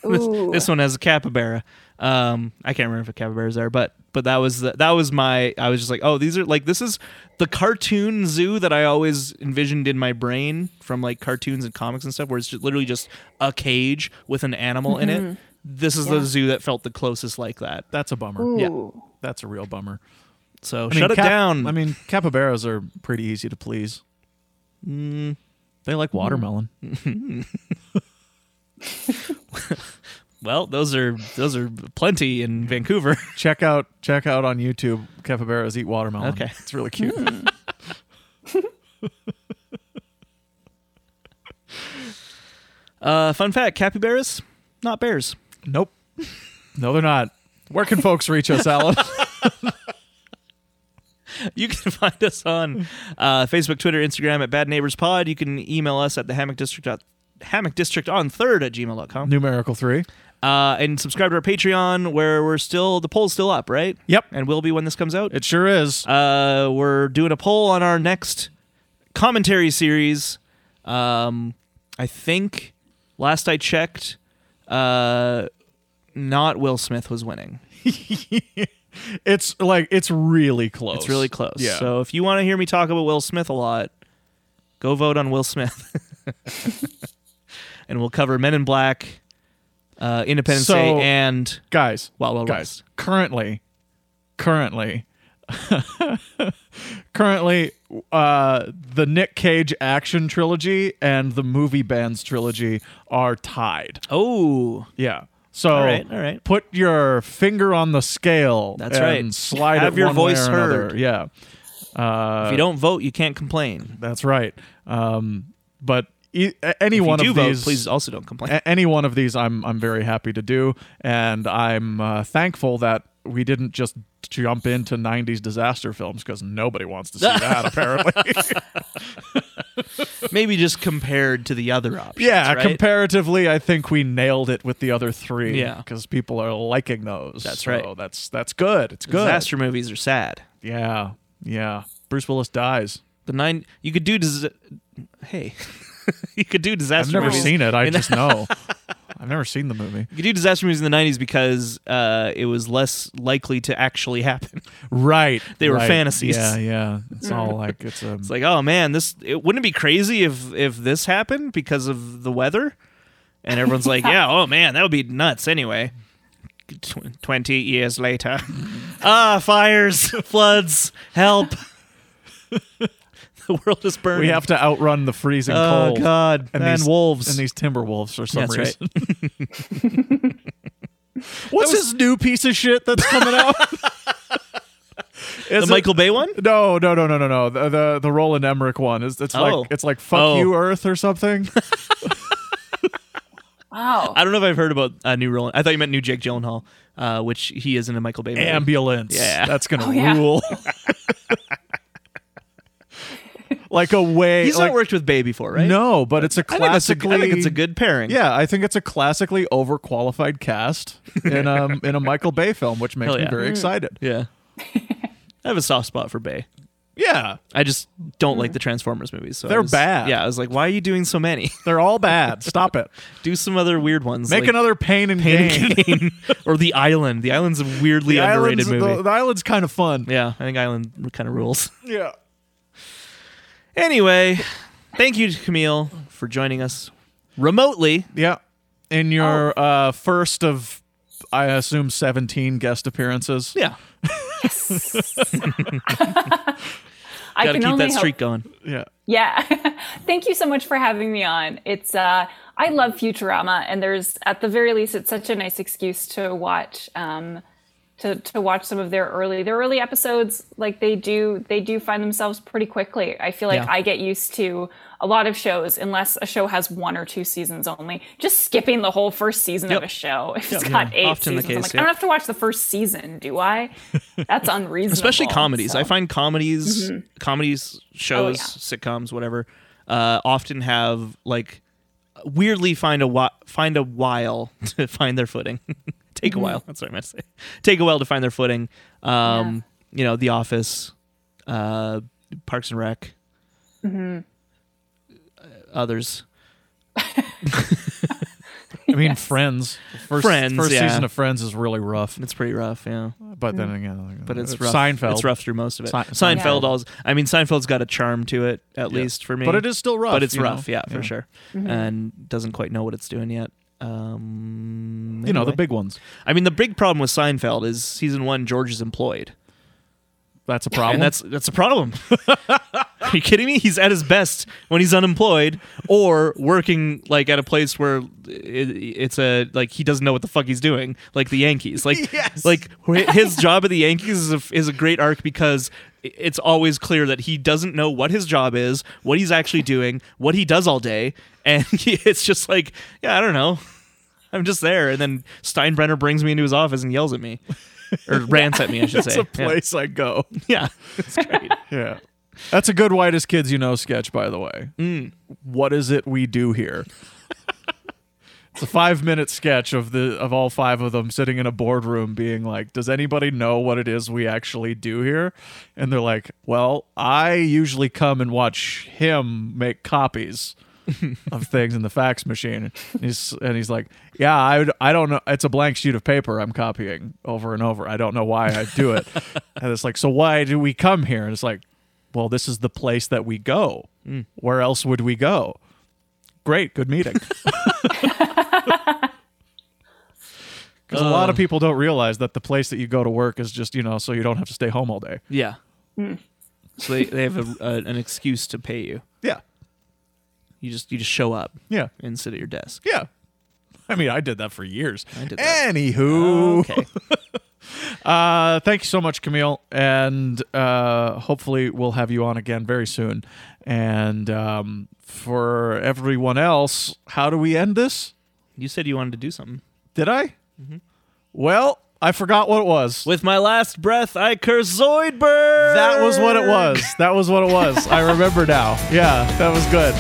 Speaker 3: Ooh.
Speaker 1: this one has a capybara. Um, I can't remember if a capybara is there, but but that was the, that was my. I was just like, oh, these are like this is the cartoon zoo that I always envisioned in my brain from like cartoons and comics and stuff, where it's just literally just a cage with an animal in it. This is
Speaker 3: Mm-hmm. Yeah.
Speaker 1: the zoo that felt the closest like that.
Speaker 2: that's a bummer
Speaker 3: Ooh.
Speaker 1: yeah.
Speaker 2: that's a real bummer
Speaker 1: So
Speaker 2: I mean,
Speaker 1: shut it
Speaker 2: cap-
Speaker 1: down.
Speaker 2: I mean, capybaras are pretty easy to please. Mm. They like watermelon.
Speaker 1: Well, those are those are plenty in Vancouver.
Speaker 2: Check out check out on YouTube capybaras eat watermelon.
Speaker 1: Okay.
Speaker 2: it's really cute.
Speaker 1: Uh, fun fact: capybaras, not bears.
Speaker 2: nope, no, they're not. Where can folks reach us, Alan?
Speaker 1: You can find us on uh, Facebook, Twitter, Instagram at Bad Neighbors Pod. You can email us at the Hammock District. Hammock District on third at gmail.com.
Speaker 2: Numerical three.
Speaker 1: Uh, and subscribe to our Patreon where we're still, the poll's still up, right?
Speaker 2: Yep.
Speaker 1: And will be when this comes out.
Speaker 2: It sure is.
Speaker 1: Uh, we're doing a poll on our next commentary series. Um, I think last I checked, uh, not Will Smith was winning.
Speaker 2: It's like it's really close.
Speaker 1: It's really close.
Speaker 2: Yeah.
Speaker 1: So if you want to hear me talk about Will Smith a lot, go vote on Will Smith. and we'll cover Men in Black, uh, Independence
Speaker 2: So-
Speaker 1: Day, and
Speaker 2: guys,
Speaker 1: Wild Wild
Speaker 2: guys,
Speaker 1: West.
Speaker 2: currently, currently, currently, uh, the Nick Cage action trilogy and the movie bands trilogy are tied.
Speaker 1: Oh,
Speaker 2: Yeah. So
Speaker 1: All right, all right.
Speaker 2: put your finger on the scale.
Speaker 1: That's
Speaker 2: and
Speaker 1: right.
Speaker 2: Slide
Speaker 1: Have
Speaker 2: it
Speaker 1: your
Speaker 2: one way
Speaker 1: voice
Speaker 2: or another.
Speaker 1: heard.
Speaker 2: Yeah. Uh,
Speaker 1: if you don't vote, you can't complain.
Speaker 2: that's right. Um, but e- a- any
Speaker 1: If you
Speaker 2: one
Speaker 1: do
Speaker 2: of
Speaker 1: vote,
Speaker 2: these,
Speaker 1: please also don't complain.
Speaker 2: a- any one of these I'm I'm very happy to do, and I'm uh, thankful that we didn't just jump into 90s disaster films because nobody wants to see that apparently
Speaker 1: Maybe just compared to the other options.
Speaker 2: yeah
Speaker 1: right?
Speaker 2: comparatively i think we nailed it with the other three
Speaker 1: Yeah.
Speaker 2: because people are liking those
Speaker 1: That's
Speaker 2: So
Speaker 1: right.
Speaker 2: that's that's good it's good
Speaker 1: Disaster movies are sad.
Speaker 2: yeah yeah bruce willis dies
Speaker 1: The nine you could do. Dis- hey, you could do disaster.
Speaker 2: i've never
Speaker 1: movies.
Speaker 2: seen it i
Speaker 1: in the-
Speaker 2: just know i've never seen the movie
Speaker 1: You could do disaster movies in the '90s because uh, it was less likely to actually happen.
Speaker 2: right
Speaker 1: They were
Speaker 2: right.
Speaker 1: fantasies.
Speaker 2: yeah yeah it's all like it's a
Speaker 1: It's like, oh man, this it wouldn't it be crazy if if this happened because of the weather, and everyone's like, yeah, oh man, that would be nuts. Anyway, Tw- twenty years later, ah, fires, floods, help. the world is burning.
Speaker 2: we have to outrun the freezing
Speaker 1: Oh
Speaker 2: cold
Speaker 1: God! And,
Speaker 2: these-
Speaker 1: wolves.
Speaker 2: and these timber wolves for some
Speaker 1: That's right.
Speaker 2: reason. What's this new piece of shit that's coming out?
Speaker 1: the
Speaker 2: Is it-
Speaker 1: Michael Bay one.
Speaker 2: No, no, no, no, no, no. The the, the Roland Emmerich one is it's
Speaker 1: Oh.
Speaker 2: like it's like fuck
Speaker 1: Oh.
Speaker 2: you Earth or something.
Speaker 3: Wow.
Speaker 1: I don't know if I've heard about uh, new Roland. I thought you meant new Jake Gyllenhaal, uh, which he is in a Michael Bay movie.
Speaker 2: Ambulance.
Speaker 1: Yeah.
Speaker 2: that's gonna
Speaker 3: Oh, yeah.
Speaker 2: rule. like a way.
Speaker 1: He's
Speaker 2: like,
Speaker 1: not worked with Bay before, right?
Speaker 2: No, but it's a
Speaker 1: I think, that's a, I
Speaker 2: classically.
Speaker 1: think it's a good pairing.
Speaker 2: Yeah, I think it's a classically overqualified cast in um in a Michael Bay film, which makes
Speaker 1: Hell yeah.
Speaker 2: me
Speaker 3: Hmm.
Speaker 2: very excited.
Speaker 1: yeah. I have a soft spot for Bay.
Speaker 2: Yeah,
Speaker 1: I just don't like the Transformers movies. So I
Speaker 2: They're
Speaker 1: was-
Speaker 2: bad.
Speaker 1: Yeah, I was like, why are you doing so many?
Speaker 2: they're all bad. Stop it.
Speaker 1: Do some other weird ones.
Speaker 2: Make
Speaker 1: like
Speaker 2: another pain and
Speaker 1: Pain
Speaker 2: gain.
Speaker 1: and Gain or The Island. The Island's a weirdly
Speaker 2: The
Speaker 1: underrated
Speaker 2: island's,
Speaker 1: movie.
Speaker 2: the, the island's kind of fun.
Speaker 1: yeah, I think Island kind of rules.
Speaker 2: Yeah.
Speaker 1: Anyway, thank you, Camille, for joining us remotely.
Speaker 2: Yeah. In your uh, first of, I assume, 17 guest appearances.
Speaker 1: Yeah,
Speaker 3: I
Speaker 1: gotta
Speaker 3: can
Speaker 1: keep
Speaker 3: only
Speaker 1: that
Speaker 3: hope-
Speaker 1: streak going.
Speaker 2: Yeah.
Speaker 3: Yeah. Thank you so much for having me on. It's uh I love Futurama and there's at the very least it's such a nice excuse to watch um to to watch some of their early their early episodes like they do they do find themselves pretty quickly. I feel like
Speaker 1: Yeah.
Speaker 3: I get used to a lot of shows unless a show has one or two seasons only. Just skipping the whole first season of a show. If it's got eight
Speaker 1: Often the
Speaker 3: seasons,
Speaker 1: case,
Speaker 3: I'm like,
Speaker 1: yeah.
Speaker 3: I don't have to watch the first season, do I? That's unreasonable.
Speaker 1: especially comedies.
Speaker 3: so. Mm-hmm. Oh,
Speaker 1: I find comedies, comedies, shows, sitcoms, whatever, uh, often have like weirdly find a whi- find a while to find their footing. Take
Speaker 3: Mm-hmm.
Speaker 1: a while. That's what I meant to say. Take a while to find their footing. Um, You know, The Office, uh, Parks and Rec,
Speaker 3: Mm-hmm.
Speaker 1: uh, others.
Speaker 2: I mean, Friends. First,
Speaker 1: Friends,
Speaker 2: First
Speaker 1: yeah.
Speaker 2: season of Friends is really rough.
Speaker 1: It's pretty rough, yeah.
Speaker 2: But then again, like,
Speaker 1: But it's
Speaker 2: uh,
Speaker 1: rough.
Speaker 2: Seinfeld.
Speaker 1: It's rough through most of it.
Speaker 2: Sein-
Speaker 1: Seinfeld,
Speaker 3: Yeah.
Speaker 1: always. I mean, Seinfeld's got a charm to it, at least for me.
Speaker 2: But it is still rough.
Speaker 1: but it's
Speaker 2: you know?
Speaker 1: rough, yeah, for sure, and doesn't quite know what it's doing yet. Um,
Speaker 2: You know, the
Speaker 1: anyway.
Speaker 2: big ones.
Speaker 1: I mean, the big problem with Seinfeld is season one. George is employed,
Speaker 2: That's a problem.
Speaker 1: And that's that's a problem. Are you kidding me? He's at his best when he's unemployed or working like at a place where it, it's a like he doesn't know what the fuck he's doing, like the Yankees. Like like wh- his job at the Yankees is a, is a great arc because i- it's always clear that he doesn't know what his job is, what he's actually doing, what he does all day, and he, it's just like, yeah, I don't know. I'm just there and then Steinbrenner brings me into his office and yells at me. or rants at me, I should
Speaker 2: That's
Speaker 1: say.
Speaker 2: a place I go.
Speaker 1: Yeah.
Speaker 2: Yeah. That's a good whitest kids you know sketch, by the way. What is it we do here? it's a five minute sketch of the of all five of them sitting in a boardroom being like, Does anybody know what it is we actually do here? And they're like, Well, I usually come and watch him make copies of things in the fax machine. And he's and he's like, "Yeah, I would, I don't know. It's a blank sheet of paper. I'm copying over and over. I don't know why I do it." and it's like, "So why do we come here?" And it's like, "Well, this is the place that we go. Where else would we go?" Great, good meeting. Because a lot of people don't realize that the place that you go to work is just you know so you don't have to stay home all day.
Speaker 1: Yeah. So they, they have a, a, an excuse to pay you.
Speaker 2: Yeah,
Speaker 1: You just you just show up
Speaker 2: yeah,
Speaker 1: and sit at your desk.
Speaker 2: yeah. I mean, I did that for years. I
Speaker 1: did that.
Speaker 2: Anywho,
Speaker 1: Okay.
Speaker 2: Uh, thank you so much, Camille, and uh, hopefully we'll have you on again very soon. And um, for everyone else, how do we end this?
Speaker 1: you said you wanted to do something.
Speaker 2: Did I? Well, I forgot what it was.
Speaker 1: With my last breath, I curse Zoidberg.
Speaker 2: That was what it was. That was what it was. I remember now. Yeah, that was good.